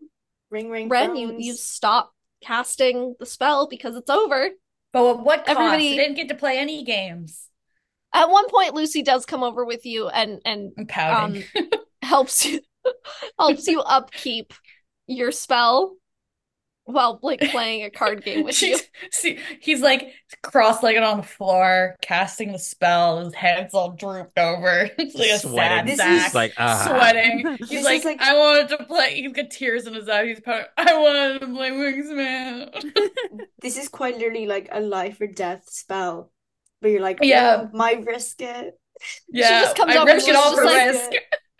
Speaker 1: Ring ring
Speaker 3: Ren, you you
Speaker 1: phones.
Speaker 3: stop casting the spell because it's over.
Speaker 5: but at what cost?
Speaker 3: Everybody-
Speaker 5: I didn't get to play any games.
Speaker 3: At one point, Lucy does come over with you and and
Speaker 5: I'm
Speaker 3: um
Speaker 5: pouting.
Speaker 3: helps you helps you upkeep your spell while like playing a card game with you.
Speaker 5: She's, see, he's like cross-legged on the floor, casting the spell, his head's all drooped over. It's like a sad
Speaker 4: Sweating.
Speaker 1: This
Speaker 5: sack.
Speaker 1: is-
Speaker 4: Like, ah.
Speaker 5: sweating.
Speaker 1: This
Speaker 5: He's
Speaker 1: is
Speaker 5: like,
Speaker 1: like-
Speaker 5: I wanted to play. He's got tears in his eyes. He's pouting. I wanted to play Wingsman.
Speaker 1: This is quite literally like a life or death spell. But you're like,
Speaker 5: Yeah.
Speaker 1: "No, my risk it.
Speaker 5: Yeah,
Speaker 3: just comes
Speaker 5: I
Speaker 3: over and
Speaker 5: risk it
Speaker 3: she's
Speaker 5: all
Speaker 3: just
Speaker 5: for
Speaker 3: like-
Speaker 5: risk.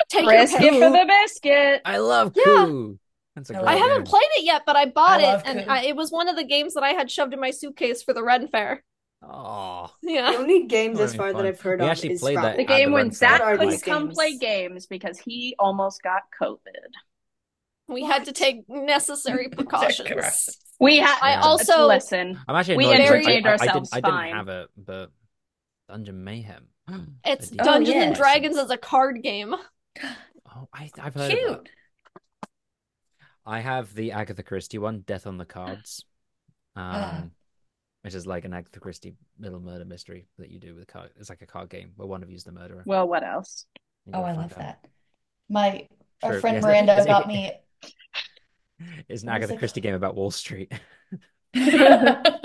Speaker 3: Take your
Speaker 6: Risk
Speaker 3: pick.
Speaker 6: it for the biscuit.
Speaker 4: I love
Speaker 3: Yeah.
Speaker 4: Coup. That's a
Speaker 5: I
Speaker 4: great
Speaker 5: love
Speaker 3: I haven't
Speaker 4: game.
Speaker 3: played it yet, but I bought
Speaker 5: I love
Speaker 3: it, and
Speaker 5: Coup.
Speaker 3: I, it was one of the games that I had shoved in my suitcase for the Ren Fair.
Speaker 4: Oh,
Speaker 1: The
Speaker 3: Yeah.
Speaker 1: only game this
Speaker 4: That'd be
Speaker 1: far
Speaker 4: fun.
Speaker 1: that I've heard
Speaker 4: We
Speaker 1: of
Speaker 4: actually
Speaker 1: is
Speaker 4: played that
Speaker 1: Scrabble.
Speaker 6: The
Speaker 4: at
Speaker 6: game
Speaker 4: the
Speaker 6: when
Speaker 4: Ren
Speaker 6: Zach
Speaker 1: Fair.
Speaker 6: couldn't
Speaker 1: Like-
Speaker 6: come
Speaker 1: games.
Speaker 6: play games because he almost got COVID.
Speaker 3: We had to take necessary precautions.
Speaker 6: We had
Speaker 3: I
Speaker 4: Yeah.
Speaker 3: also
Speaker 6: listen.
Speaker 4: I'm actually
Speaker 6: We
Speaker 4: annoyed. because
Speaker 3: entertained
Speaker 4: I, I, I
Speaker 6: ourselves
Speaker 4: didn't, I didn't
Speaker 6: fine.
Speaker 4: have it, but Dungeon Mayhem. I
Speaker 3: it's
Speaker 4: did.
Speaker 5: Oh,
Speaker 3: Dungeons and
Speaker 5: yeah.
Speaker 3: Dragons as a card game.
Speaker 4: Oh, I, I've heard of that.
Speaker 5: Cute.
Speaker 4: I have the Agatha Christie one, Death on the Cards,
Speaker 5: Ah.
Speaker 4: um, which is like an Agatha Christie little murder mystery that you do with card. It's like a card game where one of you's the murderer.
Speaker 6: Well, what else?
Speaker 4: You
Speaker 5: Oh,
Speaker 4: gotta
Speaker 5: I
Speaker 4: find
Speaker 5: love
Speaker 4: out.
Speaker 5: that. My our
Speaker 4: True.
Speaker 5: friend
Speaker 4: Yes,
Speaker 5: Miranda
Speaker 4: yes,
Speaker 5: got
Speaker 4: it-
Speaker 5: me.
Speaker 4: It's an
Speaker 5: What is
Speaker 4: Agatha
Speaker 5: it
Speaker 4: Christie game about Wall Street.
Speaker 5: she got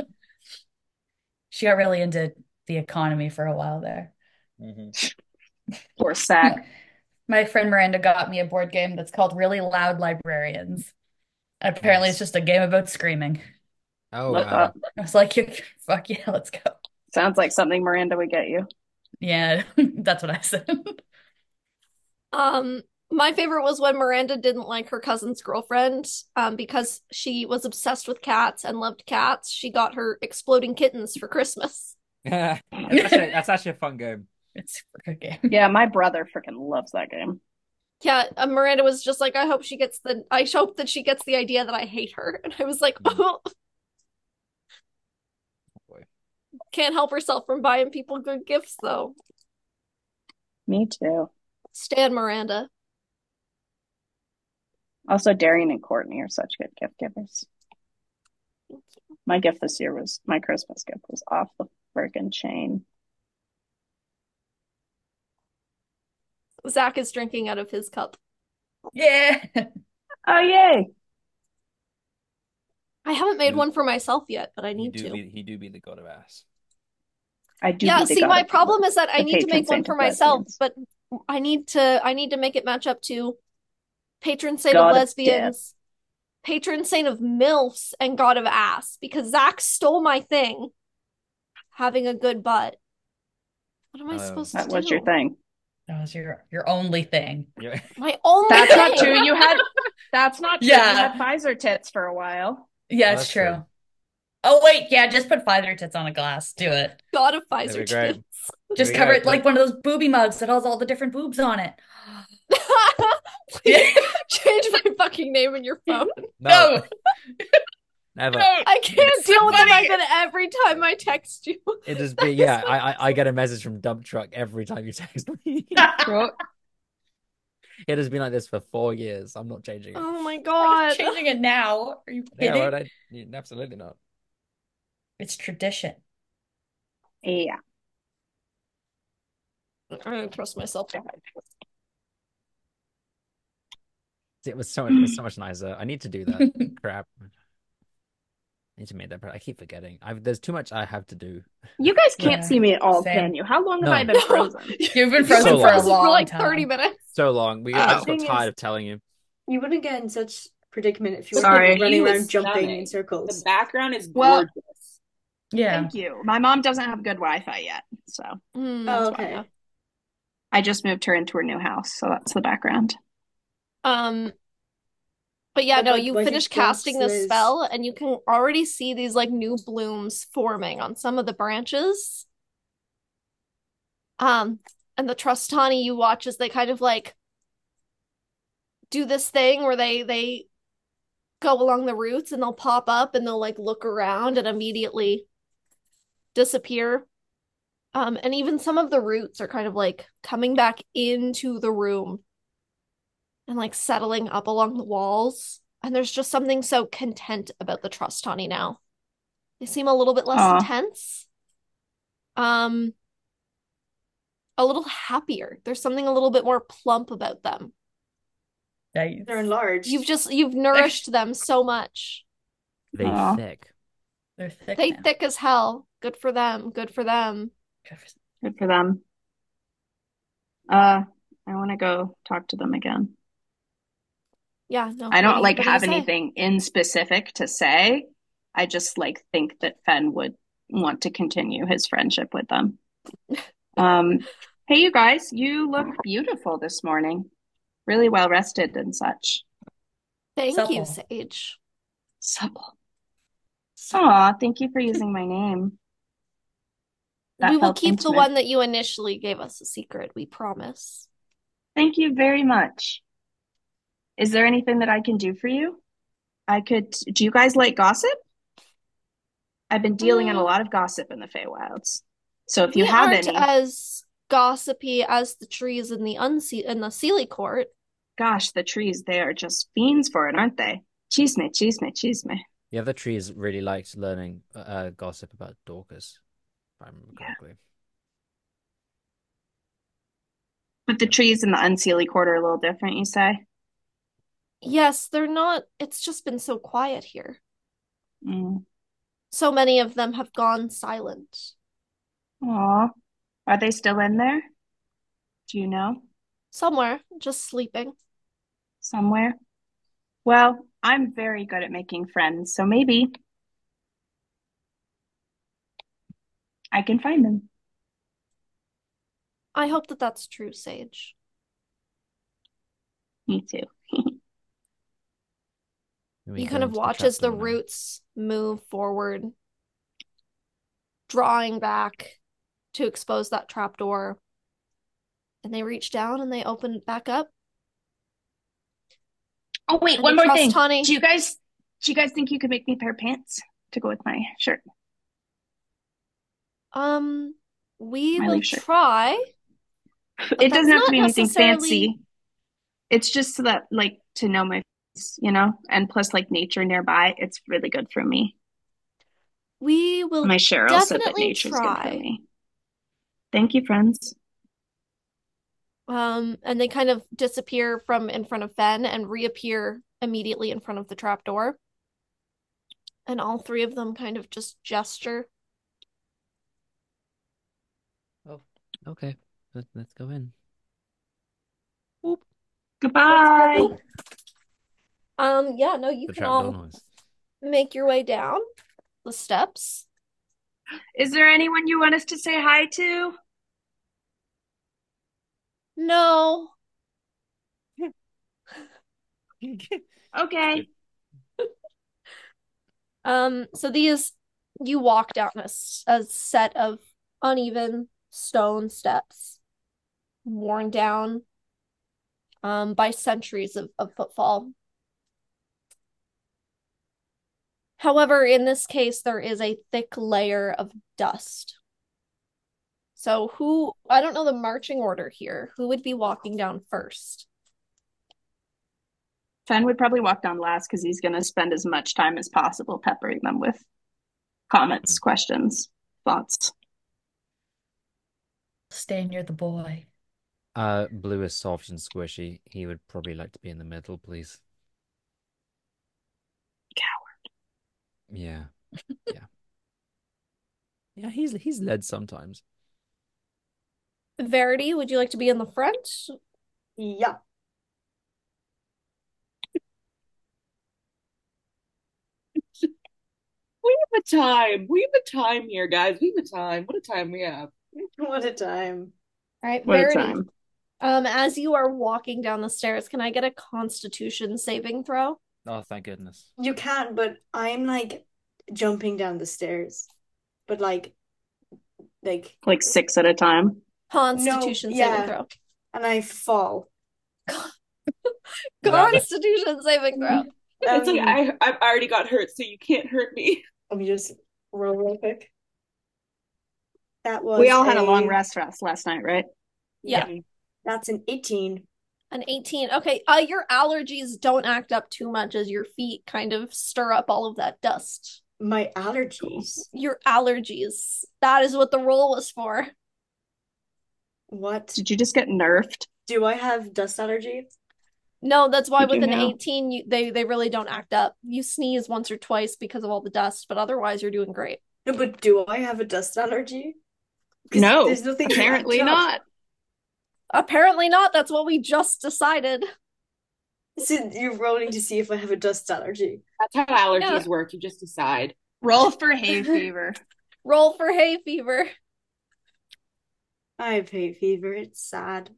Speaker 5: really into the economy for a while there.
Speaker 6: Poor Zach.
Speaker 5: My friend Miranda got me a board game that's called Really Loud Librarians. And apparently, it's
Speaker 4: Nice.
Speaker 5: just a game about screaming.
Speaker 4: Oh,
Speaker 6: Look
Speaker 4: wow.
Speaker 6: up.
Speaker 5: I was like, "Yeah, fuck yeah, let's go.
Speaker 6: Sounds like something Miranda would get you.
Speaker 5: Yeah, that's what I said.
Speaker 3: Um, my favorite was when Miranda didn't like her cousin's girlfriend, um, because she was obsessed with cats and loved cats. She got her exploding kittens for Christmas.
Speaker 4: that's, actually, that's actually a fun game.
Speaker 5: It's a good game.
Speaker 6: Yeah, my brother freaking loves that game.
Speaker 3: Yeah, uh, Miranda was just like, I hope she gets the, I hope that she gets the idea that I hate her. And I was like, oh,
Speaker 4: boy.
Speaker 3: can't help herself from buying people good gifts though.
Speaker 6: Me too.
Speaker 3: Stan Miranda.
Speaker 6: Also, Darian and Courtney are such good gift givers. My gift this year was my Christmas gift was off the freaking chain.
Speaker 3: Zach is drinking out of his cup.
Speaker 5: Yeah.
Speaker 6: Oh yay!
Speaker 3: I haven't made
Speaker 4: You-
Speaker 3: one for myself yet, but I
Speaker 4: You
Speaker 3: need
Speaker 4: do
Speaker 3: to.
Speaker 4: be, he do be the god of ass.
Speaker 6: I do.
Speaker 3: Yeah,
Speaker 6: need to
Speaker 3: see,
Speaker 6: go
Speaker 3: my
Speaker 6: to-
Speaker 3: problem is that I
Speaker 6: the
Speaker 3: need to
Speaker 6: patron
Speaker 3: make one
Speaker 6: saint
Speaker 3: for
Speaker 6: of
Speaker 3: myself,
Speaker 6: lesbians.
Speaker 3: but I need to I need to make it match up to patron saint of
Speaker 6: God of
Speaker 3: lesbians, patron saint of MILFs, and god of ass because Zach stole my thing. Having a good butt. What am I
Speaker 4: Oh,
Speaker 3: supposed to
Speaker 6: That was your
Speaker 3: do?
Speaker 6: thing.
Speaker 5: That was your your only thing.
Speaker 4: Yeah.
Speaker 3: My only
Speaker 6: That's not
Speaker 3: thing.
Speaker 6: true. You had. That's not true. You
Speaker 5: Yeah.
Speaker 6: had Pfizer tits for a while.
Speaker 5: Yeah,
Speaker 4: Oh,
Speaker 5: it's
Speaker 4: that's true.
Speaker 5: true. Oh wait, yeah, just put Pfizer tits on a glass. Do it.
Speaker 3: God of
Speaker 4: That'd be
Speaker 3: Pfizer
Speaker 4: great.
Speaker 3: tits.
Speaker 5: Just
Speaker 4: we
Speaker 5: cover
Speaker 4: go.
Speaker 5: it like one of those booby mugs that has all the different boobs on it.
Speaker 4: Oh,
Speaker 3: Please change my fucking name in your phone.
Speaker 4: No, Never.
Speaker 3: I can't
Speaker 4: It's
Speaker 3: deal with the
Speaker 5: funny.
Speaker 3: fact that every time I text you,
Speaker 4: It is be yeah. I, I I get a message from Dump Truck every time you text me.
Speaker 6: Bro,
Speaker 4: It has been like this for four years. I'm not changing it.
Speaker 3: oh my
Speaker 5: We're
Speaker 3: god.
Speaker 5: just changing it now. Are you
Speaker 4: Yeah,
Speaker 5: kidding?
Speaker 4: right, I, yeah, absolutely not.
Speaker 5: It's tradition.
Speaker 6: yeah.
Speaker 3: I don't trust myself.
Speaker 4: It was so it was so much nicer. I need to do that crap. I need to make that. But I keep forgetting. I've, there's too much I have to do.
Speaker 6: You guys can't
Speaker 5: Yeah.
Speaker 6: see me at all,
Speaker 5: Same.
Speaker 6: can you? How long have
Speaker 4: No.
Speaker 6: I been frozen?
Speaker 5: You've been frozen
Speaker 4: So
Speaker 5: for a
Speaker 4: long.
Speaker 5: long
Speaker 3: for like
Speaker 5: time.
Speaker 3: 30 minutes.
Speaker 4: So long. We
Speaker 1: Oh.
Speaker 4: I just got
Speaker 1: Thing is-
Speaker 4: tired of telling you.
Speaker 1: You wouldn't get in such predicament if you were
Speaker 6: Sorry.
Speaker 1: running
Speaker 2: You
Speaker 1: around jumping
Speaker 2: stunning.
Speaker 1: in
Speaker 2: The
Speaker 1: circles.
Speaker 2: background is
Speaker 3: Well-
Speaker 2: gorgeous.
Speaker 5: Yeah.
Speaker 6: Thank you. My mom doesn't have good Wi-Fi yet, so
Speaker 3: Mm,
Speaker 1: Oh,
Speaker 3: that's why,
Speaker 1: okay.
Speaker 3: yeah.
Speaker 6: I just moved her into her new house, so that's the background.
Speaker 3: Um, but yeah,
Speaker 1: But,
Speaker 3: no,
Speaker 1: like,
Speaker 3: you
Speaker 1: why did
Speaker 3: finish
Speaker 1: God
Speaker 3: casting the
Speaker 1: says-
Speaker 3: spell, and you can already see these like new blooms forming on some of the branches. Um, and the Trustani you watch as they kind of like do this thing where they they go along the roots and they'll pop up and they'll like look around and immediately disappear. Um, and even some of the roots are kind of like coming back into the room and like settling up along the walls. And there's just something so content about the Trustani now. They seem a little bit less
Speaker 6: Aw.
Speaker 3: intense. Um, a little happier. There's something a little bit more plump about them.
Speaker 5: Nice.
Speaker 1: They're enlarged.
Speaker 3: You've just you've nourished them so much.
Speaker 4: They
Speaker 6: Aw.
Speaker 4: thick.
Speaker 5: They're thick
Speaker 3: They
Speaker 5: now.
Speaker 3: thick as hell. Good for them. Good for them.
Speaker 5: Good for-
Speaker 6: Good for them. Uh, I want to go talk to them again.
Speaker 3: Yeah, no.
Speaker 6: I
Speaker 3: what
Speaker 6: don't
Speaker 3: do-
Speaker 6: like
Speaker 3: what do you
Speaker 6: have
Speaker 3: say?
Speaker 6: anything in specific to say. I just like think that Fen would want to continue his friendship with them. Um, hey you guys, you look beautiful this morning. Really well rested and such.
Speaker 3: Thank you,
Speaker 5: Supple.
Speaker 3: Sage.
Speaker 6: Supple. Aw, thank you for using my name. That
Speaker 3: We will
Speaker 6: felt
Speaker 3: keep the
Speaker 6: intimate.
Speaker 3: one that you initially gave us a secret, we promise.
Speaker 6: Thank you very much. Is there anything that I can do for you? I could. Do you guys like gossip? I've been dealing in a
Speaker 3: Mm.
Speaker 6: lot of gossip in the Feywilds. So if you
Speaker 3: We
Speaker 6: have
Speaker 3: aren't uh,
Speaker 6: any,
Speaker 3: as gossipy as the trees in the unse in the Sealy Court.
Speaker 6: gosh, the trees, they are just fiends for it, aren't they? Chisme, chisme, chisme.
Speaker 4: The other trees really liked learning uh, gossip about Dorcas, if I remember
Speaker 6: Yeah.
Speaker 4: correctly.
Speaker 6: But the trees in the Unseelie Court are a little different, you say?
Speaker 3: Yes, they're not. It's just been so quiet here.
Speaker 6: Mm.
Speaker 3: So many of them have gone silent.
Speaker 6: Aw. Are they still in there? Do you know?
Speaker 3: Somewhere, just sleeping.
Speaker 6: Somewhere? Well, I'm very good at making friends, so maybe I can find them.
Speaker 3: I hope that that's true, Sage.
Speaker 6: Me too.
Speaker 4: Then we
Speaker 3: You
Speaker 4: go
Speaker 3: kind of
Speaker 4: into the
Speaker 3: watch
Speaker 4: trap
Speaker 3: as the
Speaker 4: door now.
Speaker 3: roots move forward, drawing back to expose that trapdoor. And they reach down and they open it back up.
Speaker 6: Oh wait,
Speaker 3: And
Speaker 6: one
Speaker 3: the
Speaker 6: more thing.
Speaker 3: Trustani-
Speaker 6: Do you guys do you guys think you could make me a pair of pants to go with my shirt?
Speaker 3: Um, we
Speaker 6: My
Speaker 3: will
Speaker 6: leaf shirt.
Speaker 3: try.
Speaker 6: It doesn't
Speaker 3: that's
Speaker 6: have to
Speaker 3: not
Speaker 6: be anything
Speaker 3: necessarily-
Speaker 6: fancy. It's just so that like to know my face, you know? And plus like nature nearby, it's really good for me.
Speaker 3: We will
Speaker 6: My Cheryl said that
Speaker 3: definitely
Speaker 6: nature's good for
Speaker 3: try.
Speaker 6: me. Thank you, friends.
Speaker 3: Um, and they kind of disappear from in front of Fen and reappear immediately in front of the trapdoor. And all three of them kind of just gesture.
Speaker 4: Okay, let, let's go in.
Speaker 6: Goodbye.
Speaker 3: Um, yeah, no, you
Speaker 4: The
Speaker 3: can
Speaker 4: trap door
Speaker 3: all
Speaker 4: noise.
Speaker 3: make your way down the steps.
Speaker 6: Is there anyone you want us to say hi to?
Speaker 3: No,
Speaker 6: Okay.
Speaker 3: Um, so these you walk down a, s- a set of uneven stone steps, worn down um by centuries of, of footfall. However, in this case, there is a thick layer of dust. So, who, I don't know the marching order here. Who would be walking down first?
Speaker 6: Fen would probably walk down last because he's going to spend as much time as possible peppering them with comments, questions, thoughts.
Speaker 5: Stay near the boy.
Speaker 4: Uh, Blue is soft and squishy. He would probably like to be in the middle, please. Coward. Yeah. Yeah. Yeah, he's he's led sometimes.
Speaker 3: Verity, would you like to be in the front?
Speaker 1: Yeah.
Speaker 2: We have a time. We have a time here, guys. We have a time. What a time we have.
Speaker 1: What a time.
Speaker 3: All right,
Speaker 6: What a
Speaker 3: Verity.
Speaker 6: time.
Speaker 3: Um, as you are walking down the stairs, can I get a constitution saving throw?
Speaker 4: Oh, thank goodness.
Speaker 1: You can, but I'm like jumping down the stairs. But like like
Speaker 6: Like six at a time.
Speaker 3: Constitution
Speaker 1: yeah.
Speaker 3: saving throw.
Speaker 1: and I fall.
Speaker 4: Wow.
Speaker 3: Constitution saving throw.
Speaker 6: Oh,
Speaker 2: It's like
Speaker 1: Um,
Speaker 2: I I've already got hurt, so you can't hurt me.
Speaker 1: Let me just roll real quick. That was
Speaker 6: We all had a long
Speaker 1: a-
Speaker 6: rest rest last night, right?
Speaker 3: Yeah.
Speaker 1: That's an 18.
Speaker 3: An 18. Okay. Uh, your allergies don't act up too much as your feet kind of stir up all of that dust.
Speaker 1: My allergies.
Speaker 3: Your allergies. That is what the roll was for.
Speaker 1: What?
Speaker 6: Did you just get nerfed?
Speaker 1: Do I have dust allergy?
Speaker 3: No, that's why
Speaker 6: Did
Speaker 3: with
Speaker 6: you
Speaker 3: an
Speaker 6: know?
Speaker 3: 18, you, they, they really don't act up. You sneeze once or twice because of all the dust, but otherwise you're doing great.
Speaker 1: No, but do I have a dust allergy? 'Cause
Speaker 6: No,
Speaker 1: there's nothing to
Speaker 6: Apparently
Speaker 1: match up.
Speaker 6: not.
Speaker 3: Apparently not. That's what we just decided.
Speaker 1: So you're rolling to see if I have a dust allergy.
Speaker 2: That's how allergies
Speaker 3: Yeah.
Speaker 2: work. You just decide.
Speaker 6: Roll for hay fever.
Speaker 3: Roll for hay fever.
Speaker 1: I have hay fever. It's sad.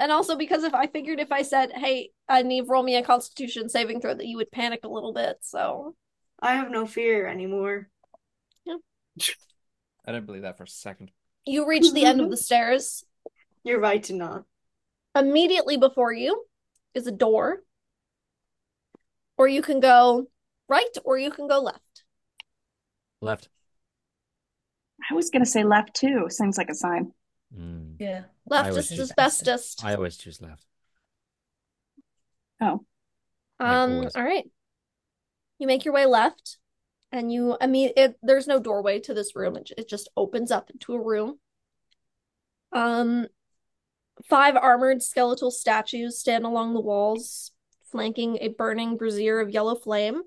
Speaker 3: And also because if I figured if I said, hey, I need roll me a constitution saving throw that you would panic a little bit. So
Speaker 1: I have no fear anymore.
Speaker 4: I don't believe that for a second.
Speaker 3: you reach the end of the stairs.
Speaker 1: You're right to not.
Speaker 3: Immediately before you is a door. Or you can go right or you can go left.
Speaker 4: Left.
Speaker 6: I was gonna say left too. Seems like a sign.
Speaker 4: Mm.
Speaker 5: Yeah.
Speaker 3: Left
Speaker 4: would
Speaker 3: is
Speaker 4: choose
Speaker 3: asbestos.
Speaker 4: I always choose left.
Speaker 6: Oh,
Speaker 4: Like
Speaker 3: Um,
Speaker 4: always.
Speaker 3: all right. You make your way left, and you, I mean, it, there's no doorway to this room. It, j- it just opens up into a room. Um, five armored skeletal statues stand along the walls, flanking a burning brazier of yellow flame,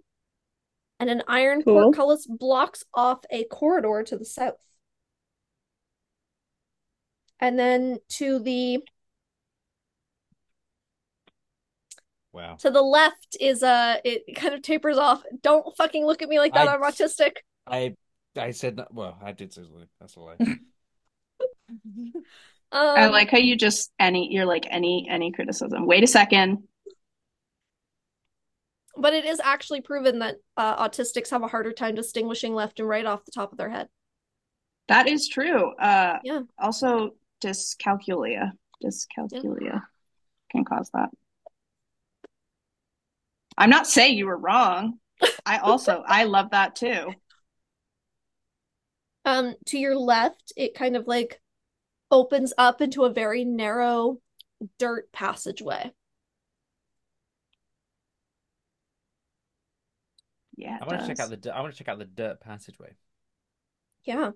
Speaker 3: and an iron
Speaker 6: Cool.
Speaker 3: portcullis blocks off a corridor to the south. And then to the
Speaker 4: Wow.
Speaker 3: to the left is uh it kind of tapers off. Don't fucking look at me like that.
Speaker 4: I-
Speaker 3: I'm autistic.
Speaker 4: I I said that. Well, I did say something. That's all I.
Speaker 3: Um,
Speaker 6: I like how you just any you're like any any criticism. Wait a second.
Speaker 3: but it is actually proven that uh, autistics have a harder time distinguishing left and right off the top of their head.
Speaker 6: That is true. Uh,
Speaker 3: Yeah.
Speaker 6: Also, dyscalculia. Dyscalculia can cause that. I'm not saying you were wrong. I also I love that too.
Speaker 3: Um, to your left, it kind of like opens up into a very narrow dirt passageway.
Speaker 6: Yeah. it
Speaker 4: I want to check
Speaker 6: does.
Speaker 4: out the. di- I want to check out the dirt passageway.
Speaker 3: Yeah.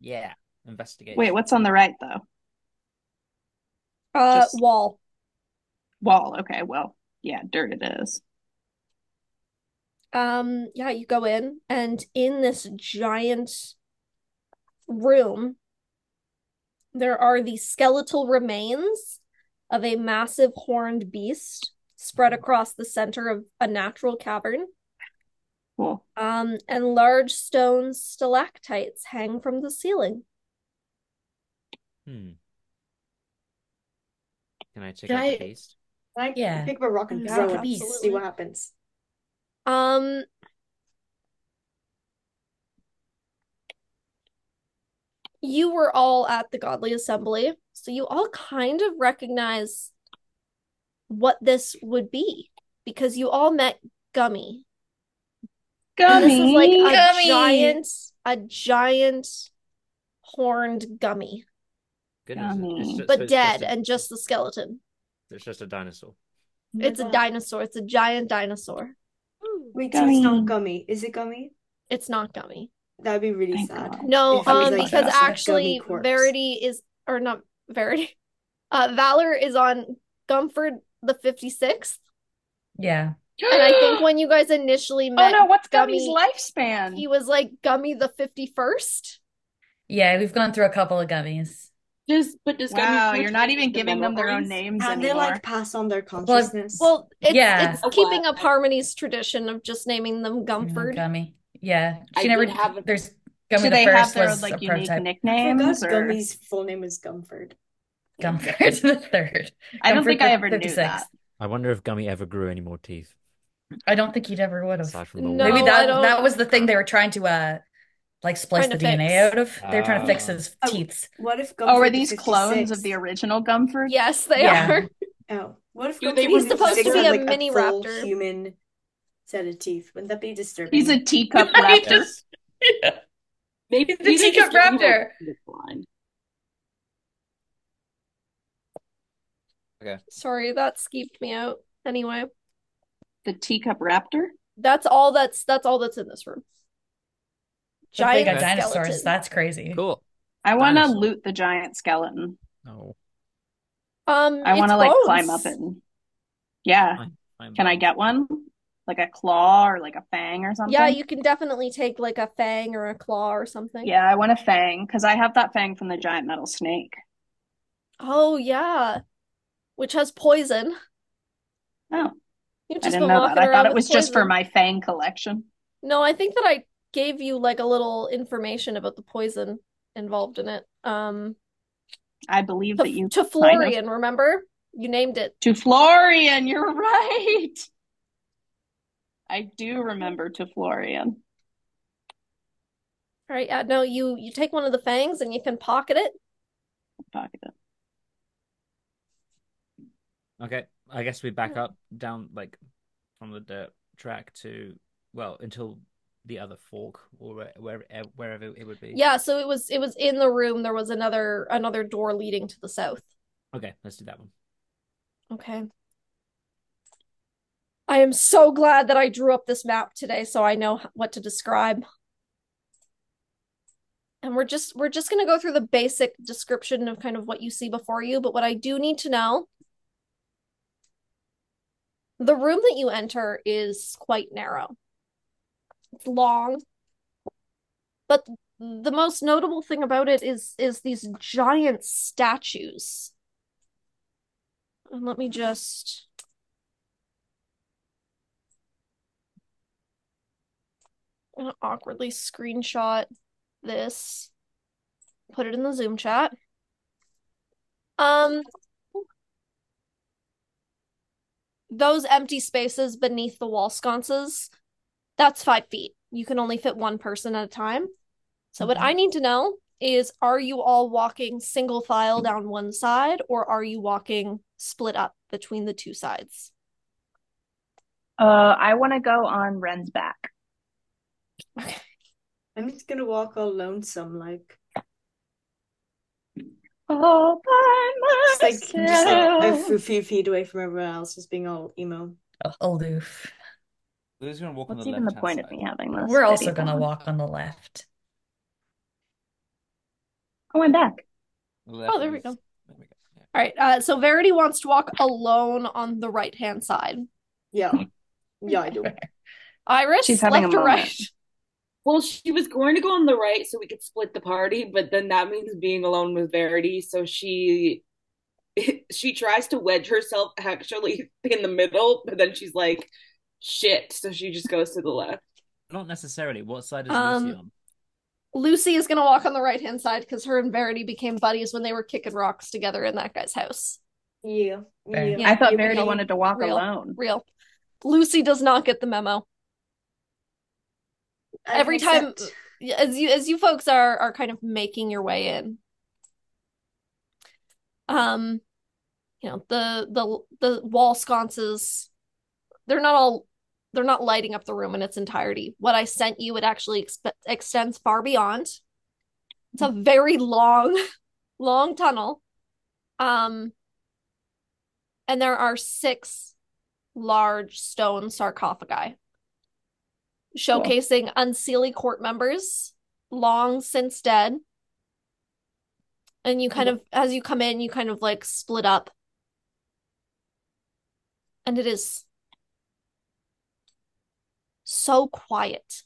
Speaker 4: Yeah, investigate.
Speaker 6: Wait, what's on the right though?
Speaker 3: Uh,
Speaker 6: Just-
Speaker 3: wall.
Speaker 6: Wall. Okay. Well, yeah, dirt it is.
Speaker 3: Um, yeah, you go in, and in this giant room, there are the skeletal remains of a massive horned beast spread across the center of a natural cavern.
Speaker 6: Cool.
Speaker 3: Um, and large stone stalactites hang from the ceiling.
Speaker 4: Hmm. Can I check
Speaker 5: Can
Speaker 4: out
Speaker 5: I-
Speaker 4: the beast?
Speaker 1: Can I
Speaker 5: Yeah.
Speaker 1: pick up a rock and
Speaker 3: Yeah,
Speaker 1: throw it? See
Speaker 3: absolutely.
Speaker 1: what happens.
Speaker 3: Um, you were all at the Godly Assembly, so you all kind of recognize what this would be because you all met Gummy. And this is like a
Speaker 6: Gummy.
Speaker 5: Gummy.
Speaker 3: giant, a giant horned gummy,
Speaker 4: Goodness, it's
Speaker 6: Yummy.
Speaker 4: just- so
Speaker 3: but
Speaker 4: it's just
Speaker 3: dead
Speaker 4: a-
Speaker 3: and just the skeleton.
Speaker 4: It's just a dinosaur.
Speaker 3: It's a dinosaur. It's a giant dinosaur.
Speaker 1: Wait, so it's
Speaker 6: Gummy.
Speaker 1: not gummy. Is it gummy?
Speaker 3: It's not gummy.
Speaker 1: That'd be really
Speaker 6: Thank
Speaker 1: sad.
Speaker 6: God.
Speaker 3: No,
Speaker 1: If it was
Speaker 3: um,
Speaker 1: like
Speaker 3: because
Speaker 1: just a gummy
Speaker 3: actually
Speaker 1: corpse.
Speaker 3: Verity is, or not Verity, uh, Valor is on Gumford the 56th.
Speaker 5: Yeah.
Speaker 3: And I think when you guys initially
Speaker 6: Oh
Speaker 3: met,
Speaker 6: no, what's Gummy's
Speaker 3: Gummy-
Speaker 6: lifespan?
Speaker 3: he was like Gummy the 51st.
Speaker 5: Yeah, we've gone through a couple of gummies.
Speaker 2: Does but does Gummy
Speaker 6: Wow,
Speaker 2: Bear
Speaker 6: you're not
Speaker 2: change
Speaker 6: even
Speaker 2: the
Speaker 6: giving them their
Speaker 2: memories?
Speaker 6: own names
Speaker 1: Can they
Speaker 6: anymore.
Speaker 1: like pass on their consciousness?
Speaker 3: Well, it's
Speaker 5: Yeah.
Speaker 3: it's
Speaker 2: A
Speaker 3: keeping
Speaker 2: what?
Speaker 3: up Harmony's tradition of just naming them
Speaker 5: Mm,
Speaker 3: Gumford.
Speaker 5: Gummy. Yeah.
Speaker 2: I
Speaker 5: She never
Speaker 2: did have a-
Speaker 5: there's
Speaker 6: Do
Speaker 5: Gummy the
Speaker 6: they have
Speaker 5: first
Speaker 6: their
Speaker 5: was
Speaker 6: like
Speaker 5: a
Speaker 6: unique
Speaker 5: prototype.
Speaker 1: I
Speaker 6: nicknames
Speaker 1: forgot
Speaker 6: or
Speaker 1: Gummy's full name is Gumford.
Speaker 5: Gumford the third.
Speaker 6: I don't
Speaker 5: Gumford
Speaker 6: think I
Speaker 5: the
Speaker 6: ever knew
Speaker 5: 56th.
Speaker 6: that.
Speaker 4: I wonder if Gummy ever grew any more teeth
Speaker 5: I don't think he'd ever would have.
Speaker 4: aside from the
Speaker 3: No,
Speaker 5: Maybe
Speaker 4: one.
Speaker 5: that
Speaker 3: don't-
Speaker 5: that was the thing they were trying to uh like splice
Speaker 3: Trying to
Speaker 5: the DNA
Speaker 3: fix.
Speaker 5: out of. They were trying to fix
Speaker 4: Ah.
Speaker 5: his
Speaker 1: Oh.
Speaker 5: teeth.
Speaker 1: What if
Speaker 6: Oh,
Speaker 1: Gumford the
Speaker 6: are these clones of the
Speaker 1: 56?
Speaker 6: original Gumford?
Speaker 3: Yes, they
Speaker 5: Yeah.
Speaker 3: are.
Speaker 1: Oh, what if
Speaker 2: Dude,
Speaker 1: Gumford
Speaker 2: they
Speaker 1: the
Speaker 2: were supposed to
Speaker 1: 56
Speaker 2: be
Speaker 1: had,
Speaker 2: a
Speaker 1: like
Speaker 3: mini
Speaker 1: full
Speaker 3: raptor.
Speaker 1: human set of teeth? Wouldn't that be disturbing?
Speaker 6: He's a teacup
Speaker 5: I
Speaker 6: raptor.
Speaker 5: just-
Speaker 4: Yes.
Speaker 5: Yeah.
Speaker 2: Maybe
Speaker 5: The
Speaker 2: these are just
Speaker 5: teacup
Speaker 2: evil
Speaker 5: raptor.
Speaker 2: kids line.
Speaker 3: Sorry, that skeeved me out. Anyway,
Speaker 6: The teacup raptor?
Speaker 3: that's all that's that's all that's in this room.
Speaker 5: But they
Speaker 3: Giant
Speaker 5: got dinosaurs.
Speaker 3: skeleton.
Speaker 5: That's crazy.
Speaker 4: Cool.
Speaker 6: I want to
Speaker 4: Dinosaur.
Speaker 6: loot the giant skeleton.
Speaker 4: No.
Speaker 3: Um,
Speaker 6: I
Speaker 3: it's
Speaker 6: want to like climb up
Speaker 3: bones.
Speaker 6: it. And... Yeah.
Speaker 4: I'm
Speaker 6: Can I
Speaker 4: bummed.
Speaker 6: get one? Like a claw or like a fang or something?
Speaker 3: Yeah, you can definitely take like a fang or a claw or something.
Speaker 6: Yeah, I want a fang because I have that fang from the giant metal snake.
Speaker 3: Oh yeah, which has poison.
Speaker 6: Oh,
Speaker 3: You've
Speaker 6: I
Speaker 3: just
Speaker 6: didn't
Speaker 3: been
Speaker 6: know
Speaker 3: walking
Speaker 6: that. I
Speaker 3: around
Speaker 6: thought it
Speaker 3: with
Speaker 6: was just for
Speaker 3: poison.
Speaker 6: my fang collection.
Speaker 3: No, I think that I gave you like a little information about the poison involved in it. Um,
Speaker 6: I believe that you.
Speaker 3: to Florian, remember? You named it.
Speaker 6: To Florian, you're right. I do remember to Florian.
Speaker 3: All right, yeah, no, you you take one of the fangs and you can pocket it.
Speaker 6: Pocket it.
Speaker 4: Okay, I guess we back up down like from the dirt track to well until the other fork or where, where eh, wherever it would be.
Speaker 3: Yeah, so it was it was in the room. There was another another door leading to the south.
Speaker 4: Okay, let's do that one.
Speaker 3: Okay. I am so glad that I drew up this map today so I know h- what to describe. And we're just we're just going to go through the basic description of kind of what you see before you, but what I do need to know the room that you enter is quite narrow. It's long. But the most notable thing about it is is these giant statues. And let me just I'm gonna awkwardly screenshot this, put it in the Zoom chat. Um, those empty spaces beneath the wall sconces, that's five feet. You can only fit one person at a time. So, what I need to know is are you all walking single file down one side or are you walking split up between the two sides?
Speaker 6: Uh, I want to go on Ren's back.
Speaker 1: I'm just gonna walk all lonesome, like
Speaker 6: All
Speaker 1: just
Speaker 6: by
Speaker 1: like just like
Speaker 6: myself.
Speaker 1: a f- few feet away from everyone else, just being all emo.
Speaker 5: Aloof.
Speaker 4: Who's gonna walk on
Speaker 6: What's
Speaker 4: the
Speaker 6: even the
Speaker 4: left-hand
Speaker 6: point of
Speaker 4: side?
Speaker 6: me having this?
Speaker 5: We're also
Speaker 6: video
Speaker 5: gonna
Speaker 6: on?
Speaker 5: walk on the left.
Speaker 6: Oh, I'm back.
Speaker 4: The left
Speaker 3: there we
Speaker 4: is-
Speaker 3: go.
Speaker 4: There we go. Yeah.
Speaker 3: All right, uh, so Verity wants to walk alone on the right hand side.
Speaker 1: Yeah, yeah, I do.
Speaker 3: Irish,
Speaker 6: She's having
Speaker 3: left
Speaker 6: a
Speaker 3: or
Speaker 6: moment.
Speaker 3: right?
Speaker 2: Well, she was going to go on the right so we could split the party, but then that means being alone with Verity. So she she tries to wedge herself actually in the middle, but then she's like, shit. So she just goes to the left.
Speaker 4: Not necessarily. What side is
Speaker 3: Um,
Speaker 4: Lucy on?
Speaker 3: Lucy is gonna walk on the right hand side because her and Verity became buddies when they were kicking rocks together in that guy's house.
Speaker 1: Yeah,
Speaker 5: Fair.
Speaker 1: yeah.
Speaker 6: I thought
Speaker 1: Yeah,
Speaker 6: Verity
Speaker 1: yeah.
Speaker 6: wanted to walk
Speaker 3: Real.
Speaker 6: alone.
Speaker 3: Real. Lucy does not get the memo.
Speaker 1: I
Speaker 3: every time-
Speaker 1: accept.
Speaker 3: As you as you folks are are kind of making your way in. Um, you know, the the the wall sconces, they're not all they're not lighting up the room in its entirety. What I sent you, it actually exp- extends far beyond. It's a very long, long tunnel. Um, and there are six large stone sarcophagi showcasing unseelie court members long since dead. And you kind of, as you come in, you kind of like split up. And it is so quiet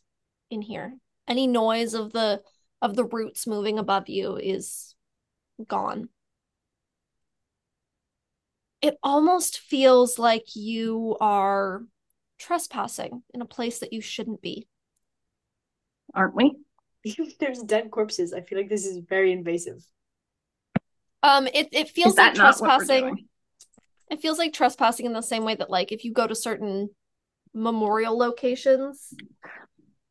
Speaker 3: in here. Any noise of the of the roots moving above you is gone. It almost feels like you are trespassing in a place that you shouldn't be.
Speaker 6: aren't we?
Speaker 1: There's dead corpses. I feel like this is very invasive.
Speaker 3: Um it it feels
Speaker 6: Is that
Speaker 3: like
Speaker 6: not what we're
Speaker 3: trespassing.
Speaker 6: doing?
Speaker 3: It feels like trespassing in the same way that, like, if you go to certain memorial locations,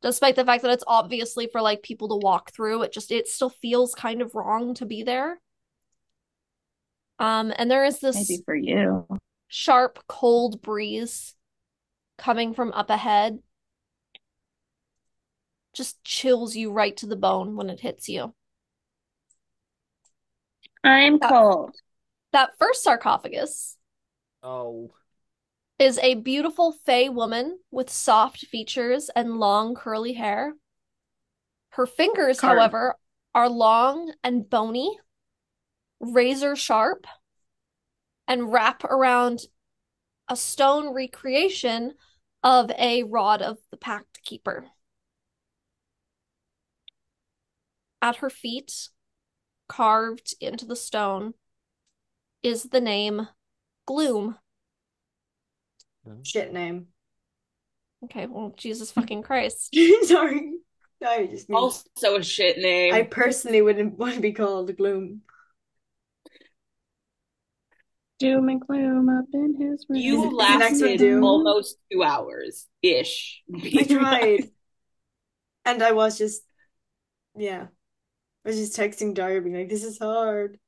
Speaker 3: despite the fact that it's obviously for like people to walk through, it just it still feels kind of wrong to be there. Um, and there is this
Speaker 6: Maybe for you.
Speaker 3: sharp, cold breeze coming from up ahead. Just chills you right to the bone when it hits you.
Speaker 6: I'm
Speaker 3: That-
Speaker 6: cold.
Speaker 3: That first sarcophagus
Speaker 4: Oh.
Speaker 3: is a beautiful fey woman with soft features and long curly hair. Her fingers,
Speaker 6: Carve.
Speaker 3: however, are long and bony, razor sharp, and wrap around a stone recreation of a rod of the Pact Keeper. At her feet, carved into the stone, is the name Gloom.
Speaker 1: Shit name.
Speaker 3: Okay, well, Jesus fucking Christ.
Speaker 1: Sorry. No, I just mean
Speaker 2: Also a shit name.
Speaker 1: Mm. I personally wouldn't want to be called Gloom.
Speaker 6: Doom and gloom up in his room.
Speaker 1: Is it-
Speaker 2: You
Speaker 1: is the next one
Speaker 2: lasted
Speaker 1: due?
Speaker 2: almost two hours ish.
Speaker 1: I tried. And I was just, yeah. I was just texting Dario being like, this is hard.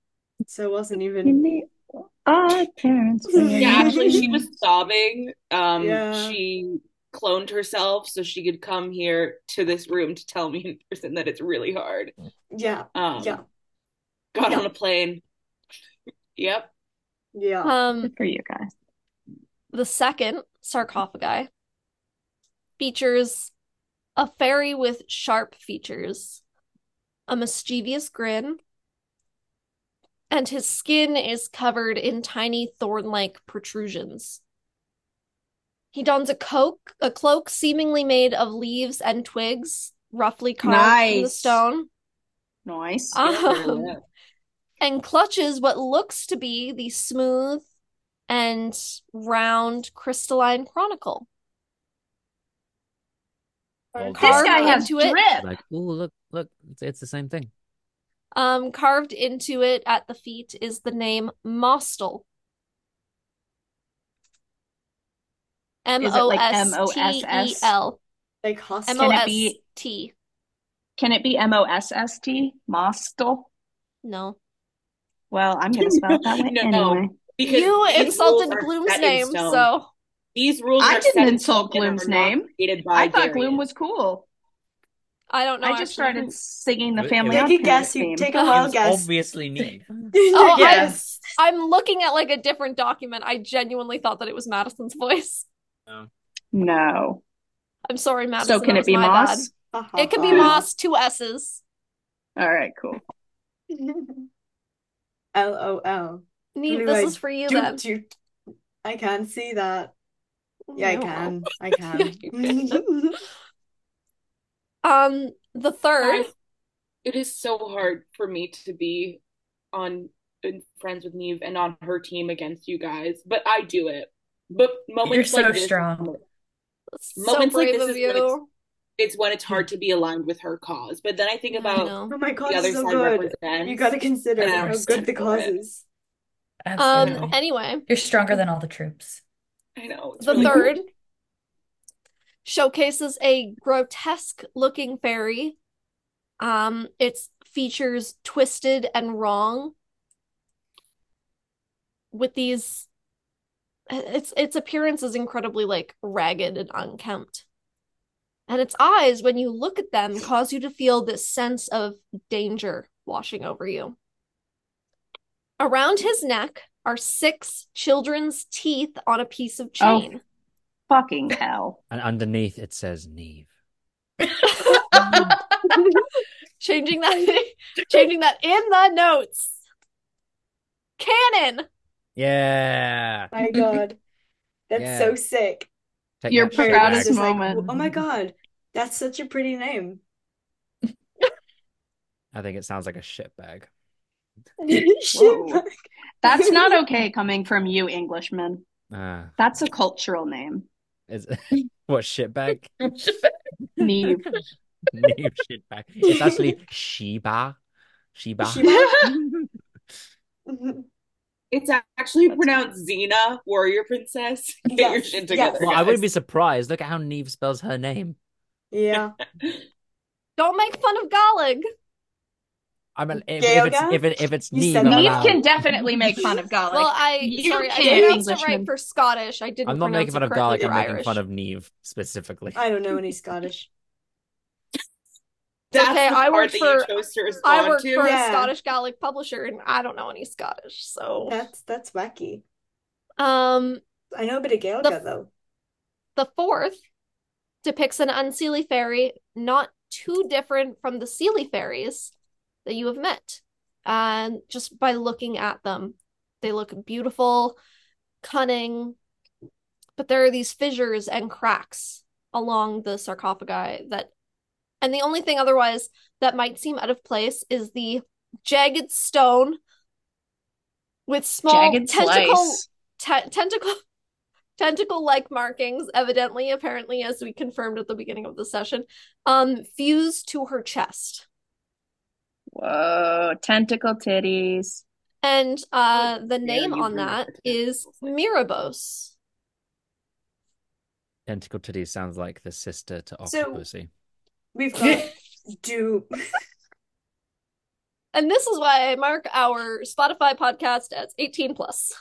Speaker 1: So I wasn't
Speaker 6: In
Speaker 3: Mm.
Speaker 1: even,
Speaker 6: the odd parents.
Speaker 2: Yeah, actually, she was sobbing. Um,
Speaker 1: Yeah.
Speaker 2: she cloned herself so she could come here to this room to tell me in person that it's really hard.
Speaker 1: yeah,
Speaker 2: Um,
Speaker 1: yeah,
Speaker 2: got
Speaker 1: Yeah.
Speaker 2: on a plane. Yep.
Speaker 1: yeah.
Speaker 3: Um,
Speaker 6: Good for you guys.
Speaker 3: The second sarcophagi features a fairy with sharp features, a mischievous grin, and his skin is covered in tiny thorn-like protrusions. He dons a coke, a cloak seemingly made of leaves and twigs, roughly carved from the
Speaker 6: Nice.
Speaker 3: stone,
Speaker 6: Nice.
Speaker 3: Um, and clutches what looks to be the smooth and round crystalline chronicle.
Speaker 4: Well,
Speaker 6: this
Speaker 3: Carved
Speaker 6: guy has
Speaker 3: into it.
Speaker 6: drip.
Speaker 4: Like, oh, look, look, it's, it's the same thing.
Speaker 3: Um, carved into it at the feet is the name Mostel. M
Speaker 6: Is it
Speaker 3: O
Speaker 6: like
Speaker 3: S T E L.
Speaker 1: Like hostile.
Speaker 3: M
Speaker 6: Can
Speaker 3: O
Speaker 6: it
Speaker 3: S
Speaker 6: be-
Speaker 3: T.
Speaker 6: Can it be M O S S T? Mostel?
Speaker 3: No.
Speaker 6: Well, I'm gonna spell it that way
Speaker 2: No.
Speaker 6: anyway.
Speaker 2: because
Speaker 3: You
Speaker 2: these
Speaker 3: insulted
Speaker 2: rules are
Speaker 3: Gloom's
Speaker 2: set in
Speaker 3: name,
Speaker 2: stone.
Speaker 3: so
Speaker 2: these rules
Speaker 6: I
Speaker 2: are
Speaker 6: didn't
Speaker 2: set in
Speaker 6: insult
Speaker 2: stone and
Speaker 6: Gloom's
Speaker 2: are not
Speaker 6: name.
Speaker 2: created by
Speaker 6: I thought Gloom
Speaker 2: Darius.
Speaker 6: was cool.
Speaker 3: I don't know.
Speaker 6: I just
Speaker 3: actually.
Speaker 6: started singing the
Speaker 4: It-
Speaker 6: family
Speaker 4: it-
Speaker 1: Take
Speaker 6: on
Speaker 1: a
Speaker 6: Parents
Speaker 1: guess. You
Speaker 6: theme.
Speaker 1: take
Speaker 3: It
Speaker 1: a
Speaker 4: It
Speaker 1: wild
Speaker 4: was
Speaker 1: guess.
Speaker 4: obviously Neve.
Speaker 3: Oh, I-
Speaker 1: Yes.
Speaker 3: I'm looking at like a different document. I genuinely thought that it was Madison's voice.
Speaker 6: No.
Speaker 3: I'm sorry, Madison.
Speaker 6: So
Speaker 3: that
Speaker 6: can it
Speaker 3: was
Speaker 6: be
Speaker 3: my bad.
Speaker 6: Moss?
Speaker 1: Ha, ha,
Speaker 3: It could be
Speaker 1: ha.
Speaker 3: Moss, two S's.
Speaker 6: All right, cool.
Speaker 1: LOL.
Speaker 3: Neve,
Speaker 1: Blue
Speaker 3: this
Speaker 1: eyed
Speaker 3: is for you
Speaker 1: Doot,
Speaker 3: then.
Speaker 1: doot. I can't see that. Yeah, I
Speaker 3: No.
Speaker 1: can. I
Speaker 3: Yeah,
Speaker 1: can.
Speaker 3: you can. Um, the third,
Speaker 2: Guys, it is so hard for me to be on and friends with Neve and on her team against you guys, but I do it. But
Speaker 5: You're
Speaker 2: moments
Speaker 5: so
Speaker 2: like this,
Speaker 5: strong.
Speaker 3: so
Speaker 2: moments like
Speaker 3: brave
Speaker 2: this
Speaker 3: of
Speaker 2: is when it's-
Speaker 3: you.
Speaker 2: it's when it's hard to be aligned with her cause. But then I think
Speaker 3: I
Speaker 2: about
Speaker 3: know.
Speaker 1: Oh my God,
Speaker 2: the other
Speaker 1: so
Speaker 2: side
Speaker 1: good.
Speaker 2: represents.
Speaker 1: You gotta consider
Speaker 2: and
Speaker 1: how
Speaker 2: I'm
Speaker 1: good the
Speaker 2: for
Speaker 1: cause
Speaker 2: it.
Speaker 1: is.
Speaker 5: Absolutely.
Speaker 3: Um, anyway,
Speaker 5: You're stronger than all the troops.
Speaker 2: I know it's
Speaker 3: the
Speaker 2: really
Speaker 3: third showcases a grotesque looking fairy. Um, its features twisted and wrong with these its its appearance is incredibly like ragged and unkempt. And its eyes, when you look at them, cause you to feel this sense of danger washing over you. Around his neck are six children's teeth on a piece of
Speaker 6: Oh.
Speaker 3: chain.
Speaker 6: Fucking hell.
Speaker 4: And underneath it says Neve.
Speaker 3: Changing that changing that in the notes. Cannon.
Speaker 4: Yeah.
Speaker 1: My God. That's
Speaker 4: Yeah.
Speaker 1: so sick.
Speaker 4: Take
Speaker 6: Your
Speaker 4: that shit
Speaker 1: Proud
Speaker 6: proudest
Speaker 1: is
Speaker 4: back.
Speaker 1: just like,
Speaker 6: moment.
Speaker 1: oh my God, that's such a pretty name.
Speaker 4: I think it sounds like a shit bag.
Speaker 1: Shit.
Speaker 6: That's not okay coming from you, Englishman.
Speaker 4: Ah,
Speaker 6: That's a cultural name.
Speaker 4: is what shit bag?
Speaker 6: Neve.
Speaker 4: Neve shit bag. It's actually Sheba. Sheba.
Speaker 1: Sheba.
Speaker 2: It's actually
Speaker 6: That's
Speaker 2: pronounced Xena, warrior princess. Get your
Speaker 1: Yes,
Speaker 2: shit
Speaker 1: yes.
Speaker 2: together,
Speaker 4: Well, I wouldn't be
Speaker 2: guys.
Speaker 4: surprised. Look at how Neve spells her name.
Speaker 1: Yeah.
Speaker 3: Don't make fun of Galag.
Speaker 4: I mean, if, if
Speaker 1: Gaoga?
Speaker 4: it's if it, if it's
Speaker 1: You
Speaker 4: Neve,
Speaker 1: said
Speaker 4: I'm
Speaker 1: Neve
Speaker 6: Neve
Speaker 4: allowed.
Speaker 6: can definitely make fun of Garlic.
Speaker 3: Well, I
Speaker 6: you
Speaker 3: sorry, I
Speaker 6: can't,
Speaker 3: pronounced it right
Speaker 6: Englishman.
Speaker 3: for Scottish. I didn't
Speaker 4: I'm not making
Speaker 3: pronounce
Speaker 4: fun
Speaker 3: it
Speaker 4: of
Speaker 3: correctly
Speaker 4: garlic. I'm
Speaker 3: for
Speaker 4: making
Speaker 3: Irish.
Speaker 4: fun of Neve specifically.
Speaker 1: I don't know any Scottish.
Speaker 2: That's
Speaker 3: okay,
Speaker 2: the
Speaker 3: I
Speaker 2: part
Speaker 3: work
Speaker 2: that
Speaker 3: for-
Speaker 2: you chose to respond
Speaker 3: I work
Speaker 2: to.
Speaker 3: for a
Speaker 1: Yeah.
Speaker 3: Scottish Gaelic publisher and I don't know any Scottish. So,
Speaker 1: That's that's wacky.
Speaker 3: um,
Speaker 1: I know a bit of Gaelic though.
Speaker 3: the fourth depicts an unseelie fairy not too different from the seelie fairies that you have met. And just by looking at them, they look beautiful, cunning, but there are these fissures and cracks along the sarcophagi that and the only thing otherwise that might seem out of place is the jagged stone with small
Speaker 6: Jagged
Speaker 3: tentacle
Speaker 6: slice.
Speaker 3: te- tentacle tentacle like markings evidently apparently as we confirmed at the beginning of the session um fused to her chest
Speaker 6: Whoa, tentacle titties.
Speaker 3: and uh
Speaker 6: Oh,
Speaker 3: the
Speaker 2: dare
Speaker 3: name
Speaker 2: you
Speaker 3: on
Speaker 2: bring up
Speaker 3: that
Speaker 2: the
Speaker 3: is
Speaker 2: tentacles like
Speaker 3: mirabos
Speaker 4: Tentacle titty sounds like the sister to
Speaker 1: So-
Speaker 4: Octopussy.
Speaker 1: We've got do
Speaker 3: and this is why i mark our spotify podcast as 18 plus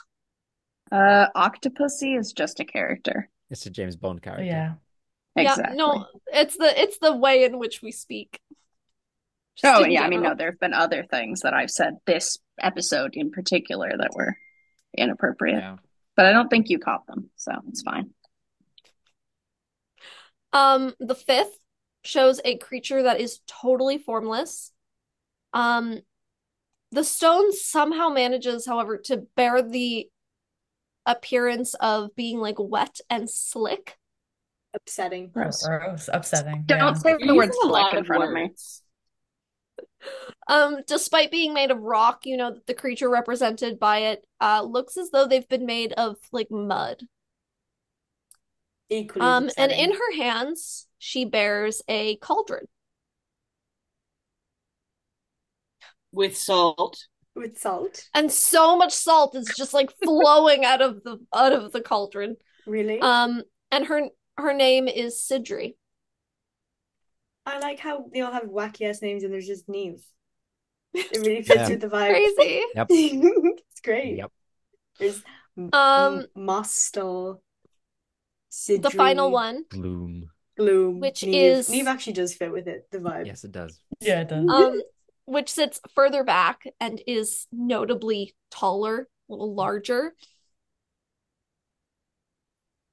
Speaker 6: Uh, Octopussy is just a character.
Speaker 4: It's a James Bond character.
Speaker 5: Yeah.
Speaker 6: Exactly.
Speaker 3: Yeah, no, it's the it's the way in which we speak. Just
Speaker 6: Oh,
Speaker 3: in
Speaker 6: yeah. I mean, no,
Speaker 3: general.
Speaker 6: there have been other things that I've said this episode in particular that were inappropriate,
Speaker 4: Yeah.
Speaker 6: but I don't think you caught them, so it's fine.
Speaker 3: Um, the fifth shows a creature that is totally formless. Um, the stone somehow manages, however, to bear the appearance of being like wet and slick.
Speaker 1: upsetting.
Speaker 6: Gross.
Speaker 5: Gross. Upsetting.
Speaker 6: Don't
Speaker 5: yeah.
Speaker 6: say
Speaker 2: You're
Speaker 6: the word
Speaker 2: using a
Speaker 6: slick
Speaker 2: lot
Speaker 6: in
Speaker 2: of
Speaker 6: front of me.
Speaker 2: words.
Speaker 3: Um, despite being made of rock, you know, the creature represented by it uh looks as though they've been made of like mud.
Speaker 1: Equally
Speaker 3: Um, and
Speaker 1: upsetting.
Speaker 3: in her hands, she bears a cauldron.
Speaker 2: With salt.
Speaker 1: with salt.
Speaker 3: and so much salt is just like flowing out of the out of the cauldron.
Speaker 1: Really?
Speaker 3: Um, and her her name is Sidri.
Speaker 1: I like how they all have wacky ass names and there's just Neve. It really fits
Speaker 4: Yeah.
Speaker 1: with the vibe.
Speaker 3: Crazy.
Speaker 1: It's great.
Speaker 4: Yep.
Speaker 1: There's Mm,
Speaker 3: Um,
Speaker 1: Mostel,
Speaker 3: the final
Speaker 1: Mm. Sidri,
Speaker 3: one.
Speaker 4: Bloom.
Speaker 1: Gloom,
Speaker 3: which
Speaker 1: Neve.
Speaker 3: is-
Speaker 1: Neve actually does fit with it, the vibe.
Speaker 4: Yes, it does.
Speaker 5: Yeah, it does.
Speaker 3: Um, which sits further back and is notably taller, a little larger.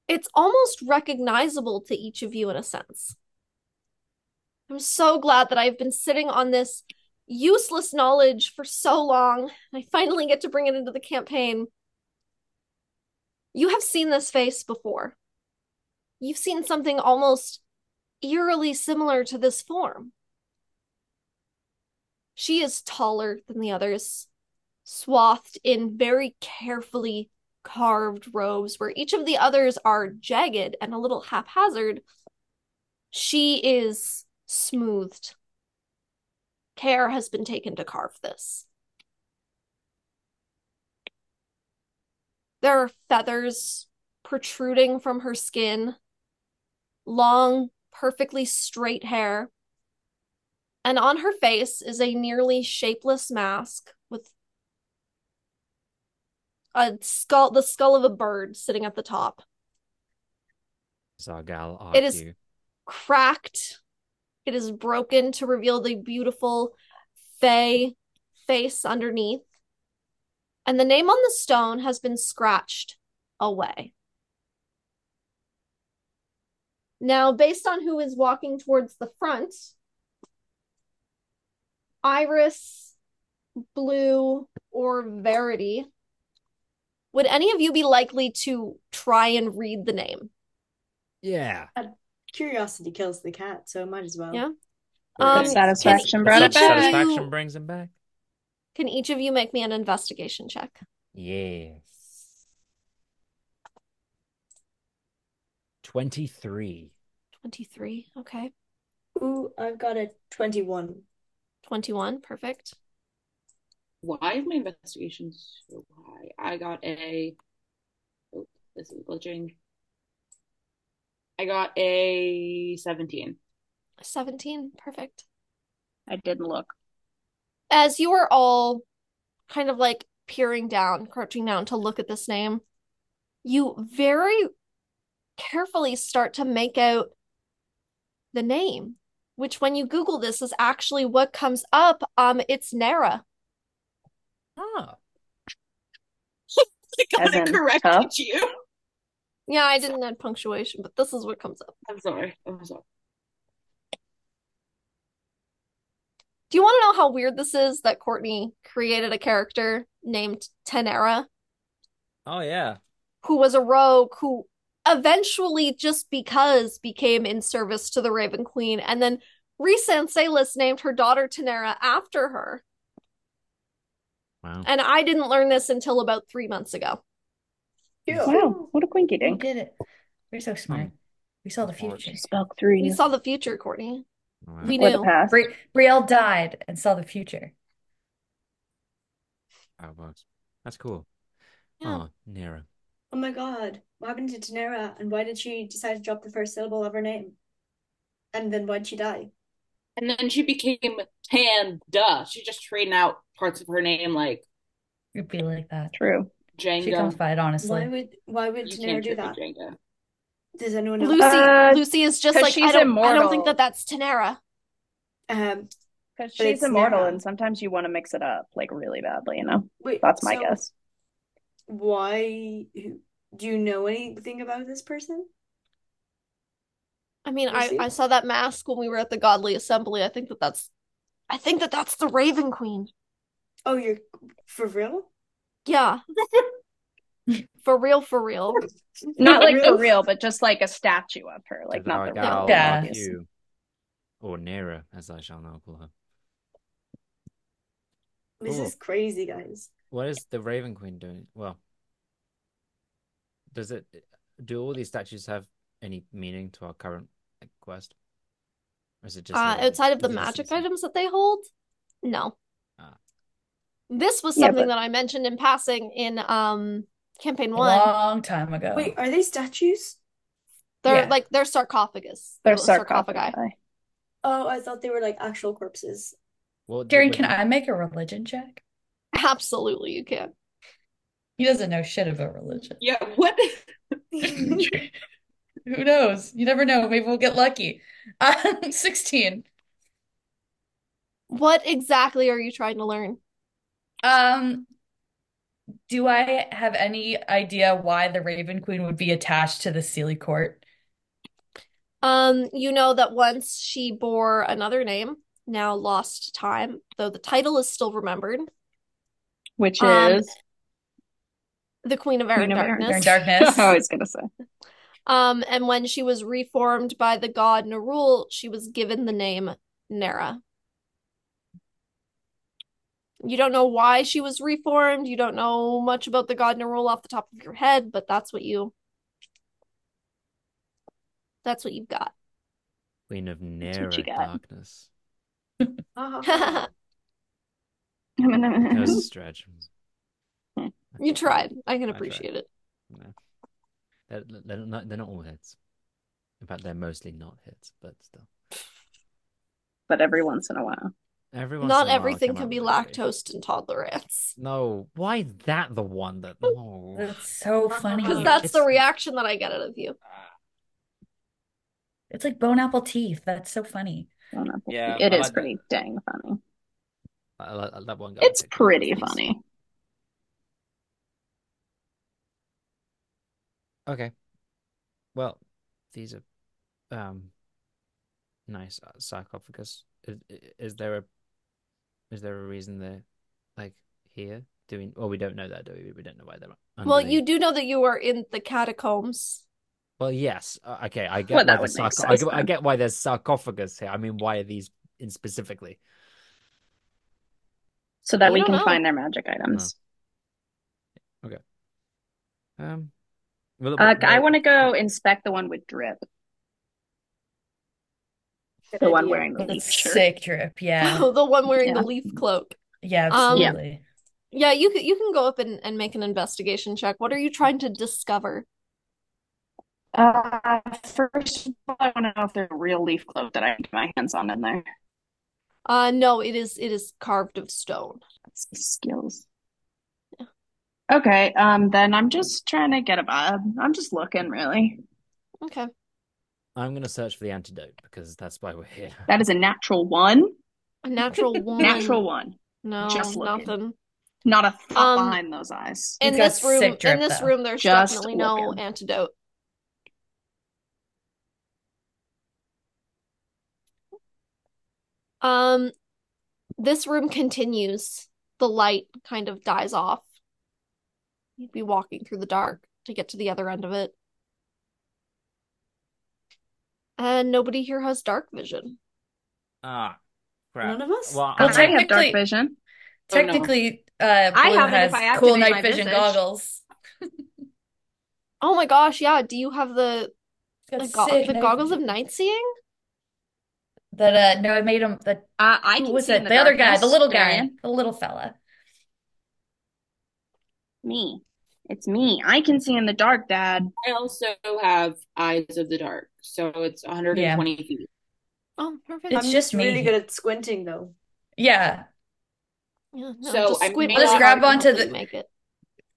Speaker 3: It's almost recognizable to each of you in a sense. I'm so glad that I've been sitting on this useless knowledge for so long, and I finally get to bring it into the campaign. You have seen this face before. You've seen something almost eerily similar to this form. She is taller than the others, swathed in very carefully carved robes, where each of the others are jagged and a little haphazard. She is smoothed. Care has been taken to carve this. There are feathers protruding from her skin, long, perfectly straight hair. And on her face is a nearly shapeless mask with a skull, the skull of a bird sitting at the top,
Speaker 4: Zargal
Speaker 3: It is-
Speaker 4: Arku.
Speaker 3: cracked. It is broken to reveal the beautiful fey face underneath. And the name on the stone has been scratched away. Now, based on who is walking towards the front, Iris, Blue, or Verity, would any of you be likely to try and read the name?
Speaker 4: Yeah.
Speaker 1: Curiosity kills the cat, so might as well.
Speaker 3: Yeah.
Speaker 6: That
Speaker 3: Um,
Speaker 6: satisfaction
Speaker 3: can
Speaker 6: brought it
Speaker 3: each of
Speaker 6: back.
Speaker 3: you-
Speaker 4: Satisfaction brings him back.
Speaker 3: Can each of you make me an investigation check?
Speaker 4: Yes. 23.
Speaker 3: 23. Okay.
Speaker 1: Ooh, I've got a 21.
Speaker 3: 21. Perfect.
Speaker 2: Why is my investigation so high? I got a. Oh, this is glitching. I got a 17.
Speaker 3: 17. Perfect.
Speaker 6: I didn't look.
Speaker 3: As you are all kind of like peering down, crouching down to look at this name, you very carefully start to make out the name, which when you Google this is actually what comes up. Um, it's Nara.
Speaker 4: Ah.
Speaker 2: I
Speaker 6: As
Speaker 2: gotta
Speaker 6: in
Speaker 2: correct
Speaker 6: tough?
Speaker 2: you.
Speaker 3: Yeah, I didn't add punctuation, but this is what comes up.
Speaker 2: I'm sorry. I'm sorry.
Speaker 3: Do you want to know how weird this is that Courtney created a character named Tenera?
Speaker 4: Oh, yeah.
Speaker 3: who was a rogue who eventually just because became in service to the Raven Queen and then Rhys Ansalis named her daughter Tenera after her.
Speaker 4: Wow.
Speaker 3: And I didn't learn this until about three months ago.
Speaker 1: Cool.
Speaker 6: Wow, what a quinky
Speaker 5: We
Speaker 6: dink.
Speaker 5: did it. We're so smart. We saw the future.
Speaker 6: Spoke through
Speaker 3: We
Speaker 6: you.
Speaker 3: saw the future, Courtney.
Speaker 4: Wow.
Speaker 3: We
Speaker 6: Or the
Speaker 3: knew.
Speaker 6: past.
Speaker 5: Bri Brielle died and saw the future.
Speaker 4: That works. That's cool.
Speaker 3: Yeah.
Speaker 4: Oh, Nera.
Speaker 1: Oh my god, what happened to Tenera and why did she decide to drop the first syllable of her name? And then why'd she die?
Speaker 2: And then she became Tanda. She's just trading out parts of her name like
Speaker 5: It'd be like that.
Speaker 6: True.
Speaker 5: She comes
Speaker 2: Jenga.
Speaker 5: by it
Speaker 1: Why
Speaker 5: honestly.
Speaker 1: would why would
Speaker 2: You
Speaker 1: Tenera
Speaker 2: can't
Speaker 1: do
Speaker 2: trade
Speaker 1: that?
Speaker 2: Jenga.
Speaker 1: Does anyone
Speaker 3: Lucy
Speaker 1: know?
Speaker 6: Uh,
Speaker 3: Lucy is just
Speaker 6: 'cause
Speaker 3: like I
Speaker 6: she's
Speaker 3: don't I don't
Speaker 6: immortal.
Speaker 3: think that that's Tenera.
Speaker 1: Um,
Speaker 6: Because
Speaker 1: But
Speaker 6: she's
Speaker 1: it's
Speaker 6: immortal
Speaker 1: Nara.
Speaker 6: and sometimes you want to mix it up like really badly, you know?
Speaker 1: wait,
Speaker 6: That's my
Speaker 1: so
Speaker 6: guess.
Speaker 1: Why who- do you know anything about this person?
Speaker 3: I mean, I,
Speaker 1: Lucy?
Speaker 3: I saw that mask when we were at the Godly Assembly. I think that that's I think that that's the Raven Queen.
Speaker 1: Oh, you're for real?
Speaker 3: Yeah. For real, for real.
Speaker 6: Not like
Speaker 1: Real?
Speaker 6: for real, but just like a statue of her, like not the real
Speaker 4: Zargal
Speaker 6: one,
Speaker 5: Yeah.
Speaker 6: obviously.
Speaker 4: Arku. Or Nera, as I shall now call her.
Speaker 1: This
Speaker 4: Cool.
Speaker 1: is crazy, guys.
Speaker 4: What is the Raven Queen doing? Well, does it do all these statues have any meaning to our current like, quest? Or is it just
Speaker 3: Uh,
Speaker 4: like,
Speaker 3: outside of the
Speaker 4: is it just
Speaker 3: magic
Speaker 4: something-
Speaker 3: items that they hold? No.
Speaker 4: Ah.
Speaker 3: This was
Speaker 6: Yeah,
Speaker 3: something
Speaker 6: but-
Speaker 3: that I mentioned in passing in um campaign
Speaker 5: A
Speaker 3: one.
Speaker 5: long time ago.
Speaker 1: Wait, are they statues?
Speaker 3: They're
Speaker 5: yeah.
Speaker 3: like they're sarcophagus.
Speaker 6: They're
Speaker 3: They're
Speaker 6: sarcophagi.
Speaker 1: Oh, I thought they were like actual corpses.
Speaker 4: What do-
Speaker 5: Darren,
Speaker 4: what
Speaker 5: can
Speaker 4: do-
Speaker 5: I make a religion check?
Speaker 3: Absolutely, you can.
Speaker 5: He doesn't know shit about religion.
Speaker 2: Yeah, what?
Speaker 5: Who knows? You never know. Maybe we'll get lucky. Um, 16.
Speaker 3: What exactly are you trying to learn?
Speaker 5: Um, do I have any idea why the Raven Queen would be attached to the Sealy Court?
Speaker 3: Um, you know that once she bore another name, now lost to time, though the title is still remembered,
Speaker 6: Which
Speaker 3: Um,
Speaker 6: is
Speaker 3: the Queen of Air
Speaker 6: Queen
Speaker 3: and
Speaker 6: of Air and
Speaker 5: They're in
Speaker 3: Darkness.
Speaker 5: darkness.
Speaker 6: I was gonna say.
Speaker 3: Um, and when she was reformed by the god Nerul, she was given the name Nera. You don't know why she was reformed. You don't know much about the god Nerul off the top of your head, but that's what you that's what you've got.
Speaker 4: Queen of
Speaker 6: what you
Speaker 4: Nera
Speaker 6: got.
Speaker 4: Darkness?
Speaker 1: Ha, ha, ha.
Speaker 4: That was a stretch.
Speaker 6: Hmm.
Speaker 3: You tried. I can
Speaker 4: I tried.
Speaker 3: appreciate it.
Speaker 4: No. They're, they're, not, they're not all hits. In fact, they're mostly not hits, but still.
Speaker 6: But every once in a while.
Speaker 4: Every once
Speaker 3: Not
Speaker 4: in a while, I
Speaker 3: everything
Speaker 4: come
Speaker 3: can
Speaker 4: up
Speaker 3: be
Speaker 4: with a theory.
Speaker 3: lactose intolerance.
Speaker 4: No, why is that the one that? No.
Speaker 5: That's so funny.
Speaker 3: Because
Speaker 2: Yeah,
Speaker 3: that's the
Speaker 4: it's-
Speaker 3: reaction that I get out of you.
Speaker 5: It's like bone apple teeth. That's so funny.
Speaker 6: Don't know.
Speaker 4: Yeah,
Speaker 6: It
Speaker 4: I
Speaker 6: is
Speaker 4: like that.
Speaker 6: pretty dang funny.
Speaker 4: I like- I like that one guy.
Speaker 6: It's
Speaker 4: picked one of
Speaker 6: pretty
Speaker 4: these.
Speaker 6: funny.
Speaker 4: Okay. Well, these are um nice uh, sarcophagus. Is, i- is there a is there a reason they're like here doing? Well, we don't know that, do we? We don't know why they're.
Speaker 3: Well,
Speaker 4: underneath.
Speaker 3: you do know that you are in the catacombs.
Speaker 4: Well, yes. Uh, okay, I get why
Speaker 6: Well, that
Speaker 4: there's
Speaker 6: would make
Speaker 4: sarco- I
Speaker 6: sense
Speaker 4: get, I
Speaker 6: then.
Speaker 4: get why there's sarcophagus here. I mean, why are these in specifically?
Speaker 6: So that
Speaker 3: You
Speaker 6: we
Speaker 3: don't
Speaker 6: can
Speaker 3: know.
Speaker 6: find their magic items.
Speaker 4: Um, well,
Speaker 6: Uh,
Speaker 4: but-
Speaker 6: I
Speaker 4: but-
Speaker 6: want to go inspect the one with drip. The one wearing the leaf
Speaker 5: That's
Speaker 6: shirt.
Speaker 5: sick drip. Yeah.
Speaker 3: the one wearing the
Speaker 6: Yeah.
Speaker 3: leaf cloak.
Speaker 5: Yeah,
Speaker 3: Um, Yeah.
Speaker 5: absolutely.
Speaker 3: Yeah, you can you can go up and, and make an investigation check. What are you trying to discover?
Speaker 6: Uh, first of all, I want to know if there's a real leaf cloak that I can get my hands on in there.
Speaker 3: Uh no, it is it is carved of stone.
Speaker 6: That's the skills. Okay, um, then I'm just trying to get a vibe. I'm just looking, really.
Speaker 3: Okay.
Speaker 4: I'm going to search for the antidote because that's why we're here.
Speaker 6: That is a natural one.
Speaker 3: A natural one.
Speaker 6: Natural one.
Speaker 3: No,
Speaker 6: Just looking.
Speaker 3: nothing.
Speaker 6: Not a thought
Speaker 3: Um,
Speaker 6: behind those eyes.
Speaker 5: You
Speaker 3: In
Speaker 5: got
Speaker 3: this room,
Speaker 5: sick drip,
Speaker 3: in this
Speaker 5: though.
Speaker 3: room, there's
Speaker 6: Just
Speaker 3: definitely no
Speaker 6: looking.
Speaker 3: antidote. Um, this room continues. The light kind of dies off. You'd be walking through the dark to get to the other end of it. And nobody here has dark vision.
Speaker 4: Ah, crap.
Speaker 2: None of us?
Speaker 4: Well,
Speaker 5: Well,
Speaker 4: I'm-
Speaker 6: I have dark
Speaker 5: technically-
Speaker 6: vision.
Speaker 2: Oh, no.
Speaker 5: Technically, uh,
Speaker 6: I
Speaker 5: Blue
Speaker 6: have it if
Speaker 5: has
Speaker 6: I
Speaker 5: cool
Speaker 6: activate
Speaker 5: night
Speaker 6: my
Speaker 5: vision
Speaker 6: visage.
Speaker 5: goggles.
Speaker 3: Oh my gosh, yeah. Do you have the
Speaker 5: Got
Speaker 3: the, go-
Speaker 5: sick
Speaker 3: the
Speaker 5: night
Speaker 3: goggles of
Speaker 5: vision.
Speaker 3: night seeing?
Speaker 5: That uh, no, I made him. That
Speaker 6: Uh, I
Speaker 5: who
Speaker 6: can
Speaker 5: was
Speaker 6: see
Speaker 5: it?
Speaker 6: in
Speaker 5: The other guy, the
Speaker 6: darkness,
Speaker 5: little guy,
Speaker 6: Darian.
Speaker 5: the little fella.
Speaker 6: Me. It's me. I can see in the dark, Dad.
Speaker 2: I also have eyes of the dark, so it's 120 feet.
Speaker 3: Oh, perfect.
Speaker 5: It's
Speaker 1: I'm
Speaker 5: just
Speaker 1: really
Speaker 5: me.
Speaker 1: good at squinting though.
Speaker 5: Yeah,
Speaker 3: Yeah, no,
Speaker 2: So
Speaker 3: just
Speaker 2: I
Speaker 3: squint
Speaker 2: may
Speaker 3: really
Speaker 2: not-
Speaker 3: hard
Speaker 5: Grab onto
Speaker 3: until
Speaker 5: the-
Speaker 3: you make it.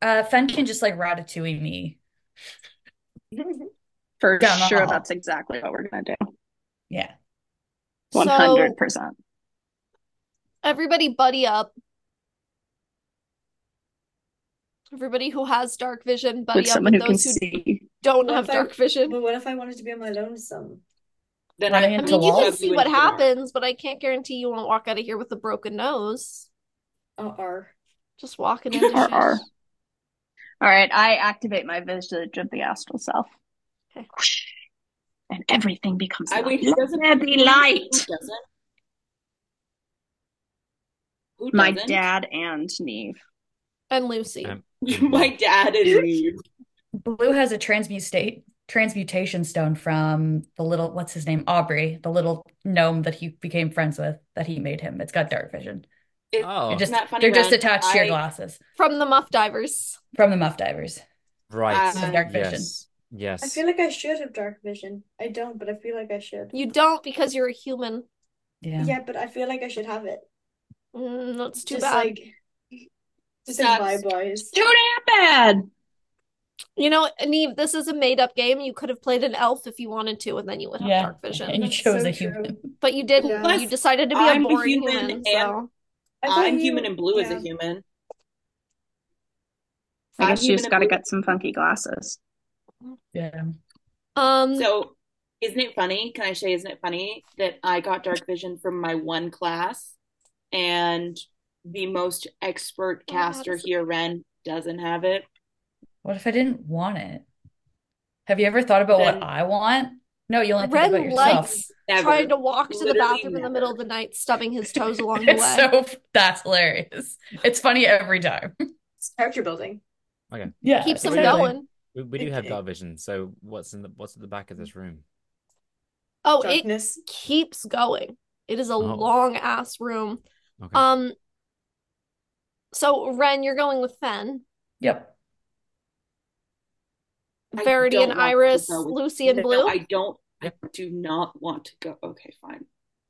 Speaker 5: uh, Fen can just like ratatouille me.
Speaker 6: For
Speaker 5: Dumb.
Speaker 6: sure, that's exactly what we're gonna do.
Speaker 5: Yeah,
Speaker 6: One
Speaker 3: So
Speaker 6: hundred percent.
Speaker 3: Everybody buddy up. Everybody who has dark vision, buddy
Speaker 6: With
Speaker 3: up
Speaker 6: someone
Speaker 3: with
Speaker 6: who can
Speaker 3: those who
Speaker 6: see.
Speaker 3: don't
Speaker 1: What
Speaker 3: have
Speaker 1: if I-
Speaker 3: dark vision.
Speaker 1: But what if I wanted to be on my lonesome?
Speaker 2: Then
Speaker 5: Running
Speaker 2: I
Speaker 3: I
Speaker 5: into
Speaker 3: mean, you can
Speaker 5: walls?
Speaker 3: see what happens, but I can't guarantee you won't walk out of here with a broken nose.
Speaker 1: Oh, R.
Speaker 3: Just walking into
Speaker 6: Or are.
Speaker 3: shit.
Speaker 6: All right, I activate my visage of the astral self.
Speaker 3: Okay.
Speaker 6: And everything becomes
Speaker 2: I wait,
Speaker 6: light.
Speaker 2: who
Speaker 6: Let
Speaker 2: doesn't?
Speaker 6: there be
Speaker 2: Who
Speaker 6: light.
Speaker 2: doesn't? Who
Speaker 6: My
Speaker 2: doesn't?
Speaker 6: dad and Neve.
Speaker 3: And Lucy.
Speaker 4: Um,
Speaker 2: My dad and me.
Speaker 5: Blue has a transmutate transmutation stone from the little what's his name Aubrey, the little gnome that he became friends with that he made him. It's got dark vision.
Speaker 2: It-
Speaker 4: oh,
Speaker 5: You're just
Speaker 2: Isn't that funny
Speaker 5: they're just
Speaker 2: when
Speaker 5: attached to your
Speaker 2: I-
Speaker 5: glasses
Speaker 3: From the Muff Divers.
Speaker 5: from the Muff Divers.
Speaker 4: right.
Speaker 2: Uh,
Speaker 5: dark vision.
Speaker 4: yes, yes.
Speaker 1: I feel like I should have dark vision. I don't, but I feel like I should.
Speaker 3: You don't because you're a human.
Speaker 5: Yeah.
Speaker 1: Yeah, but I feel like I should have it.
Speaker 3: Mm, that's too
Speaker 1: Just
Speaker 3: bad.
Speaker 1: like just in
Speaker 2: Sucks.
Speaker 1: my boys.
Speaker 6: Too damn bad.
Speaker 3: You know, Neve, this is a made up game. You could have played an elf if you wanted to, and then you would have
Speaker 5: Yeah.
Speaker 3: dark vision.
Speaker 5: And you
Speaker 1: That's
Speaker 5: chose
Speaker 1: so
Speaker 5: a human.
Speaker 3: But you didn't.
Speaker 1: Yeah.
Speaker 2: Plus,
Speaker 3: You decided to be
Speaker 2: I'm
Speaker 3: a
Speaker 2: a
Speaker 3: boring
Speaker 2: human
Speaker 3: human,
Speaker 2: and-
Speaker 3: so
Speaker 1: I thought
Speaker 2: I'm
Speaker 1: you-
Speaker 2: human and blue is a
Speaker 1: yeah.
Speaker 2: human.
Speaker 6: I
Speaker 2: I'm
Speaker 6: guess you
Speaker 2: human
Speaker 6: just
Speaker 2: and
Speaker 6: gotta
Speaker 2: blue.
Speaker 6: get some funky glasses.
Speaker 5: Yeah.
Speaker 3: um
Speaker 2: So, isn't it funny? Can I say, isn't it funny that I got dark vision from my one class and the most expert
Speaker 3: Oh my God,
Speaker 2: caster
Speaker 3: it's-
Speaker 2: here, Ren, doesn't have it?
Speaker 5: What if I didn't want it? Have you ever thought about what
Speaker 2: Then-
Speaker 5: I want? No, you only think
Speaker 3: Ren
Speaker 5: about yourself.
Speaker 3: likes
Speaker 2: Never.
Speaker 3: trying to walk to the
Speaker 2: Literally
Speaker 3: bathroom in the middle
Speaker 2: never.
Speaker 3: of the night, stubbing his toes along the
Speaker 5: It's
Speaker 3: way.
Speaker 5: so that's hilarious. It's funny every time.
Speaker 1: It's character building.
Speaker 5: Yeah,
Speaker 3: Keeps him
Speaker 4: Exactly.
Speaker 3: going.
Speaker 4: we, we do have
Speaker 1: Okay.
Speaker 4: dark vision. So what's in the what's at the back of this room?
Speaker 3: Oh, it
Speaker 1: Darkness.
Speaker 3: keeps going. It is a
Speaker 4: Oh.
Speaker 3: long ass room.
Speaker 4: Okay.
Speaker 3: Um, so Ren, you're going with Fen.
Speaker 5: Yep.
Speaker 2: I
Speaker 3: Verity
Speaker 2: don't want
Speaker 3: and
Speaker 2: to
Speaker 3: Iris,
Speaker 2: go with-
Speaker 3: Lucy and
Speaker 2: No,
Speaker 3: Blue.
Speaker 2: I don't. I do not want to go. Okay, fine.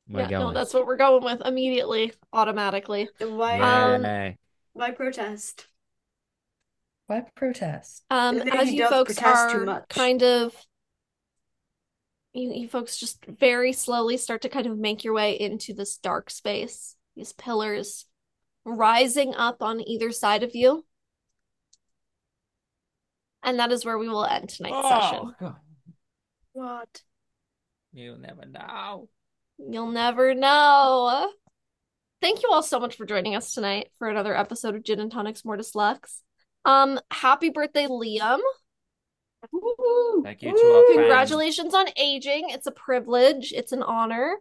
Speaker 4: My
Speaker 3: yeah, no,
Speaker 4: goodness.
Speaker 3: that's what we're going with immediately, automatically.
Speaker 1: Why
Speaker 3: Um,
Speaker 4: Yeah.
Speaker 1: why protest?
Speaker 5: Why protest?
Speaker 3: Um,
Speaker 1: If
Speaker 3: as
Speaker 1: you
Speaker 3: you
Speaker 1: don't
Speaker 3: folks
Speaker 1: protest too
Speaker 3: are
Speaker 1: much.
Speaker 3: kind of, you, you folks just very slowly start to kind of make your way into this dark space, these pillars rising up on either side of you. And that is where we will end tonight's
Speaker 4: Ah.
Speaker 3: session.
Speaker 4: Oh, God.
Speaker 1: What?
Speaker 4: You never know.
Speaker 3: You'll never know. Thank you all so much for joining us tonight for another episode of Gin and Tonics Mortis Lux. Um, happy birthday, Liam.
Speaker 4: Thank you to our fans.
Speaker 3: Congratulations on aging. It's a privilege, it's an honor.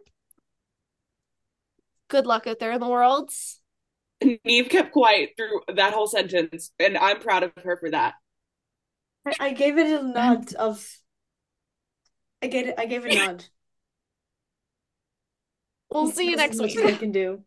Speaker 3: Good luck out there in the world.
Speaker 2: Neve kept quiet through that whole sentence, and I'm proud of her for that.
Speaker 1: I, I gave it a nod of I gave it I gave a nod.
Speaker 3: We'll see you
Speaker 1: That's
Speaker 3: next
Speaker 1: as much
Speaker 3: week.
Speaker 1: as I can do.